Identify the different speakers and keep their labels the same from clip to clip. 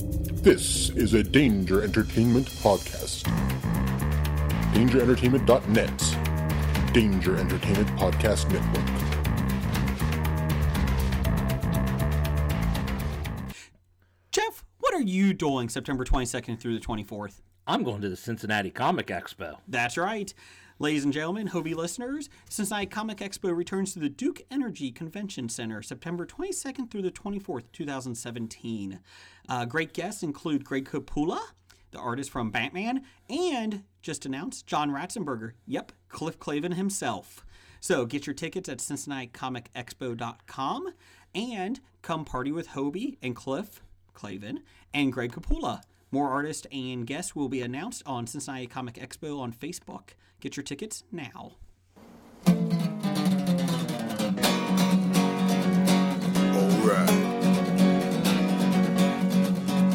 Speaker 1: This is a Danger Entertainment podcast. DangerEntertainment.net. Danger Entertainment Podcast Network.
Speaker 2: Jeff, what are you doing September 22nd through the 24th?
Speaker 3: I'm going to the Cincinnati Comic Expo.
Speaker 2: That's right. Ladies and gentlemen, Hobie listeners, Cincinnati Comic Expo returns to the Duke Energy Convention Center September 22nd through the 24th, 2017. Uh, great guests include Greg Capula, the artist from Batman, and just announced John Ratzenberger. Yep, Cliff Clavin himself. So get your tickets at CincinnatiComicExpo.com and come party with Hobie and Cliff Clavin and Greg Capula. More artists and guests will be announced on Cincinnati Comic Expo on Facebook. Get your tickets now.
Speaker 4: Alright.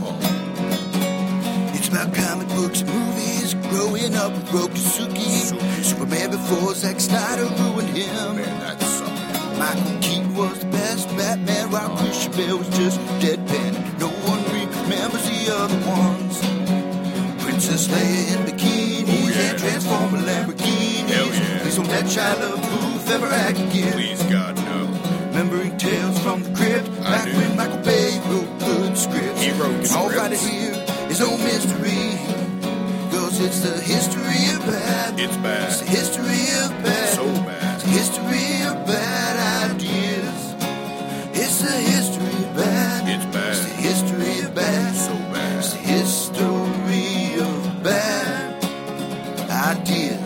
Speaker 4: Oh. It's about comic books and movies. Growing up with Rob Suzuki. Superman before Zack Snyder ruined him.
Speaker 5: Man, that sucked.
Speaker 4: Michael Keaton was the best Batman. Rob Christian Bale was just deadpan. No one remembers the other ones. Princess Leia in bikinis
Speaker 5: Oh, yeah.
Speaker 4: and Transformer Lamborghinis.
Speaker 5: Hell yeah.
Speaker 4: Please don't let Shia LaBeouf ever act again.
Speaker 5: Please, God, no.
Speaker 4: Remembering tales from the crypt, back
Speaker 5: do.
Speaker 4: when Michael Bay wrote good scripts.
Speaker 5: He wrote
Speaker 4: And all
Speaker 5: scripts.
Speaker 4: right here is no mystery, cause it's the history of bad.
Speaker 5: It's bad.
Speaker 4: It's the history of bad.
Speaker 5: So bad.
Speaker 4: It's the history of bad ideas. It's the history of bad.
Speaker 5: It's bad.
Speaker 4: It's the history of bad.
Speaker 5: So bad.
Speaker 4: It's the history of bad ideas.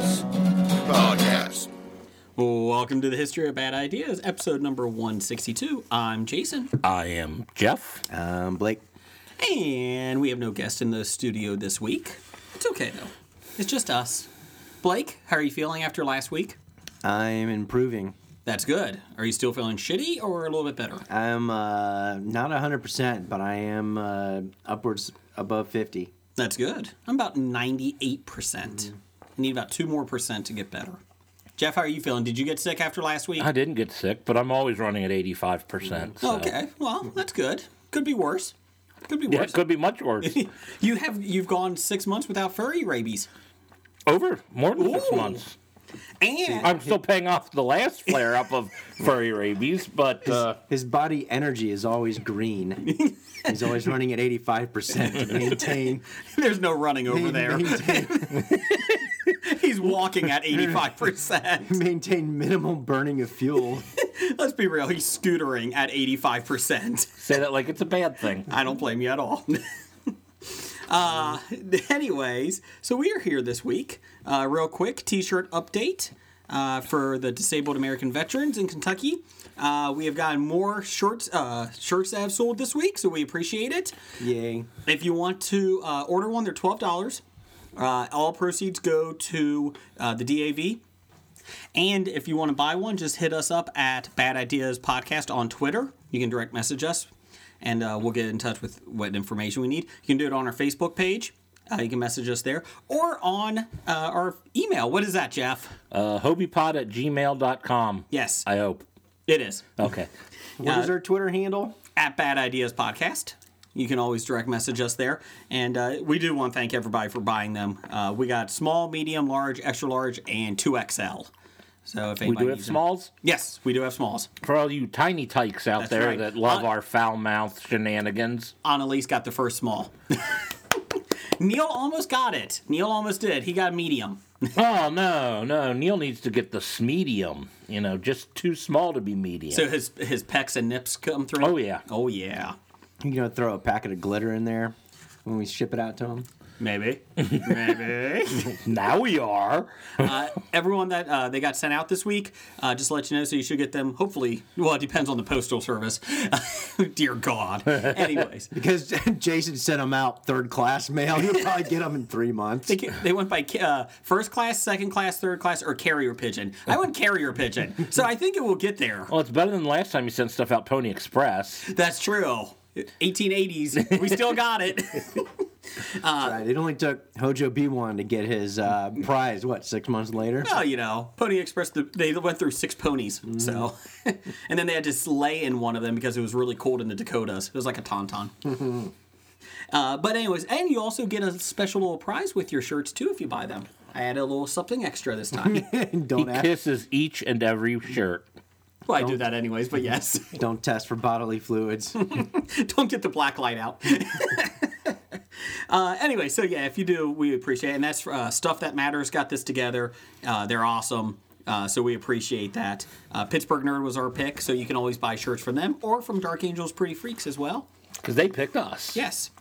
Speaker 5: Podcast.
Speaker 2: Welcome to the History of Bad Ideas, episode number 162. I'm Jason,
Speaker 3: I am Jeff.
Speaker 6: Um, Blake.
Speaker 2: and we have no guest in the studio this week. It's okay though, it's just us. Blake, how are you feeling after last week?
Speaker 6: I'm improving.
Speaker 2: That's good. Are you still feeling shitty or a little bit better?
Speaker 6: I'm uh, not 100%, but I am uh, upwards above 50.
Speaker 2: That's good. I'm about 98%. I need about two more percent to get better. Jeff, how are you feeling? Did you get sick after last week?
Speaker 3: I didn't get sick, but I'm always running at 85%. so-
Speaker 2: Okay, well, that's good. Could be worse. Could be
Speaker 3: Yeah,
Speaker 2: worse.
Speaker 3: it could be much worse.
Speaker 2: You have you've gone six months without furry rabies,
Speaker 3: Over more than six
Speaker 2: Ooh.
Speaker 3: months.
Speaker 2: and
Speaker 3: I'm still paying off the last flare up of furry rabies, but uh,
Speaker 6: His body energy is always green. He's always running at 85% to maintain.
Speaker 2: there's no running over there.
Speaker 6: maintain,
Speaker 2: He's walking at eighty five percent.
Speaker 6: maintain minimal burning of fuel.
Speaker 2: Let's be real. He's scootering at eighty five percent.
Speaker 3: say that like it's a bad thing.
Speaker 2: I don't blame you at all. uh, anyways, so we are here this week. Uh, real quick t shirt update uh, for the disabled American veterans in Kentucky. Uh, we have gotten more shirts, uh, shirts that have sold this week, so we appreciate it.
Speaker 6: Yay.
Speaker 2: If you want to uh, order one, they're twelve dollars. Uh, all proceeds go to uh, the DAV. And if you want to buy one, just hit us up at Bad Ideas Podcast on Twitter. You can direct message us, and uh, we'll get in touch with what information we need. You can do it on our Facebook page. Uh, you can message us there or on uh, our email. What is that, Jeff?
Speaker 3: Uh, hobiepod at gmail.com.
Speaker 2: Yes,
Speaker 3: I hope.
Speaker 2: it is
Speaker 3: Okay.
Speaker 6: What is our Twitter handle?
Speaker 2: at Bad Ideas Podcast. You can always direct message us there. And uh, we do want to thank everybody for buying them. Uh, we got small, medium, large, extra large, and 2XL. So if
Speaker 3: We
Speaker 2: anybody
Speaker 3: do have
Speaker 2: needs them-
Speaker 3: smalls.
Speaker 2: Yes, we do have smalls.
Speaker 3: For all you tiny tykes out
Speaker 2: That's
Speaker 3: there
Speaker 2: right.
Speaker 3: that love
Speaker 2: Uh,
Speaker 3: our foul mouthed shenanigans,
Speaker 2: Annalise got the first small. Neil almost got it. Neil almost did. He got medium.
Speaker 3: Oh no, no! Neil needs to get the medium. You know, just too small to be medium.
Speaker 2: So his his pecs and nips come through.
Speaker 3: oh yeah,
Speaker 2: Oh yeah.
Speaker 6: You can throw a packet of glitter in there when we ship it out to him.
Speaker 2: Maybe. Maybe.
Speaker 3: now we are.
Speaker 2: uh, everyone that uh, they got sent out this week, uh, just to let you know, so you should get them. Hopefully, well, it depends on the postal service. Dear God. Anyways,
Speaker 6: Because Jason sent him out third class mail. He'll probably get them in three months.
Speaker 2: they, ca- they went by ca- uh, first class, second class, third class, or carrier pigeon. I went carrier pigeon, so I think it will get there.
Speaker 3: Well, it's better than last time you sent stuff out Pony Express.
Speaker 2: That's true. 1880s, we still got it.
Speaker 6: Right. It only took Hojo B1 to get his uh, prize, what, six months later?
Speaker 2: well, you know, Pony Express, th- they went through six ponies. So, and then they had to slay in one of them because it was really cold in the Dakotas. It was like a tauntaun. Uh, but anyways, and you also get a special little prize with your shirts too if you buy them. I added a little something extra this time.
Speaker 6: don't
Speaker 3: He
Speaker 6: ask,
Speaker 3: kisses each and every shirt.
Speaker 2: well, I do that anyways, but yes.
Speaker 6: don't test for bodily fluids. Uh,
Speaker 2: don't get the black light out. Uh, anyway, so yeah, if you do, we appreciate it. And that's uh, Stuff That Matters got this together. Uh, they're awesome. Uh, so we appreciate that. Uh, Pittsburgh Nerd was our pick, so you can always buy shirts from them or from Dark Angels Pretty Freaks as well.
Speaker 3: Because they picked us.
Speaker 2: Yes.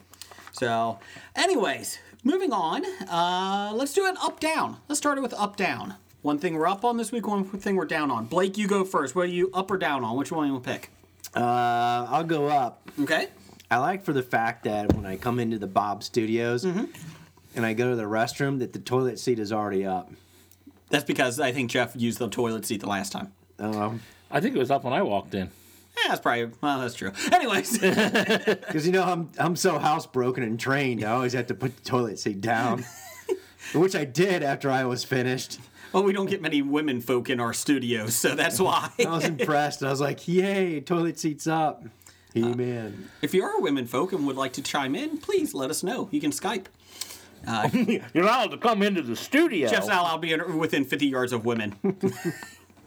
Speaker 2: So, anyways, moving on. Uh, let's do an up down. Let's start it with up down. One thing we're up on this week, one thing we're down on. Blake, you go first. What are you up or down on? Which one you want to pick?
Speaker 6: Uh, I'll go up.
Speaker 2: Okay.
Speaker 6: I like for the fact that when I come into the Bob Studios and I go to the restroom, that the toilet seat is already up.
Speaker 2: That's because I think Jeff used the toilet seat the last time.
Speaker 6: Um,
Speaker 3: I think it was up when I walked in.
Speaker 2: Yeah, that's probably well, that's true. Anyways,
Speaker 6: Because you know I'm I'm so housebroken and trained, I always have to put the toilet seat down, which I did after I was finished.
Speaker 2: well, we don't get many women folk in our studio, so that's why.
Speaker 6: I was impressed. I was like, "Yay, toilet seat's up!" He man,
Speaker 2: if you are women folk and would like to chime in, please let us know. You can Skype.
Speaker 3: You're allowed to come into the studio.
Speaker 2: Jeff's not allowed to be in- within 50 yards of women.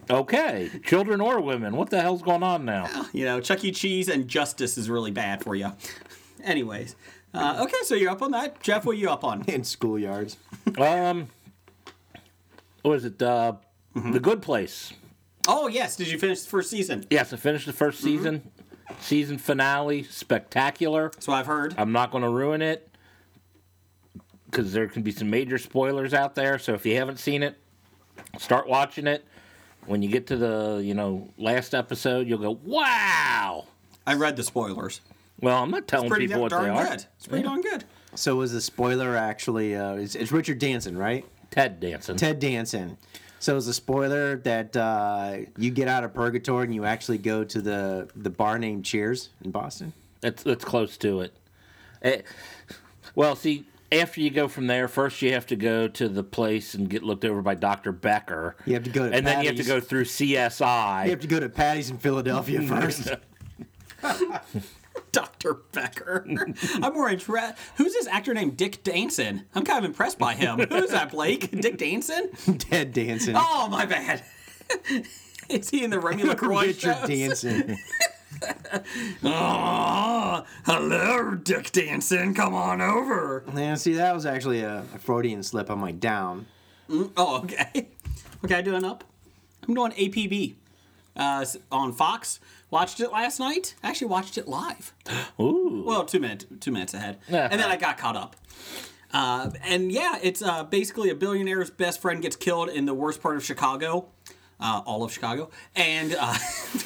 Speaker 3: Okay. Children or women. What the hell's going on now?
Speaker 2: you know, Chuck E. Cheese and Justice is really bad for you. Anyways, uh, okay, so you're up on that. Jeff, what are you up on?
Speaker 6: in schoolyards.
Speaker 3: um, what is it? Uh, The Good Place.
Speaker 2: Oh, yes, did you finish the first season?
Speaker 3: Yes, Mm-hmm. I finished the 1st season. Season finale. Spectacular.
Speaker 2: That's what I've heard.
Speaker 3: I'm not going to ruin it because there can be some major spoilers out there. So if you haven't seen it, start watching it. When you get to the you know last episode, you'll go wow.
Speaker 2: I read the spoilers.
Speaker 3: Well, I'm not telling
Speaker 2: Pretty
Speaker 3: people
Speaker 2: darn
Speaker 3: what they are.
Speaker 2: good. It's pretty darn good.
Speaker 6: So was the spoiler actually? Uh, it's, it's Richard Danson, right?
Speaker 3: Ted dancing.
Speaker 6: Ted Danson. So is the spoiler that uh, you get out of purgatory and you actually go to the the bar named Cheers in Boston?
Speaker 3: That's that's close to it. Eh, well, see, after you go from there, first you have to go to the place and get looked over by Doctor Becker.
Speaker 6: You have to go to
Speaker 3: and then you have to
Speaker 6: Patty's.
Speaker 3: go through CSI.
Speaker 6: You have to go to Patty's in Philadelphia first.
Speaker 2: Dr. Becker. I'm more interested. Who's this actor named Dick Danson? I'm kind of impressed by him. Who's that, Blake? Dick Danson?
Speaker 6: Ted Danson.
Speaker 2: Oh, my bad. Is he in the Remy LaCroix
Speaker 6: Richard
Speaker 2: shows?
Speaker 6: Danson.
Speaker 2: Oh, hello, Dick Danson. Come on over.
Speaker 6: Yeah, see, that was actually a, a Freudian slip on my down.
Speaker 2: Oh, okay. Okay, I do an up. I'm doing APB uh, s- on Fox. Watched it last night. Actually, watched it live.
Speaker 3: Ooh.
Speaker 2: Well, two minutes, two minutes ahead, and then I got caught up. Uh, and yeah, it's uh, basically a billionaire's best friend gets killed in the worst part of Chicago, uh, all of Chicago, and uh,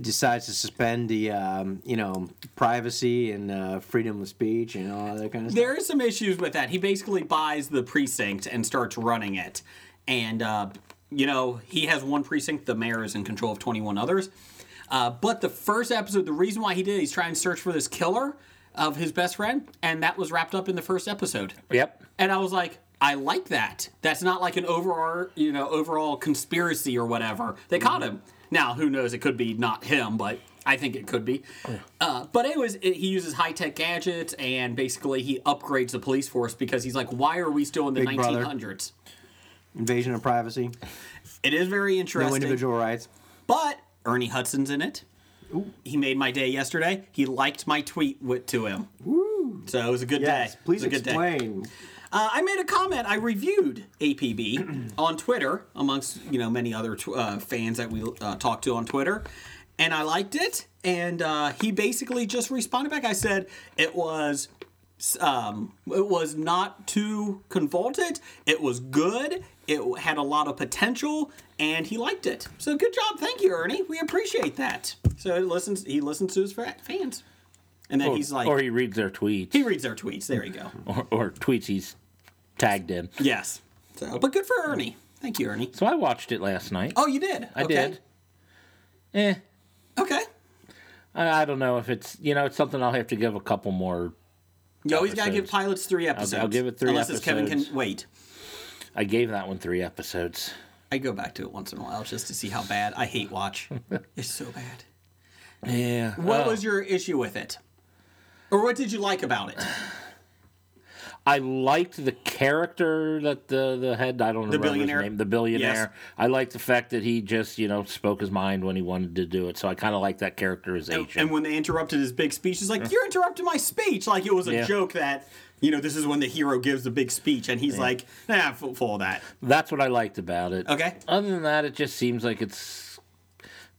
Speaker 6: Decides to suspend the, um, you know, privacy and uh, freedom of speech and all that kind of stuff.
Speaker 2: there is some issues with that. He basically buys the precinct and starts running it, and uh, you know he has one precinct. The mayor is in control of 21 others. Uh, but the first episode, the reason why he did, it, he's trying to search for this killer of his best friend, and that was wrapped up in the first episode.
Speaker 3: yep.
Speaker 2: And I was like, I like that. That's not like an overall, you know, overall conspiracy or whatever. They
Speaker 6: Mm-hmm.
Speaker 2: caught him. Now, who knows? It could be not him, but I think it could be.
Speaker 6: Oh,
Speaker 2: Uh, but anyways, it, he uses high tech gadgets and basically he upgrades the police force because he's like, why are we still in the
Speaker 6: Big brother.
Speaker 2: 1900s?
Speaker 6: Invasion of privacy,
Speaker 2: It is very
Speaker 6: no
Speaker 2: interesting.
Speaker 6: individual rights.
Speaker 2: But Ernie Hudson's in it. He made my day yesterday. He liked my tweet with, to him. So it was a good
Speaker 6: Yes,
Speaker 2: day.
Speaker 6: please
Speaker 2: it was a good day.
Speaker 6: explain.
Speaker 2: Uh, I made a comment. I reviewed APB on Twitter, amongst you know many other tw- uh, fans that we uh, talked to on Twitter, and I liked it. And uh, he basically just responded back. I said it was, um, it was not too convoluted. It was good. It had a lot of potential, and he liked it. So good job, thank you, Ernie. We appreciate that. So it listens. He listens to his fa- fans, and then he's like,
Speaker 3: Oh, or he reads their tweets.
Speaker 2: he reads their tweets. There you go.
Speaker 3: or, or tweets he's tagged in.
Speaker 2: Yes. So, but good for Ernie. Thank you, Ernie.
Speaker 3: So I watched it last night.
Speaker 2: Oh, you did.
Speaker 3: I
Speaker 2: okay.
Speaker 3: did. Eh,
Speaker 2: Okay.
Speaker 3: I, I don't know if it's you know it's something I'll have to give a couple more.
Speaker 2: You always gotta give
Speaker 3: Episodes.
Speaker 2: pilots three episodes.
Speaker 3: give it three
Speaker 2: Unless it's Kevin
Speaker 3: episodes.
Speaker 2: can wait.
Speaker 3: I gave that one three episodes.
Speaker 2: I go back to it once in a while just to see how bad. I hate watch. it's so bad.
Speaker 3: Yeah.
Speaker 2: What
Speaker 3: Oh.
Speaker 2: was your issue with it? Or what did you like about it?
Speaker 3: I liked the character that the the head I don't
Speaker 2: The
Speaker 3: remember his
Speaker 2: billionaire?
Speaker 3: name, the billionaire.
Speaker 2: Yes.
Speaker 3: I liked the fact that he just you know spoke his mind when he wanted to do it. So I kind of like that characterization.
Speaker 2: And when they interrupted his big speech, he's like, "You're interrupting my speech!" Like it was a
Speaker 3: Yeah.
Speaker 2: joke that you know this is when the hero gives the big speech, and he's like, "Nah, full, full of that."
Speaker 3: That's what I liked about it.
Speaker 2: Okay.
Speaker 3: Other than that, it just seems like it's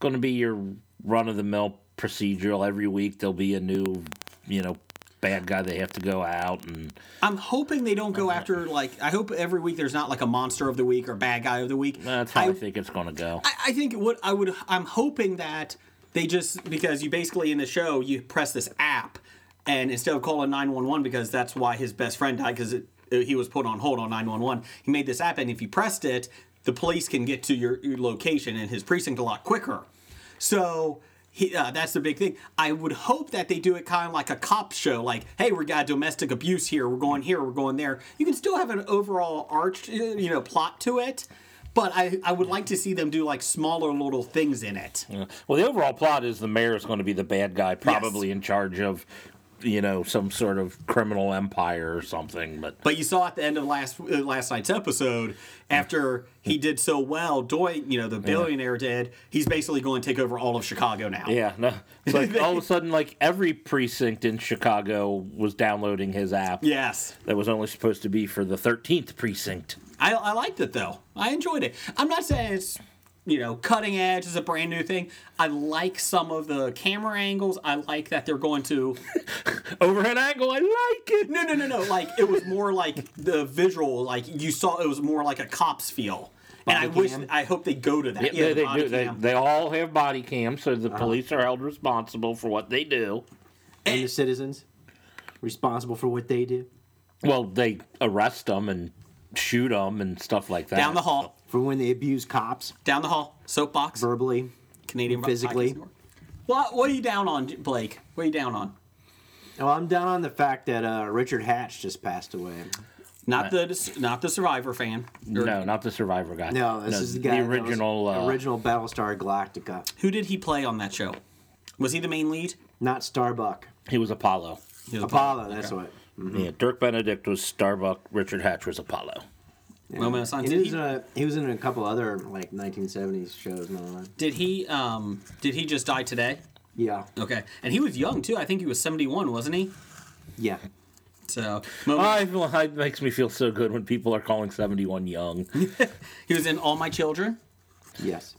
Speaker 3: going to be your run of the mill procedural. Every week there'll be a new, you know, bad guy they have to go out and
Speaker 2: I'm hoping they don't go after like. I hope every week there's not like a monster of the week or bad guy of the week.
Speaker 3: that's how I,
Speaker 2: I-
Speaker 3: think it's going to go.
Speaker 2: I, I think what I would I'm hoping that they just because you basically in the show you press this app and instead of calling 911 because that's why his best friend died because he was put on hold on 911 he made this app and if you pressed it the police can get to your, your location and his precinct a lot quicker so he, uh, that's the big thing. I would hope that they do it kind of like a cop show, like, hey, we got domestic abuse here, we're going here, we're going there. You can still have an overall arch, uh, you know, plot to it, but I, I would like to see them do like smaller little things in it.
Speaker 3: Well, the overall plot is the mayor is going to be the bad guy, probably in charge of, you know, some sort of criminal empire or something. But
Speaker 2: But you saw at the end of last uh, last night's episode, after he did so well, Doy, you know, the billionaire did. He's basically going to take over all of Chicago now.
Speaker 3: yeah, no, it's like all of a sudden, like every precinct in Chicago was downloading his app.
Speaker 2: Yes.
Speaker 3: That was only supposed to be for the 13th precinct.
Speaker 2: I, I liked it though. I enjoyed it. I'm not saying it's you know cutting edge is a brand new thing. I like some of the camera angles. I like that they're going to
Speaker 3: Over an angle, I like it.
Speaker 2: no no no no like it was more like the visual like you saw it was more like a cops feel. And I
Speaker 6: Body
Speaker 2: wish
Speaker 6: cam?
Speaker 2: I hope they go to that.
Speaker 3: Yeah,
Speaker 2: Yeah, the
Speaker 3: they, they
Speaker 2: body
Speaker 3: do. They,
Speaker 2: cam.
Speaker 3: they all have body cams, so the police are held responsible for what they do.
Speaker 6: And the citizens responsible for what they do
Speaker 3: Well, they arrest them and shoot them and stuff like that.
Speaker 2: down the hall,
Speaker 6: for when they abuse cops
Speaker 2: down the hall, soapbox,
Speaker 6: verbally.
Speaker 2: Canadian
Speaker 6: physically.
Speaker 2: What what are you down on, Blake? What are you down on?
Speaker 6: Well, I'm down on the fact that uh, Richard Hatch just passed away.
Speaker 2: Not the not the Survivor fan. Or-
Speaker 3: Uh, No, not the survivor guy.
Speaker 6: No, this is the guy. that was-
Speaker 3: original. uh,
Speaker 6: original Battlestar Galactica,
Speaker 2: Who did he play on that show? Was he the main lead?
Speaker 6: not Starbuck.
Speaker 3: He was Apollo.
Speaker 2: He was
Speaker 6: Apollo, that's what.
Speaker 3: Yeah, Dirk Benedict was Starbuck. Richard Hatch was Apollo.
Speaker 2: Moment of silence.
Speaker 6: He
Speaker 2: Did
Speaker 6: was,
Speaker 2: he-
Speaker 6: in a, he was in a couple other like 1970s shows, man.
Speaker 2: Did he um did he just die today?
Speaker 6: Yeah,
Speaker 2: Okay. And he was young too. I think he was 71, wasn't he?
Speaker 6: yeah.
Speaker 2: So moment-
Speaker 6: Uh,
Speaker 3: I, it makes me feel so good when people are calling 71 young.
Speaker 2: he was in All My Children.
Speaker 6: Yes.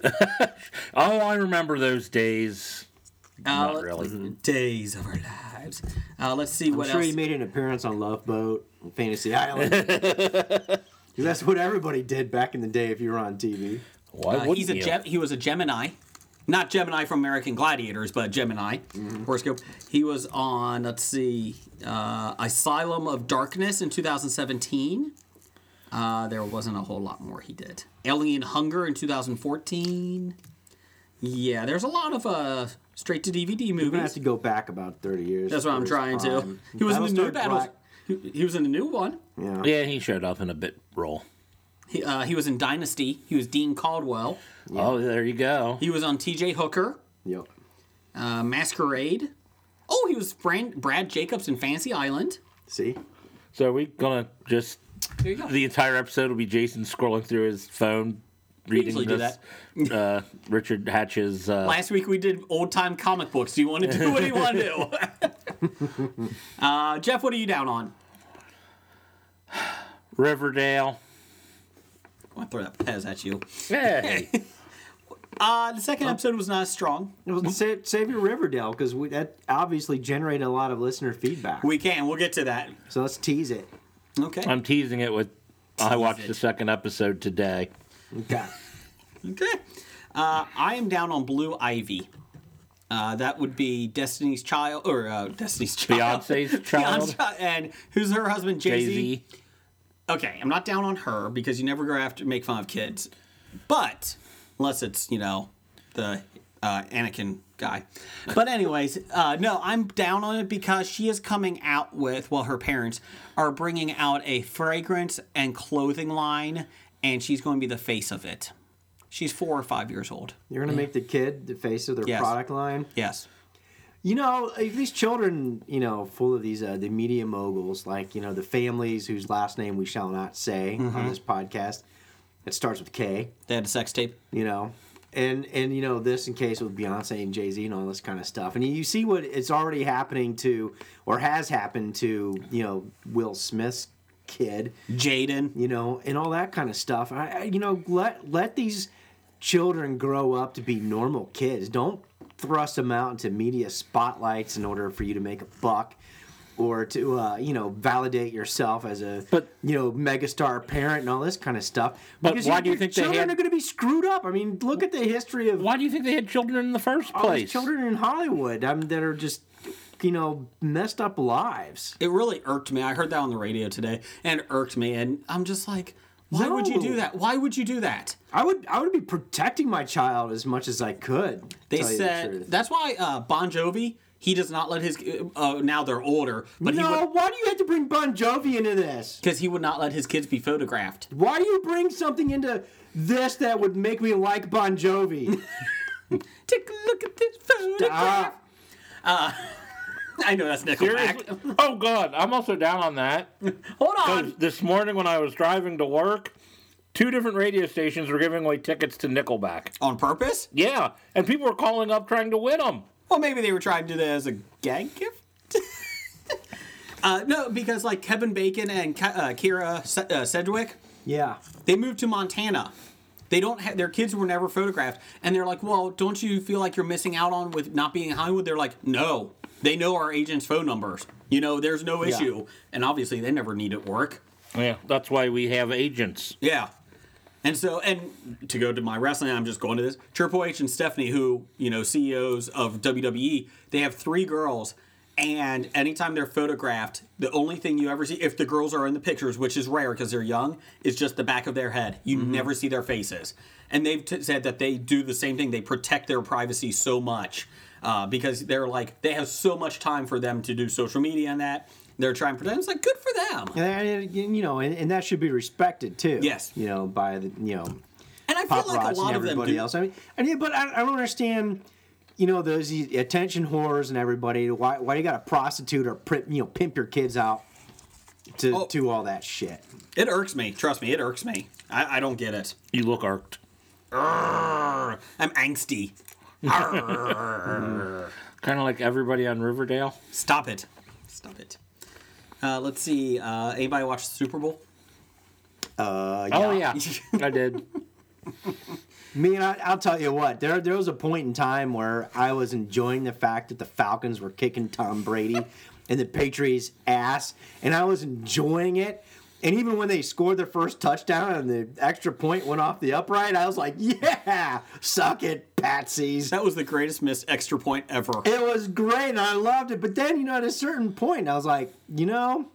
Speaker 3: oh, I remember those days.
Speaker 2: Uh,
Speaker 3: Not really.
Speaker 2: Days of Our Lives. Uh, let's see
Speaker 6: I'm
Speaker 2: what
Speaker 6: sure
Speaker 2: else.
Speaker 6: he made an appearance on Love Boat and Fantasy Island. 'Cause that's what everybody did back in the day if you were on TV.
Speaker 3: Why
Speaker 2: Uh,
Speaker 3: wouldn't
Speaker 2: he's a
Speaker 3: you?
Speaker 2: Gem- he was a Gemini. Not Gemini from American Gladiators, but Gemini
Speaker 6: Mm-hmm.
Speaker 2: horoscope. He was on let's see, uh, Asylum of Darkness in 2017. Uh, there wasn't a whole lot more he did. Alien Hunger in 2014. Yeah, there's a lot of uh, straight to DVD
Speaker 6: You're gonna have
Speaker 2: movies.
Speaker 6: to go back about 30 years.
Speaker 2: That's what I'm
Speaker 6: for his
Speaker 2: trying to.
Speaker 6: prime.
Speaker 2: He was in the new
Speaker 6: Battlestar
Speaker 2: battles. He, he was in the new one.
Speaker 6: Black- yeah.
Speaker 3: Yeah, he showed up in a bit role.
Speaker 2: He, uh, he was in Dynasty. He was Dean Caldwell.
Speaker 3: Oh, there you go.
Speaker 2: He was on T.J. Hooker.
Speaker 6: Yep.
Speaker 2: uh, Masquerade. Oh, he was Brand- Brad Jacobs in Fancy Island.
Speaker 6: See?
Speaker 3: So are we gonna just
Speaker 2: There you go.
Speaker 3: the entire episode will be Jason scrolling through his phone, reading
Speaker 2: usually do
Speaker 3: this, uh, Richard Hatch's. Uh,
Speaker 2: Last week we did old time comic books. Do you want to do what do you want to do? uh, Jeff, what are you down on?
Speaker 3: Riverdale.
Speaker 2: I want to throw that Pez at you.
Speaker 3: Hey,
Speaker 2: Uh, the second episode was not as strong.
Speaker 6: Well, save, save your Riverdale because that obviously generated a lot of listener feedback.
Speaker 2: We can. We'll get to that.
Speaker 6: so let's tease it.
Speaker 2: Okay.
Speaker 3: I'm teasing it with. I watched
Speaker 2: it.
Speaker 3: the second episode today.
Speaker 6: Okay.
Speaker 2: Okay. Uh, I am down on Blue Ivy. Uh, that would be Destiny's Child or uh, Destiny's Child.
Speaker 3: Beyonce's
Speaker 2: Beyonce-
Speaker 3: child,
Speaker 2: and who's her husband? Jay
Speaker 3: Jay
Speaker 2: Z.
Speaker 3: Z.
Speaker 2: okay, I'm not down on her because you never go after make fun of kids, but unless it's you know the uh, Anakin guy. But anyways, uh, no, I'm down on it because she is coming out with well, her parents are bringing out a fragrance and clothing line, and she's going to be the face of it. She's four or five years old.
Speaker 6: You're going to make the kid the face of their
Speaker 2: Yes.
Speaker 6: product line.
Speaker 2: Yes.
Speaker 6: You know, if these children, you know, full of these uh, the media moguls, like you know the families whose last name we shall not say on
Speaker 2: Mm-hmm.
Speaker 6: this podcast, it starts with K.
Speaker 2: They had a sex tape.
Speaker 6: You know, and and you know this in case with Beyonce and Jay Z and all this kind of stuff, and you, you see what it's already happening to, or has happened to, you know, Will Smith's kid
Speaker 2: Jaden.
Speaker 6: you know, and all that kind of stuff. I, I- you know, let let these children grow up to be normal kids. Don't thrust them out into media spotlights in order for you to make a buck or to uh, you know validate yourself as a
Speaker 3: But-
Speaker 6: you know megastar parent and all this kind of stuff.
Speaker 3: But why
Speaker 6: your-
Speaker 3: do you
Speaker 6: your
Speaker 3: think they
Speaker 6: children
Speaker 3: had-
Speaker 6: are going to be screwed up? I mean, look at the history of
Speaker 3: Why do you think they had children in the first
Speaker 6: all these
Speaker 3: place?
Speaker 6: children in Hollywood um, that are just you know messed up lives.
Speaker 2: It really irked me. I heard that on the radio today, and it irked me. And I'm just like, why would you do
Speaker 6: No.
Speaker 2: that? Why would you do that?
Speaker 6: I would I would be protecting my child as much as I could.
Speaker 2: They
Speaker 6: tell you the
Speaker 2: said
Speaker 6: truth.
Speaker 2: that's why uh, Bon Jovi. He does not let his. Uh, now they're older, but he
Speaker 6: no,
Speaker 2: would
Speaker 6: why do you have to bring Bon Jovi into this?
Speaker 2: because he would not let his kids be photographed.
Speaker 6: Why do you bring something into this that would make me like Bon Jovi?
Speaker 2: Take a look at this photograph.
Speaker 6: Ah,
Speaker 2: I know that's Nickelback.
Speaker 3: Seriously? Oh God, I'm also down on that.
Speaker 2: Hold on.
Speaker 3: 'Cause this morning when I was driving to work, two different radio stations were giving away tickets to Nickelback.
Speaker 2: On purpose?
Speaker 3: Yeah, and people were calling up trying to win them.
Speaker 2: Well, maybe they were trying to do that as a gag gift. uh, no, because like Kevin Bacon and Ka- uh, Kira Se- uh, Sedgwick,
Speaker 6: yeah.
Speaker 2: they moved to Montana. They don't have their kids were never photographed, and they're like, "Well, don't you feel like you're missing out on with not being in Hollywood?" They're like, "No, they know our agents' phone numbers. You know, there's no issue." And obviously, they never need it work.
Speaker 3: Yeah, that's why we have agents.
Speaker 2: Yeah. And so, and to go to my wrestling, I'm just going to this. Triple H and Stephanie, who, you know, CEOs of WWE, they have three girls. And anytime they're photographed, the only thing you ever see, if the girls are in the pictures, which is rare because they're young, is just the back of their head. You
Speaker 6: Mm-hmm.
Speaker 2: never see their faces. And they've t- said that they do the same thing. They protect their privacy so much uh, because they're like, they have so much time for them to do social media and that. They're trying to pretend. It's like, good for them.
Speaker 6: And, you know, and, and that should be respected too.
Speaker 2: Yes.
Speaker 6: You know, by the you know
Speaker 2: And I feel like a
Speaker 6: paparazzi
Speaker 2: lot
Speaker 6: and
Speaker 2: of them
Speaker 6: everybody
Speaker 2: do.
Speaker 6: else. I mean, I mean, but I, I don't understand. You know, those the attention whores and everybody. Why why you got to prostitute or pri- you know pimp your kids out to
Speaker 2: Oh.
Speaker 6: do all that shit?
Speaker 2: It irks me. Trust me, it irks me. I, I don't get it.
Speaker 3: You look irked.
Speaker 2: Arr, I'm angsty. Arr.
Speaker 3: Kind of like everybody on Riverdale.
Speaker 2: Stop it. Stop it. Uh, let's see. Uh, anybody watch the Super Bowl?
Speaker 6: Uh,
Speaker 3: Oh yeah, I did.
Speaker 6: Man, I, I'll tell you what. There, there was a point in time where I was enjoying the fact that the Falcons were kicking Tom Brady and the Patriots' ass, and I was enjoying it. And even when they scored their first touchdown and the extra point went off the upright, I was like, "Yeah, suck it, Patsies."
Speaker 2: That was the greatest missed extra point ever.
Speaker 6: It was great, and I loved it. But then, you know, at a certain point, I was like, you know,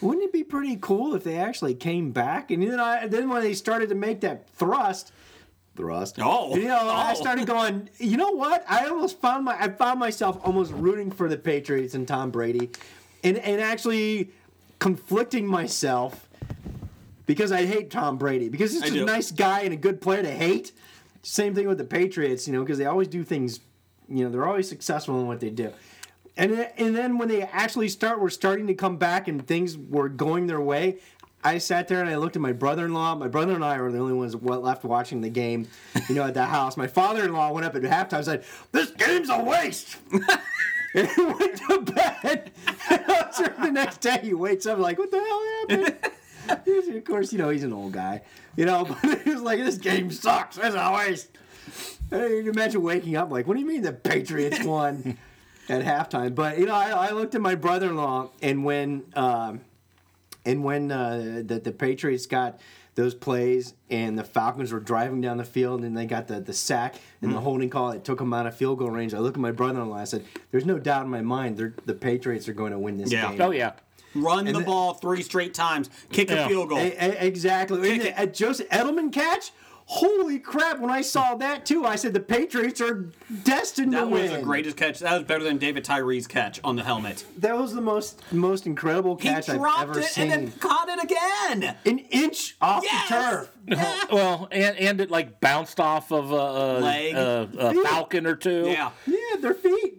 Speaker 6: wouldn't it be pretty cool if they actually came back? And then, I, then when they started to make that thrust, thrust.
Speaker 2: Oh.
Speaker 6: you know, I
Speaker 2: Oh.
Speaker 6: started going. You know what? I almost found my. I found myself almost rooting for the Patriots and Tom Brady, and and actually conflicting myself because I hate Tom Brady because he's
Speaker 2: I
Speaker 6: just
Speaker 2: do.
Speaker 6: a nice guy and a good player to hate. Same thing with the Patriots, you know, because they always do things, you know, they're always successful in what they do. And then, and then when they actually start, were starting to come back and things were going their way. I sat there and I looked at my brother-in-law. My brother and I were the only ones wa- left watching the game, you know, at the house. My father-in-law went up at halftime and said, "This game's a waste." and he went to bed. Sure, the next day he wakes up like, "What the hell happened?" He's- of course, you know he's an old guy, you know. But he was like, "This game sucks. It's a waste." I mean, you can imagine waking up like, "What do you mean the Patriots won at halftime?" But you know, I, I looked at my brother-in-law, and when um, and when uh, the the Patriots got those plays, and the Falcons were driving down the field, and they got the the sack and the holding call that took them out of field goal range, I look at my brother-in-law. I said, "There's no doubt in my mind, they're- the Patriots are going to win this
Speaker 2: Yeah.
Speaker 6: game."
Speaker 3: Oh yeah.
Speaker 2: Run the
Speaker 6: the-
Speaker 2: ball three straight times. Kick a
Speaker 3: Yeah.
Speaker 2: field goal.
Speaker 6: E- e- exactly. And
Speaker 2: Kick it.
Speaker 6: the- a Joseph Edelman catch. Holy crap! When I saw that too, I said the Patriots are destined to
Speaker 2: that
Speaker 6: win.
Speaker 2: was the greatest catch. That was better than David Tyree's catch on the helmet.
Speaker 6: That was the most most incredible
Speaker 2: He
Speaker 6: catch I've
Speaker 2: dropped
Speaker 6: ever
Speaker 2: it
Speaker 6: seen.
Speaker 2: and then caught it again.
Speaker 6: An inch off
Speaker 2: Yes!
Speaker 6: the turf.
Speaker 2: Yeah.
Speaker 3: Well, and, and it like bounced off of a, a,
Speaker 2: Leg.
Speaker 3: a, a falcon or two.
Speaker 2: yeah.
Speaker 6: Yeah, their feet.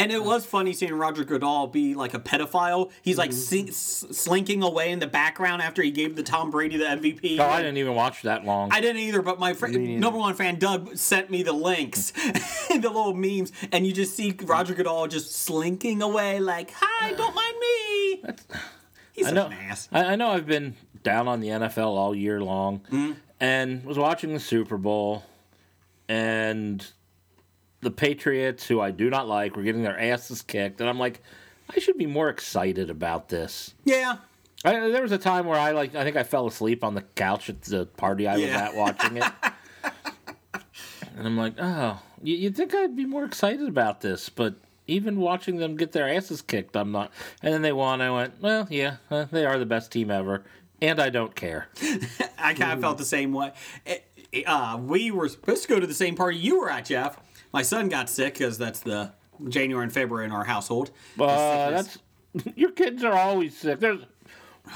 Speaker 2: And it was funny seeing Roger Goodall be like a pedophile. He's like
Speaker 3: Mm-hmm.
Speaker 2: sink, s- slinking away in the background after he gave the Tom Brady the MVP.
Speaker 3: No, Oh, I didn't even watch that long.
Speaker 2: I didn't either, but my fri number one fan Doug sent me the links, the little memes, and you just see
Speaker 3: Mm-hmm.
Speaker 2: Roger Goodall just slinking away like, "Hi, don't mind me." He's
Speaker 3: I
Speaker 2: such
Speaker 3: know.
Speaker 2: an ass.
Speaker 3: I, I know. I've been down on the NFL all year long,
Speaker 2: Mm-hmm.
Speaker 3: and was watching the Super Bowl, and the Patriots, who I do not like, were getting their asses kicked, and I'm like, I should be more excited about this.
Speaker 2: Yeah,
Speaker 3: I, there was a time where I like, I think I fell asleep on the couch at the party I was
Speaker 2: Yeah.
Speaker 3: at watching it. And I'm like, oh, you, you'd think I'd be more excited about this, but even watching them get their asses kicked, I'm not. And then they won. I went, well, yeah, uh, they are the best team ever, and I don't care.
Speaker 2: I kind of felt the same way. Eh, eh, Uh, we were supposed to go to the same party you were at, Jeff. My son got sick because that's the January and February in our household.
Speaker 3: But that's your kids are always sick. There's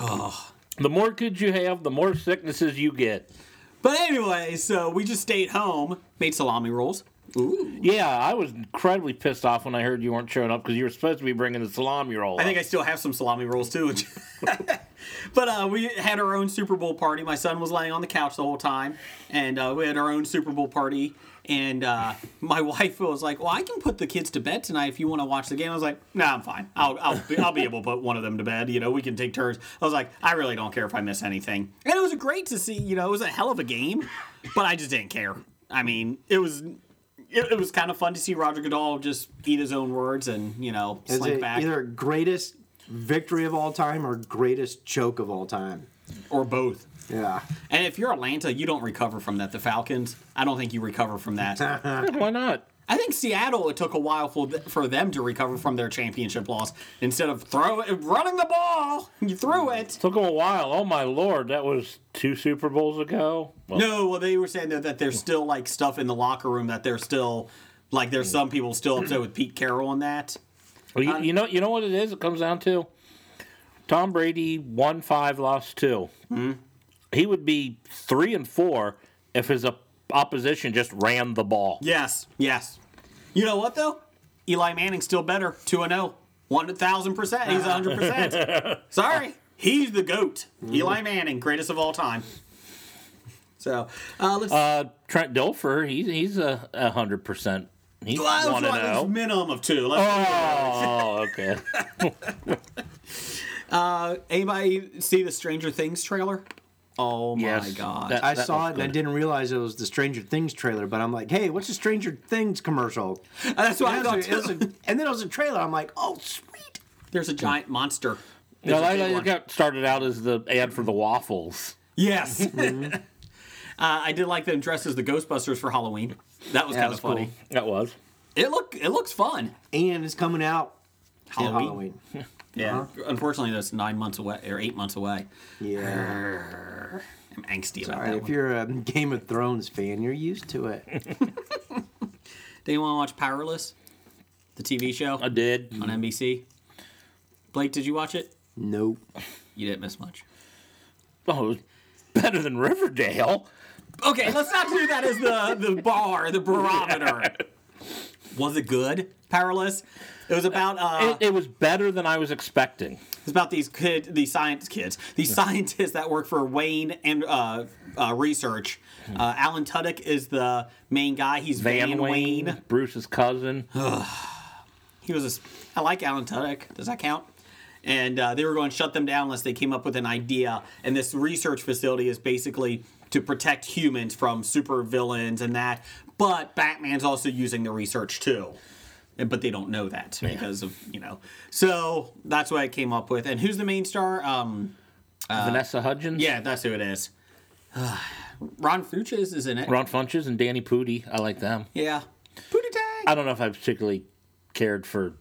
Speaker 2: Oh.
Speaker 3: the more kids you have, the more sicknesses you get.
Speaker 2: But anyway, so we just stayed home, made salami rolls. Ooh.
Speaker 3: Yeah, I was incredibly pissed off when I heard you weren't showing up because you were supposed to be bringing the salami roll.
Speaker 2: I think I still have some salami rolls too. but uh, we had our own Super Bowl party. My son was laying on the couch the whole time, and uh, we had our own Super Bowl party. And uh, my wife was like, "Well, I can put the kids to bed tonight if you want to watch the game." I was like, "No, I'm fine. I'll I'll be, I'll be able to put one of them to bed. You know, we can take turns." I was like, "I really don't care if I miss anything." And it was great to see. You know, it was a hell of a game, but I just didn't care. I mean, it was. It, it was kind of fun to see Roger Goodall just eat his own words and you know
Speaker 6: It's
Speaker 2: slink
Speaker 6: a-
Speaker 2: back
Speaker 6: either greatest victory of all time or greatest choke of all time.
Speaker 2: or both.
Speaker 6: Yeah.
Speaker 2: And if you're Atlanta, you don't recover from that. The Falcons, I don't think you recover from that.
Speaker 3: Why not?
Speaker 2: I think Seattle, it took a while for, th- for them to recover from their championship loss. Instead of throw running the ball, you threw it.
Speaker 3: Took them a while. Oh my lord, that was two Super Bowls ago. Well,
Speaker 2: No, well, they were saying that, that there's still like stuff in the locker room that they're still like there's some people still upset with Pete Carroll on that.
Speaker 3: well, you, you know, you know what it is. It comes down to Tom Brady won five, lost 2
Speaker 2: Hmm.
Speaker 3: He would be three and four if his op- opposition just ran the ball.
Speaker 2: Yes, yes. You know what though? Eli Manning's still better. Two and zero. One thousand percent. He's hundred percent. Sorry, he's the goat. Eli Manning, greatest of all time. So uh, let's.
Speaker 3: Uh, Trent Dilfer, he's he's a a hundred percent. He's
Speaker 2: Well,
Speaker 3: one
Speaker 2: that's
Speaker 3: and
Speaker 2: right,
Speaker 3: oh.
Speaker 2: there's a
Speaker 3: zero.
Speaker 2: minimum of two. Let's-
Speaker 3: Oh, okay. Oh.
Speaker 2: Anybody see the Stranger Things trailer? Oh my
Speaker 3: Yes,
Speaker 2: god!
Speaker 3: that-
Speaker 6: I
Speaker 3: that
Speaker 6: saw
Speaker 3: was
Speaker 6: it and I
Speaker 3: good.
Speaker 6: didn't realize it was the Stranger Things trailer, but I'm like, hey, what's the Stranger Things commercial?
Speaker 2: Uh, that's what I
Speaker 6: And, it
Speaker 2: thought.
Speaker 6: was a- it was
Speaker 2: too.
Speaker 6: a- and then it was a trailer. I'm like, oh, sweet.
Speaker 2: There's a giant monster.
Speaker 3: Mm. No,
Speaker 2: There's a
Speaker 3: that,
Speaker 2: big
Speaker 3: that
Speaker 2: one.
Speaker 3: got started out as the ad for the waffles.
Speaker 2: Yes.
Speaker 3: Mm-hmm.
Speaker 2: uh, I did like them dressed as the Ghostbusters for Halloween. That was kind
Speaker 6: Yeah, it
Speaker 2: of
Speaker 6: was cool.
Speaker 2: funny.
Speaker 3: That was.
Speaker 2: It look it looks fun.
Speaker 6: And it's coming out in
Speaker 2: Halloween.
Speaker 6: Halloween.
Speaker 2: Yeah. Unfortunately, that's nine months away or eight months away.
Speaker 6: Yeah.
Speaker 2: I'm angsty about
Speaker 6: All right,
Speaker 2: that
Speaker 6: if
Speaker 2: one.
Speaker 6: you're a Game of Thrones fan, you're used to it.
Speaker 2: Do you want to watch Powerless, the TV show
Speaker 3: I did.
Speaker 2: on NBC? Blake, did you watch it?
Speaker 6: nope.
Speaker 2: You didn't miss much.
Speaker 3: Oh, it was better than Riverdale.
Speaker 2: Okay, let's not do that as the the bar, the barometer. Was it good? Powerless. It was about uh,
Speaker 3: It, it was better than I was expecting.
Speaker 2: It's about these kid, these science kids, these scientists that work for Wayne and uh, uh, Research. Uh, Alan Tudyk is the main guy. He's Van,
Speaker 3: Van Wayne,
Speaker 2: Wayne. Uh.
Speaker 3: Bruce's cousin.
Speaker 2: He was. A, s- I like Alan Tudyk. Does that count? And uh, they were going to shut them down unless they came up with an idea. And this research facility is basically to protect humans from super villains and that. But Batman's also using the research too. And- But they don't know that because of you know. So that's what I came up with. And who's the main star? Um,
Speaker 3: Vanessa Hudgens.
Speaker 2: Yeah, that's who it is. Ron Funches is in it.
Speaker 3: Ron Funches and Danny Pudi. I like them.
Speaker 2: Yeah. Booty tag.
Speaker 3: I don't know if I particularly cared for,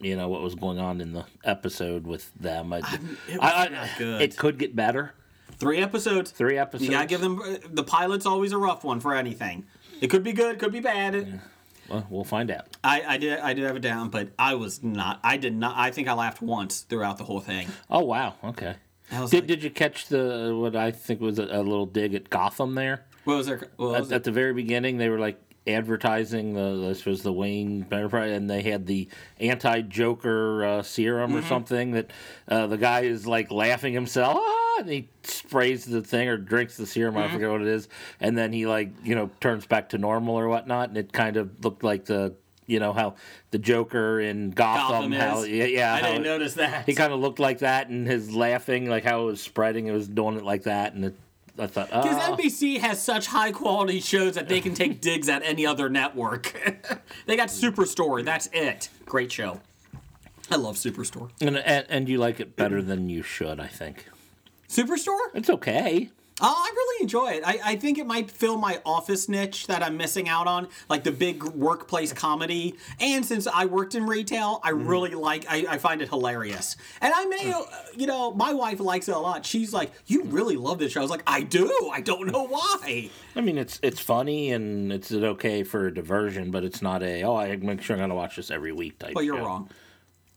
Speaker 3: you know, what was going on in the episode with them. I,
Speaker 2: it was
Speaker 3: I- I-
Speaker 2: not good.
Speaker 3: it could get better.
Speaker 2: Three episodes.
Speaker 3: Three episodes.
Speaker 2: You gotta give them. The pilot's always a rough one for anything. It could be good, could be bad.
Speaker 3: Well, we'll find out.
Speaker 2: I, I did. I did have it down, but I was not. I did not. I think I laughed once throughout the whole thing.
Speaker 3: Oh wow. Okay.
Speaker 2: I was
Speaker 3: Did,
Speaker 2: like-
Speaker 3: did you catch the what I think was a, a little dig at Gotham there?
Speaker 2: What was there? What was
Speaker 3: At,
Speaker 2: it?
Speaker 3: at the very beginning, they were like, advertising the this was the Wayne Enterprise, and they had the anti Joker uh, serum
Speaker 2: Mm-hmm.
Speaker 3: or something that uh, the guy is like laughing himself. "Ah," And he sprays the thing or drinks the serum.
Speaker 2: Mm-hmm.
Speaker 3: I forget what it is, and then he like you know turns back to normal or whatnot. And it kind of looked like the you know how the Joker in Gotham,
Speaker 2: Gotham is.
Speaker 3: how yeah, yeah
Speaker 2: I
Speaker 3: how
Speaker 2: didn't
Speaker 3: it-
Speaker 2: notice that.
Speaker 3: he kind of looked like that, and his laughing, like how it was spreading, it was doing it like that, and it, I thought,
Speaker 2: Because
Speaker 3: oh,
Speaker 2: NBC has such high quality shows that they can take digs at any other network. they got Superstore. That's it. Great show. I love Superstore.
Speaker 3: and, and and you like it better than you should, I think.
Speaker 2: Superstore?
Speaker 3: It's okay.
Speaker 2: Uh, I really enjoy it. I, I think it might fill my office niche that I'm missing out on, like the big workplace comedy. And since I worked in retail, I really like. I, I find it hilarious. And I may, uh, you know, my wife likes it a lot. She's like, "You really love this show." I was like, "I do. I don't know why."
Speaker 3: I mean, it's it's funny and it's an okay for a diversion, but it's not a oh, I make sure I'm gonna watch this every week type.
Speaker 2: But you're
Speaker 3: show.
Speaker 2: wrong.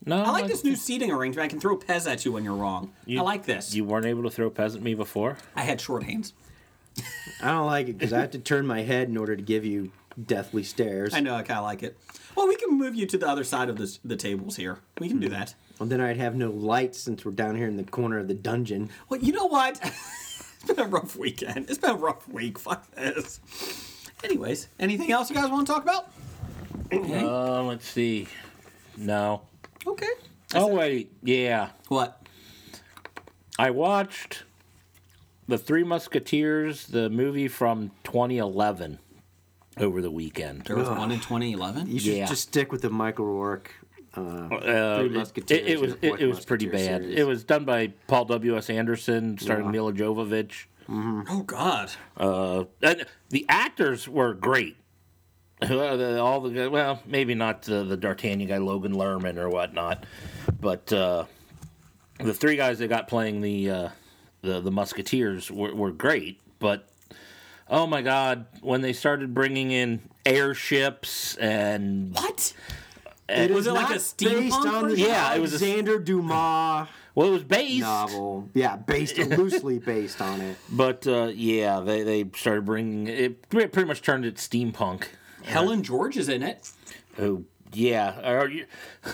Speaker 3: No,
Speaker 2: I like this new seating arrangement. I can throw Pez at you when you're wrong. I like this.
Speaker 3: You weren't able to throw peasant me before.
Speaker 2: I had short hands.
Speaker 6: I don't like it because I have to turn my head in order to give you deathly stares.
Speaker 2: I know. I kind of like it. Well, we can move you to the other side of this, the tables here. We can do that.
Speaker 6: And then I'd have no lights since we're down here in the corner of the dungeon.
Speaker 2: Well, you know what? it's been a rough weekend. It's been a rough week. Fuck this. Anyways, anything else you guys want to talk about?
Speaker 3: Uh, let's see. No.
Speaker 2: Okay.
Speaker 3: Oh wait, yeah.
Speaker 2: What?
Speaker 3: I watched The Three Musketeers, the movie from 2011, over the weekend.
Speaker 2: There was one in 2011.
Speaker 6: You should
Speaker 3: Yeah.
Speaker 6: just stick with the Michael Rourke.
Speaker 3: Uh,
Speaker 6: Three
Speaker 3: it- it,
Speaker 6: Musketeers,
Speaker 3: it, was
Speaker 6: the
Speaker 3: it,
Speaker 6: fourth
Speaker 3: it was pretty
Speaker 6: Musketeer
Speaker 3: bad.
Speaker 6: series.
Speaker 3: It was done by Paul W. S. Anderson, starring Mila Jovovich.
Speaker 2: Oh God.
Speaker 3: Uh, and the actors were great. Uh, the- All the guy- well, maybe not the, the D'Artagnan guy, Logan Lerman or whatnot, but uh, the three guys they got playing the uh, the the Musketeers were, were great. But oh my God, when they started bringing in airships and
Speaker 2: What?
Speaker 6: It
Speaker 2: Uh, was
Speaker 6: is
Speaker 2: it like
Speaker 6: not
Speaker 2: a
Speaker 6: based
Speaker 2: steampunk
Speaker 6: on the
Speaker 2: version?
Speaker 3: Yeah, it was a s-
Speaker 6: Alexander Dumas
Speaker 3: well, it was based.
Speaker 6: novel. Yeah, based loosely based on it.
Speaker 3: But uh, yeah, they, they started bringing it. Pretty pretty much turned it steampunk.
Speaker 2: Helen George is in it.
Speaker 3: Oh yeah, are you,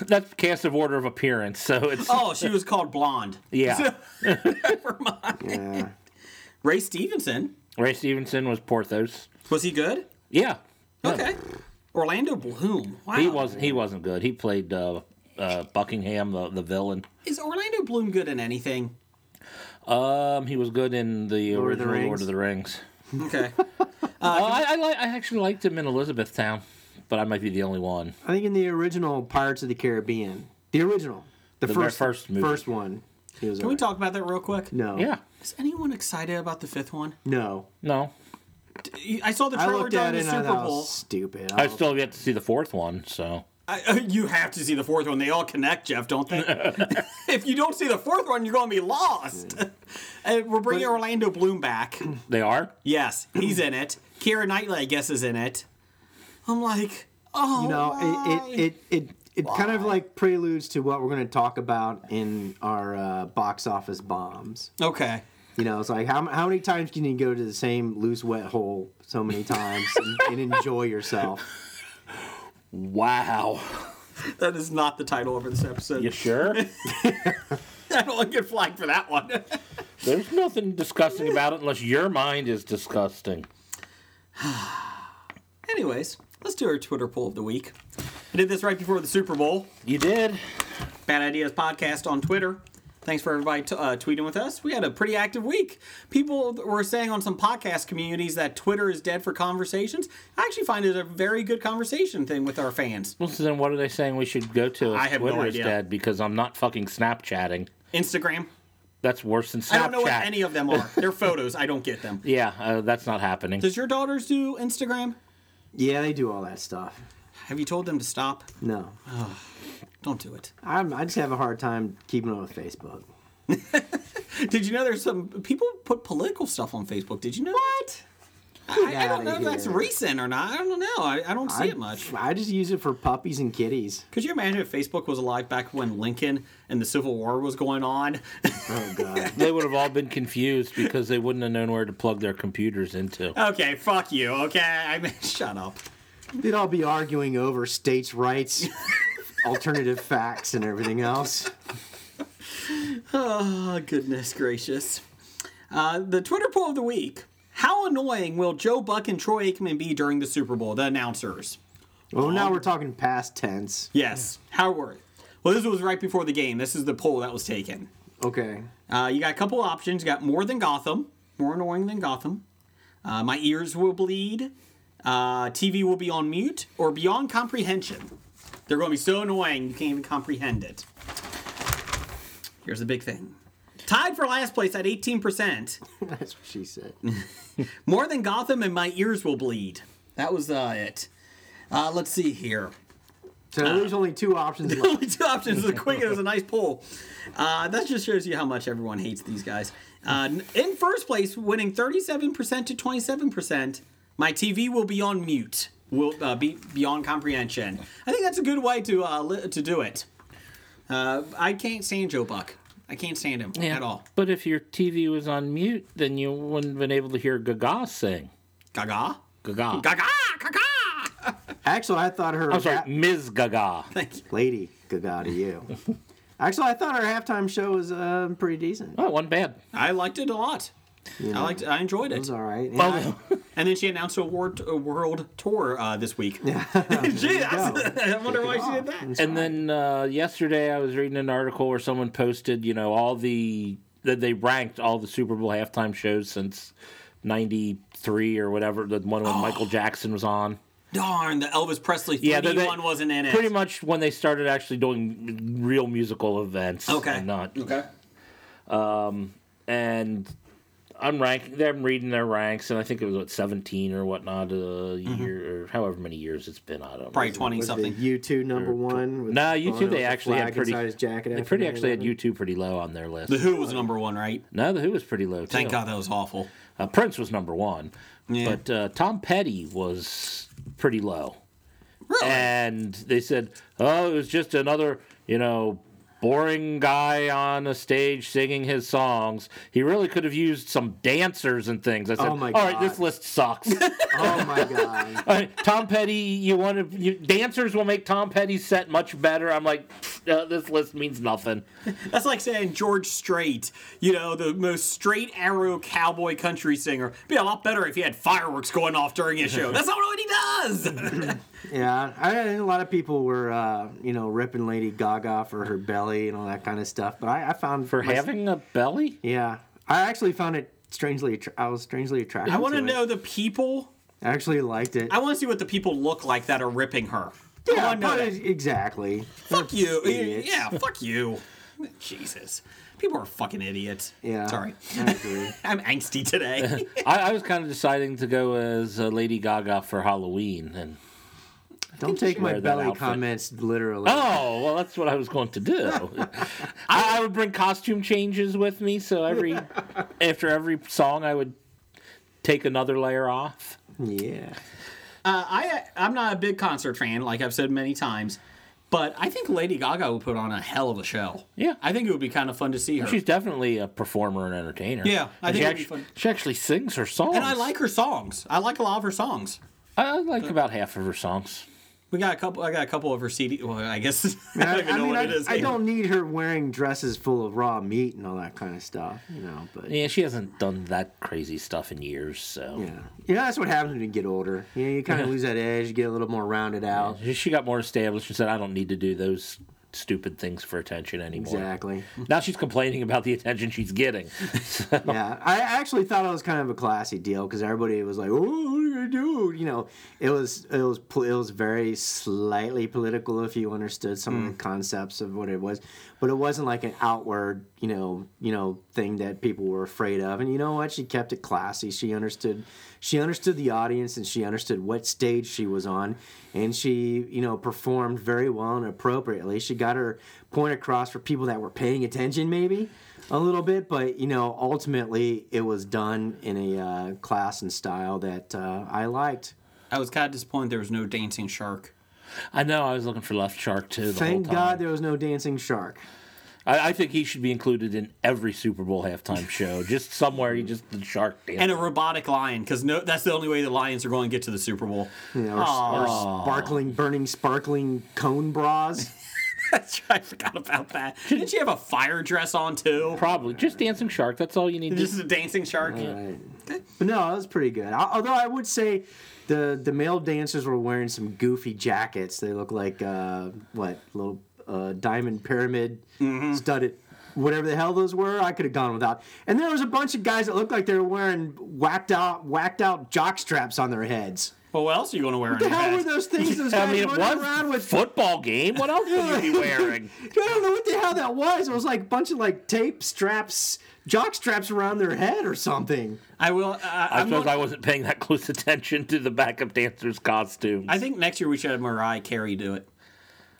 Speaker 3: that's cast of order of appearance. So it's
Speaker 2: Oh, she was called Blonde.
Speaker 3: yeah.
Speaker 2: Never mind.
Speaker 6: Yeah.
Speaker 2: Ray Stevenson.
Speaker 3: Ray Stevenson was Porthos.
Speaker 2: Was he good?
Speaker 3: Yeah. No,
Speaker 2: Okay. Orlando Bloom. Wow.
Speaker 3: He wasn't. He wasn't good. He played uh, uh, Buckingham, the, the villain.
Speaker 2: Is Orlando Bloom good in anything?
Speaker 3: Um, he was good in the
Speaker 6: Lord of the
Speaker 3: original Lord
Speaker 6: Rings.
Speaker 3: of the Rings.
Speaker 2: Okay.
Speaker 3: Oh, I, I, li- I actually liked him in Elizabethtown, but I might be the only one.
Speaker 6: I think in the original Pirates of the Caribbean, the original, the,
Speaker 3: The very
Speaker 6: first
Speaker 3: first movie.
Speaker 6: first one. He was
Speaker 2: Can we
Speaker 6: alright.
Speaker 2: talk about that real quick?
Speaker 6: No.
Speaker 3: Yeah.
Speaker 2: Is anyone excited about the fifth one?
Speaker 6: No.
Speaker 3: No,
Speaker 2: I saw the
Speaker 6: I
Speaker 2: trailer
Speaker 6: looked
Speaker 2: during
Speaker 6: at
Speaker 2: the
Speaker 6: it and I
Speaker 2: Super
Speaker 6: thought,
Speaker 2: Bowl.
Speaker 6: stupid. Oh,
Speaker 3: I still have yet to see the fourth one. So
Speaker 2: I, uh, you have to see the fourth one. They all connect, Jeff, don't they? if you don't see the fourth one, you're going to be lost.
Speaker 6: Mm.
Speaker 2: Uh, we're bringing Orlando Bloom back.
Speaker 3: they are.
Speaker 2: Yes, he's in it. Kira Knightley, I guess, is in it. I'm like, oh,
Speaker 6: you know,
Speaker 2: why?
Speaker 6: it it it, it, it kind of like preludes to what we're going to talk about in our uh, box office bombs.
Speaker 2: okay.
Speaker 6: You know, it's like how, how many times can you go to the same loose wet hole so many times and, and enjoy yourself?
Speaker 3: Wow.
Speaker 2: That is not the title of this episode.
Speaker 3: You sure?
Speaker 2: I don't want to get flagged for that one.
Speaker 3: There's nothing disgusting about it unless your mind is disgusting.
Speaker 2: Anyways, let's do our Twitter poll of the week. I did this right before the Super Bowl.
Speaker 3: You did.
Speaker 2: Bad Ideas Podcast on Twitter. Thanks for everybody t- uh, tweeting with us. We had a pretty active week. People were saying on some podcast communities that Twitter is dead for conversations. I actually find it a very good conversation thing with our fans.
Speaker 3: Well, so then what are they saying we should go to? if
Speaker 2: I have no
Speaker 3: Twitter is
Speaker 2: idea.
Speaker 3: dead because I'm not fucking Snapchatting.
Speaker 2: Instagram.
Speaker 3: That's worse than Snapchat.
Speaker 2: I don't know what any of them are. They're photos. I don't get them.
Speaker 3: Yeah, uh, that's not happening.
Speaker 2: Does your daughters do Instagram?
Speaker 6: Yeah, they do all that stuff.
Speaker 2: Have you told them to stop?
Speaker 6: No,
Speaker 2: Don't do it.
Speaker 6: I'm, I just have a hard time keeping up with Facebook.
Speaker 2: Did you know there's some people put political stuff on Facebook? Did you know? What? I, I
Speaker 6: Get
Speaker 2: don't
Speaker 6: outta
Speaker 2: know if that's
Speaker 6: here.
Speaker 2: recent or not. I don't know. I, I don't see
Speaker 6: I,
Speaker 2: it much.
Speaker 6: I just use it for puppies and kitties.
Speaker 2: Could you imagine if Facebook was alive back when Lincoln and the Civil War was going on?
Speaker 6: Oh god.
Speaker 3: they would have all been confused
Speaker 2: Uh,
Speaker 3: because they wouldn't have known where to plug their computers into.
Speaker 2: okay, fuck you. Okay, I mean, shut up.
Speaker 6: They'd all be arguing over states' rights, alternative facts, and everything else.
Speaker 2: Oh, goodness gracious. Uh, the Twitter poll of the week. How annoying will Joe Buck and Troy Aikman be during the Super Bowl? The announcers.
Speaker 6: Well, now we're talking past tense.
Speaker 2: Yes. How were it? Well, this was right before the game. This is the poll that was taken.
Speaker 6: Okay.
Speaker 2: Uh, you got a couple options. You got more than Gotham, more annoying than Gotham. Uh, my ears will bleed. Uh, TV will be on mute or beyond comprehension. They're going to be so annoying you can't even comprehend it. Here's the big thing. Tied for last place at 18%.
Speaker 6: That's what she said.
Speaker 2: More than Gotham and my ears will bleed. That was uh, it. Uh, let's see here.
Speaker 6: So there's only two options left.
Speaker 2: only two options. It was quick. It was a nice poll. Uh, that just shows you how much everyone hates these guys. Uh, in first place, winning 37% to 27%, my TV will be on mute. Will uh, be beyond comprehension. I think that's a good way to uh, li- to do it. Uh, I can't stand Joe Buck. I can't stand him at all.
Speaker 3: But if your TV was on mute, then you wouldn't have been able to hear Gaga sing.
Speaker 2: Gaga.
Speaker 3: Gaga.
Speaker 2: Gaga. Gaga.
Speaker 6: Actually, I thought her
Speaker 3: I'm sorry,
Speaker 6: ha-
Speaker 3: Ms. Gaga.
Speaker 2: Thank you.
Speaker 6: lady Gaga to you. Actually, I thought her halftime show was uh, pretty decent.
Speaker 3: Oh, one bad.
Speaker 2: I liked it a lot. I liked. I enjoyed
Speaker 6: It
Speaker 2: it.
Speaker 6: was all right. And I-
Speaker 3: Well,
Speaker 2: And then she announced a world, a world tour uh, this week. Yeah. Gee, that's- I wonder why she did that.
Speaker 3: and then uh, yesterday I was reading an article where someone posted, you know, all the that they ranked all the Super Bowl halftime shows since '93 or whatever. The one when Michael Jackson was on.
Speaker 2: Darn, Oh. the Elvis Presley 3D
Speaker 3: Yeah, they- they-
Speaker 2: one wasn't in it.
Speaker 3: Pretty much when they started actually doing real musical events.
Speaker 2: Okay.
Speaker 3: And not
Speaker 2: Okay.
Speaker 3: and I'm ranking. I'm reading their ranks, and I think it was what 17 or whatnot a year or however many years it's been. I don't
Speaker 2: Mm-hmm. Probably
Speaker 3: know.
Speaker 2: 20
Speaker 6: was the
Speaker 2: something.
Speaker 6: U2 number one. with
Speaker 3: Nah,
Speaker 6: Bono
Speaker 3: YouTube
Speaker 6: with
Speaker 3: they
Speaker 6: the
Speaker 3: actually
Speaker 6: flag
Speaker 3: had pretty.
Speaker 6: inside his jacket
Speaker 3: they
Speaker 6: after
Speaker 3: pretty actually had
Speaker 6: 9/11.
Speaker 3: U2 pretty low on their list.
Speaker 2: The Who was number one, right?
Speaker 3: no, the Who was pretty low too.
Speaker 2: Thank God that was awful.
Speaker 3: Uh, Prince was number one,
Speaker 2: Yeah.
Speaker 3: but uh, Tom Petty was pretty low,
Speaker 2: Really?
Speaker 3: and they said, "Oh, it was just another you know." Boring guy on a stage singing his songs. He really could have used some dancers and things. I said,
Speaker 6: Oh my
Speaker 3: "All right,
Speaker 6: God.
Speaker 3: this list sucks."
Speaker 6: Oh my god.
Speaker 3: All right, Tom Petty, you want to you, dancers will make Tom Petty's set much better. I'm like, "Pfft, uh, this list means nothing.
Speaker 2: That's like saying George Strait, you know, the most straight arrow cowboy country singer. Be a lot better if he had fireworks going off during his show. That's not what he does.
Speaker 6: Yeah, I think a lot of people were, uh, you know, ripping Lady Gaga for her belly and all that kind of stuff. But I, I found
Speaker 3: For
Speaker 6: my-
Speaker 3: having a belly,
Speaker 6: yeah, I actually found it strangely. attra- I was strangely attracted.
Speaker 2: I want to
Speaker 6: to it.
Speaker 2: know the people.
Speaker 6: I actually liked it.
Speaker 2: I want to see what the people look like that are ripping her. Oh, I
Speaker 6: yeah,
Speaker 2: wanna know
Speaker 6: but
Speaker 2: that.
Speaker 6: it- exactly.
Speaker 2: Fuck you.
Speaker 6: idiots.
Speaker 2: Yeah, fuck you. Jesus. People are fucking idiots.
Speaker 6: Yeah.
Speaker 2: Sorry.
Speaker 6: I agree.
Speaker 2: I'm angsty today.
Speaker 3: I, I was kind of deciding to go as uh, Lady Gaga for Halloween, and
Speaker 6: Don't take my
Speaker 3: wear that
Speaker 6: belly
Speaker 3: outfit.
Speaker 6: comments literally.
Speaker 3: oh well, that's what I was going to do. I, I would bring costume changes with me, so every after every song, I would take another layer off.
Speaker 6: Yeah.
Speaker 2: uh, I I'm not a big concert fan, like I've said many times, but I think Lady Gaga would put on a hell of a show.
Speaker 3: Yeah.
Speaker 2: I think it would be kind of fun to see her.
Speaker 3: She's definitely a performer and entertainer.
Speaker 2: Yeah, I think
Speaker 3: And
Speaker 2: it'd
Speaker 3: she,
Speaker 2: be
Speaker 3: actually,
Speaker 2: fun.
Speaker 3: she actually sings her songs.
Speaker 2: and I like her songs. I like a lot of her songs.
Speaker 3: I like about half of her songs.
Speaker 2: We got a couple. I got a couple of her CD. Well, I guess I
Speaker 6: I,
Speaker 2: don't even
Speaker 6: I
Speaker 2: know
Speaker 6: mean,
Speaker 2: what
Speaker 6: I,
Speaker 2: it is.
Speaker 6: I don't need her wearing dresses full of raw meat and all that kind of stuff, you know. But
Speaker 3: Yeah, she hasn't done that crazy stuff in years, so
Speaker 6: Yeah. Yeah, that's what happens when you get older. You know, you kind of lose that edge, you get a little more rounded out.
Speaker 3: She- she got more established and said, "I don't need to do those stupid things for attention anymore."
Speaker 6: Exactly.
Speaker 3: Now she's complaining about the attention she's getting. So,
Speaker 6: Yeah. I actually thought it was kind of a classy deal because everybody was like, "Oh, what are you gonna do?" You know, it was it was pol- it was very slightly political if you understood some of the concepts of what it was, but it wasn't like an outward, you know, you know thing that people were afraid of. And you know what? She kept it classy. She understood. She understood the audience and she understood what stage she was on, and she you know performed very well and appropriately. She got her point across for people that were paying attention, maybe a little bit, but you know, ultimately it was done in a uh, class and style that uh, I liked.
Speaker 2: I was kind of disappointed there was no dancing shark.
Speaker 3: I know I was looking for Left Shark too. The
Speaker 6: Thank
Speaker 3: whole time.
Speaker 6: God there was no dancing shark.
Speaker 3: I, I think he should be included in every Super Bowl halftime show. Just somewhere, you just the shark dance.
Speaker 2: and a robotic lion because no, that's the only way the Lions are going to get to the Super Bowl.
Speaker 6: You know, or, or sparkling, burning, sparkling cone bras.
Speaker 2: That's right. I forgot about that. Didn't she have a fire dress on too?
Speaker 3: Probably just dancing shark. That's all you need.
Speaker 2: This
Speaker 3: to
Speaker 2: is a dancing shark.
Speaker 6: But no, that was pretty good. Al- Although I would say the the male dancers were wearing some goofy jackets. They look like uh, what little uh, diamond pyramid
Speaker 3: Mm-hmm.
Speaker 6: studded. Whatever the hell those were, I could have gone without. And there was a bunch of guys that looked like they were wearing whacked out, whacked out jock straps on their heads.
Speaker 2: Well, what else are you going to wear? on
Speaker 6: What
Speaker 2: your
Speaker 6: the hell
Speaker 2: head?
Speaker 6: were those things? Those guys
Speaker 3: I mean, it
Speaker 6: running around
Speaker 3: was
Speaker 6: with
Speaker 3: football game. What else would you be wearing?
Speaker 6: I don't know what the hell that was. It was like a bunch of like tape straps, jock straps around their head or something.
Speaker 2: I will. Uh,
Speaker 3: I
Speaker 2: I'm
Speaker 3: suppose
Speaker 2: going,
Speaker 3: I wasn't paying that close attention to the backup dancer's costume.
Speaker 2: I think next year we should have Mariah Carey do it,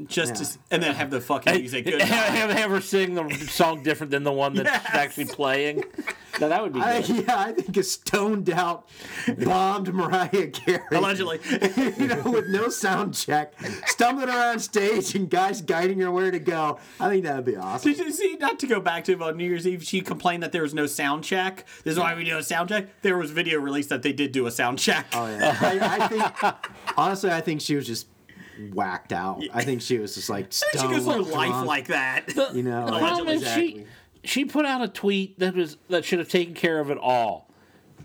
Speaker 2: just to, s- and then have the fucking music. Good.
Speaker 3: have, have her sing the song different than the one that's actually playing. Now that would be
Speaker 6: I,
Speaker 3: good.
Speaker 6: yeah, I think a stoned out, bombed Mariah Carey.
Speaker 2: Allegedly,
Speaker 6: you know, with no sound check, stumbling around stage and guys guiding her where to go. I think that would be awesome.
Speaker 2: did you see? Not to go back to on New Year's Eve, she complained that there was no sound check. This is why we do a sound check. There was video released that they did do a sound check.
Speaker 6: Oh, yeah. I, I think, honestly, I think she was just whacked out. I think she was just like
Speaker 2: she
Speaker 6: stoned.
Speaker 2: goes through life
Speaker 6: drunk,
Speaker 2: like that.
Speaker 6: you know,
Speaker 3: the
Speaker 6: like-
Speaker 3: problem is she
Speaker 6: Exactly.
Speaker 3: she put out a tweet that was that should have taken care of it all.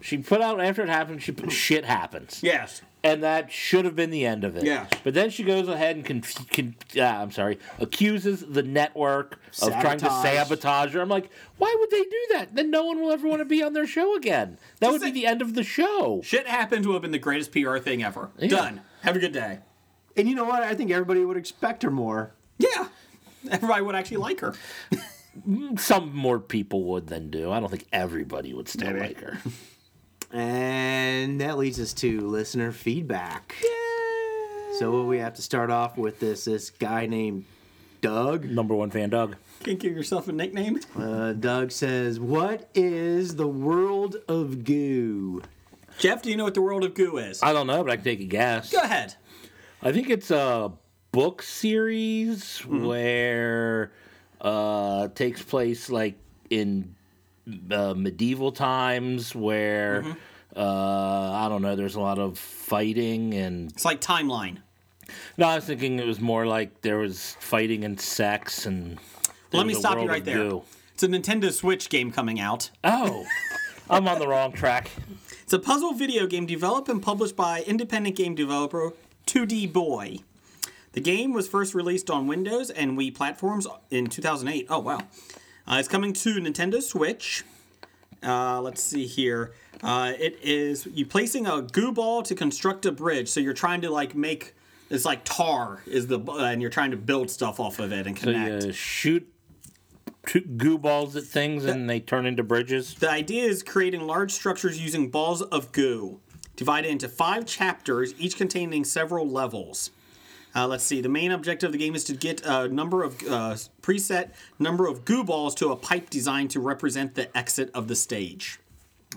Speaker 3: She put out after it happened. She put shit happens.
Speaker 2: yes.
Speaker 3: and that should have been the end of it.
Speaker 2: Yeah.
Speaker 3: But then she goes ahead and con- con- uh, I'm sorry, accuses the network of trying to
Speaker 6: Sabotage.
Speaker 3: sabotage her. I'm like, why would they do that? Then no one will ever want to be on their show again. That would be
Speaker 2: think-
Speaker 3: the end of the show.
Speaker 2: Shit happened would have been the greatest PR thing ever. Done. Have a good day.
Speaker 6: and you know what? I think everybody would expect her more.
Speaker 2: Yeah. Everybody would actually like her.
Speaker 3: Some more people would than do. I don't think everybody would still like her.
Speaker 6: And that leads us to listener feedback. So what we have to start off with this this guy named Doug.
Speaker 3: Number one fan, Doug.
Speaker 2: Can't give yourself a nickname.
Speaker 6: Uh, Doug says, "What is the world of goo?"
Speaker 2: Jeff, do you know what the world of goo is?
Speaker 3: I don't know, but I can take a guess.
Speaker 2: Go ahead.
Speaker 3: I think it's a book series
Speaker 2: Hmm.
Speaker 3: where uh takes place like in uh, medieval times where
Speaker 2: Mm-hmm.
Speaker 3: uh I don't know there's a lot of fighting and
Speaker 2: It's like timeline.
Speaker 3: no I was thinking it was more like there was fighting and sex and
Speaker 2: Let me
Speaker 3: there's a
Speaker 2: stop you
Speaker 3: world
Speaker 2: right
Speaker 3: of
Speaker 2: there.
Speaker 3: goo.
Speaker 2: It's a Nintendo Switch game coming out.
Speaker 3: Oh. I'm on the wrong track.
Speaker 2: It's a puzzle video game developed and published by independent game developer 2D Boy. The game was first released on Windows and Wii platforms in 2008. Oh, wow. Uh, it's coming to Nintendo Switch. Uh, let's see here. Uh, it is you placing a goo ball to construct a bridge. So you're trying to like make it's like tar is the bu- and you're trying to build stuff off of it and
Speaker 3: So
Speaker 2: connect.
Speaker 3: you uh, shoot two goo balls at things and they turn into bridges.
Speaker 2: The idea is creating large structures using balls of goo, divided into five chapters, each containing several levels. Uh, let's see. The main objective of the game is to get a number of uh, preset number of goo balls to a pipe designed to represent the exit of the stage.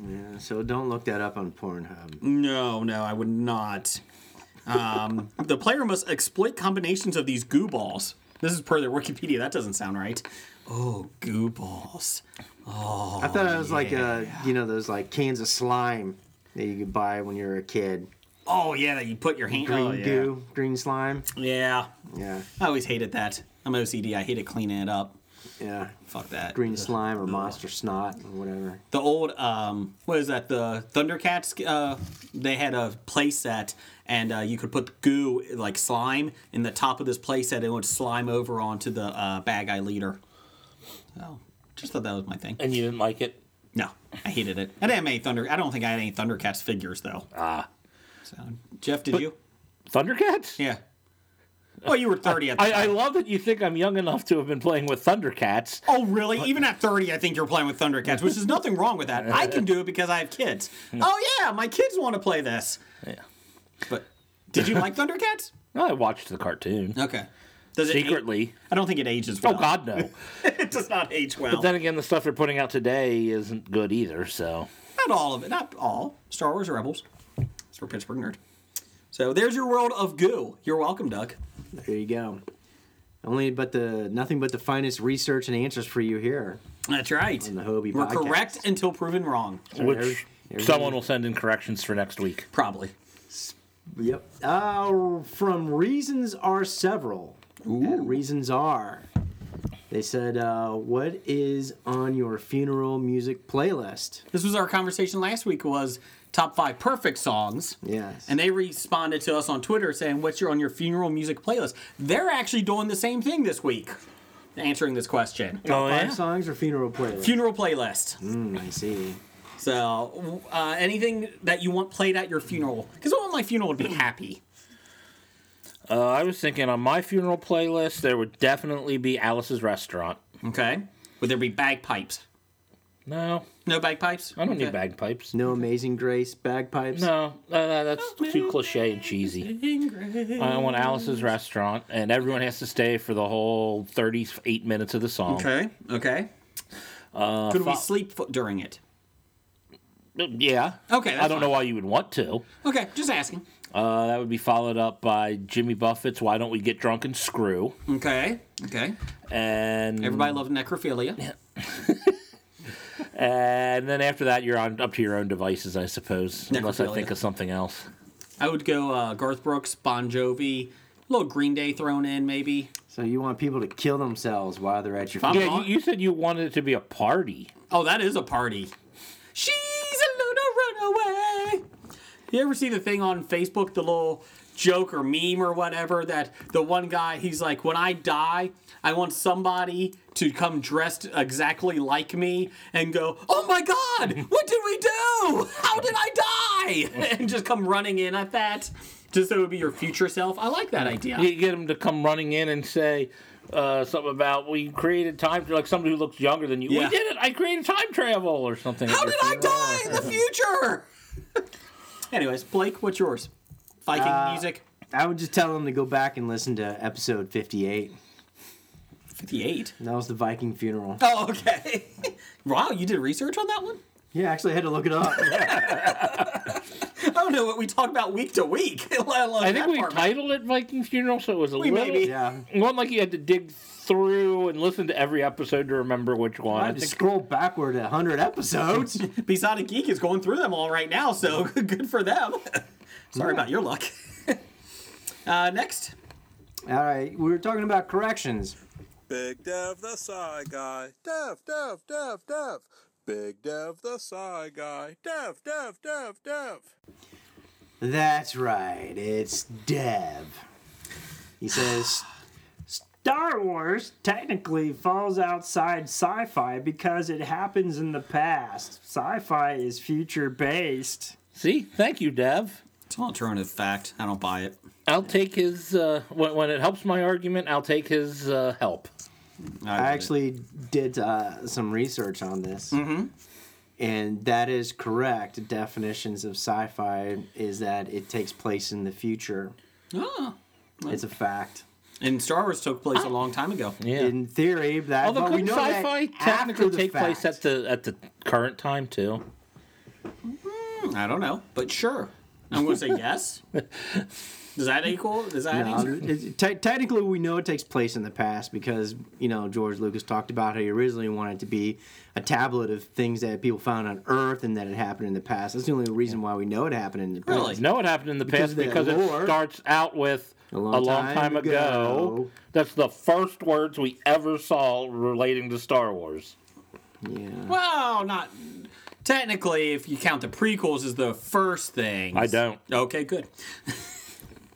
Speaker 6: Yeah, so don't look that up on Pornhub.
Speaker 2: No, no, I would not. Um, the player must exploit combinations of these goo balls. This is per their Wikipedia. That doesn't sound right. Oh, goo balls.
Speaker 6: I thought it was
Speaker 2: Oh,
Speaker 6: like a, you know, those like cans of slime that you could buy when you were a kid.
Speaker 2: Oh yeah, that you put your hand.
Speaker 6: Green
Speaker 2: oh, yeah.
Speaker 6: goo, green slime.
Speaker 2: Yeah.
Speaker 6: Yeah,
Speaker 2: I always hated that. I'm OCD. I hated cleaning it up.
Speaker 6: yeah.
Speaker 2: Fuck that.
Speaker 6: Green slime or monster snot or whatever.
Speaker 2: The old um, what is that? The Thundercats. Uh, they had a playset, and uh, you could put goo like slime in the top of this playset, and it would slime over onto the uh, bag eye leader. So, just thought that was my thing.
Speaker 3: And you didn't like it?
Speaker 2: No, I hated it. I didn't have any Thunder. I don't think I had any Thundercats figures though. Ah. So, Jeff, did you?
Speaker 3: Thundercats?
Speaker 2: Yeah. Well, you were 30 at the
Speaker 3: I, I
Speaker 2: time.
Speaker 3: love that you think I'm young enough to have been playing with Thundercats.
Speaker 2: Oh, really? Even at 30, I think you're playing with Thundercats, which is nothing wrong with that. I can do it because I have kids. Oh, yeah, my kids want to play this.
Speaker 3: Yeah.
Speaker 2: But did you like Thundercats?
Speaker 3: I watched the cartoon
Speaker 2: Okay. Does it age-
Speaker 3: secretly.
Speaker 2: I don't think it ages
Speaker 3: Oh
Speaker 2: well.
Speaker 3: God, no!
Speaker 2: it does not age well.
Speaker 3: But then again, the stuff they're putting out today isn't good either. So
Speaker 2: not all of it. Not all. Star Wars Rebels. It's for Pittsburgh Nerd. So there's your world of goo. You're welcome, Doug.
Speaker 6: There you go. Only but the nothing but the finest research and answers for you here.
Speaker 2: That's right.
Speaker 6: the Hobie
Speaker 2: We're
Speaker 6: podcast.
Speaker 2: correct until proven wrong.
Speaker 3: Which
Speaker 6: there we
Speaker 3: someone
Speaker 6: go.
Speaker 3: will send in corrections for next week.
Speaker 2: Probably.
Speaker 6: Yep. Uh, from reasons are several. At reasons are. They said, uh, "What is on your funeral music playlist?"
Speaker 2: This was our conversation last week was top five perfect songs.
Speaker 6: Yes.
Speaker 2: And they responded to us on Twitter saying, What's your on your funeral music playlist? They're actually doing the same thing this week, answering this question.
Speaker 3: Oh
Speaker 6: Five songs or funeral playlist.
Speaker 2: Funeral playlist.
Speaker 6: Mm, I see.
Speaker 2: So, uh, anything that you want played at your funeral. Because I want my funeral to be happy.
Speaker 3: Uh, I was thinking on my funeral playlist there would definitely be Alice's Restaurant.
Speaker 2: Okay? Would there be bagpipes?
Speaker 3: No,
Speaker 2: No bagpipes?
Speaker 3: I don't
Speaker 2: Okay.
Speaker 3: need bagpipes.
Speaker 6: No Amazing Grace bagpipes.
Speaker 3: No, uh, that's
Speaker 2: Oh,
Speaker 3: too cliche and cheesy. I want Alice's Restaurant, and everyone has to stay for the whole 38 minutes of the song.
Speaker 2: Okay, okay. Uh, Could we
Speaker 3: fo-
Speaker 2: sleep fo- during it?
Speaker 3: Yeah.
Speaker 2: Okay, that's
Speaker 3: I don't know
Speaker 2: fine.
Speaker 3: why you would want to.
Speaker 2: Okay, just asking.
Speaker 3: Uh, that would be followed up by Jimmy Buffett's "Why Don't We Get Drunk and Screw,"
Speaker 2: Okay, okay.
Speaker 3: and
Speaker 2: Everybody loves necrophilia.
Speaker 3: and then after that you're on up to your own devices, I suppose, unless I
Speaker 2: Necrophilia.
Speaker 3: think of something else.
Speaker 2: I would go uh, Garth Brooks, Bon Jovi, a little Green Day thrown in maybe.
Speaker 6: So you want people to kill thememselves while they're at your
Speaker 2: I'm
Speaker 6: funeral?
Speaker 3: Yeah,
Speaker 2: on-
Speaker 3: you, you said you wanted it to be a party.
Speaker 2: Oh, that is a party. She's a Luna Runaway. You ever see the thing on Facebook, the little joke or meme or whatever that the one guy he's like, when I die, I want somebody to come dressed exactly like me and go, oh my god, what did we do? How did I die? And just come running in at that. Just so it would be your future self. I like that idea.
Speaker 3: You get them to come running in and say uh, something about we created time like somebody who looks younger than you.
Speaker 2: Yeah.
Speaker 3: We did it. I created time travel or something.
Speaker 2: How did I die in the future? Anyways, Blake, what's yours? Viking music.
Speaker 6: I would just tell them to go back and listen to episode 58.
Speaker 2: 58.
Speaker 6: And that was the Viking funeral.
Speaker 2: Oh, okay. wow, you did research on that one?
Speaker 6: Yeah, actually, I had to look it up.
Speaker 2: I don't know what we talk about week to week. let alone
Speaker 3: I think
Speaker 2: that
Speaker 3: we
Speaker 2: part.
Speaker 3: titled it Viking Funeral, so it was a
Speaker 2: We
Speaker 3: little.
Speaker 2: maybe-
Speaker 6: yeah.
Speaker 3: It wasn't like you had to dig through and listen to every episode to remember which one.
Speaker 6: I had to scroll backward 100 episodes.
Speaker 2: Besotted Geek is going through them all right now, so good for them. Sorry about your luck. uh, next.
Speaker 6: All right, we were talking about corrections.
Speaker 5: Big Dev the Psy Guy. Dev, Dev, Dev, Dev. Big Dev the Psy Guy. Dev, Dev, Dev, Dev.
Speaker 6: That's right, it's Dev. He says, Star Wars technically falls outside sci fi because it happens in the past. Sci fi is future based.
Speaker 3: See, thank you, Dev.
Speaker 2: It's an alternative fact. I don't buy it.
Speaker 3: I'll take his uh, when, when it helps my argument. I'll take his uh, help.
Speaker 6: I actually did uh, some research on this. And that is correct. Definitions of sci fi is that it takes place in the future.
Speaker 2: Oh.
Speaker 6: It's a fact.
Speaker 2: And Star Wars took place a long time ago.
Speaker 3: Yeah.
Speaker 6: In theory, that
Speaker 3: Although
Speaker 6: but we
Speaker 3: couldn't
Speaker 6: know that
Speaker 3: sci-fi
Speaker 6: after
Speaker 3: technically
Speaker 6: the
Speaker 3: take place
Speaker 6: fact.
Speaker 3: at the at the current time too?
Speaker 2: I don't know, but sure. I'm going to say yes. Does that equal? Does that
Speaker 6: No,
Speaker 2: answer?
Speaker 6: Um, it- te- technically, we know it takes place in the past because you know George Lucas talked about how he originally wanted it to be a tablet of things that people found on Earth and that it happened in the past. That's the only reason why we know it happened in the past.
Speaker 2: Really?
Speaker 3: No, it happened in the past
Speaker 6: Because of that
Speaker 3: because
Speaker 6: lore.
Speaker 3: it starts out with a long, time, ago. That's the first words we ever saw relating to Star Wars.
Speaker 6: Yeah.
Speaker 2: Well, not technically. If you count the prequels as the first thing,
Speaker 3: I don't.
Speaker 2: Okay, good.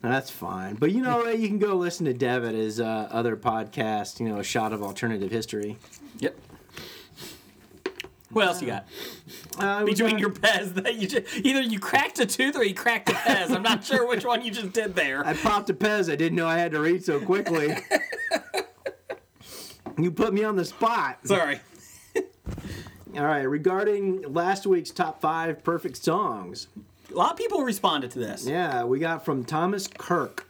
Speaker 6: Now, That's fine. But you know, you can go listen to Dev at his uh, other podcast, you know, a shot of alternative history.
Speaker 2: Yep. What else you got
Speaker 6: Uh, we
Speaker 2: between
Speaker 6: got-
Speaker 2: your pez that you just, either you cracked a tooth or you cracked a pez? I'm not sure which one you just did
Speaker 6: I
Speaker 2: there.
Speaker 6: popped a Pez. I didn't know I had to read so quickly. you put me on the spot.
Speaker 2: Sorry.
Speaker 6: All right, regarding last week's top five perfect songs.
Speaker 2: A lot of people responded to this.
Speaker 6: Yeah, we got from Thomas Kirk.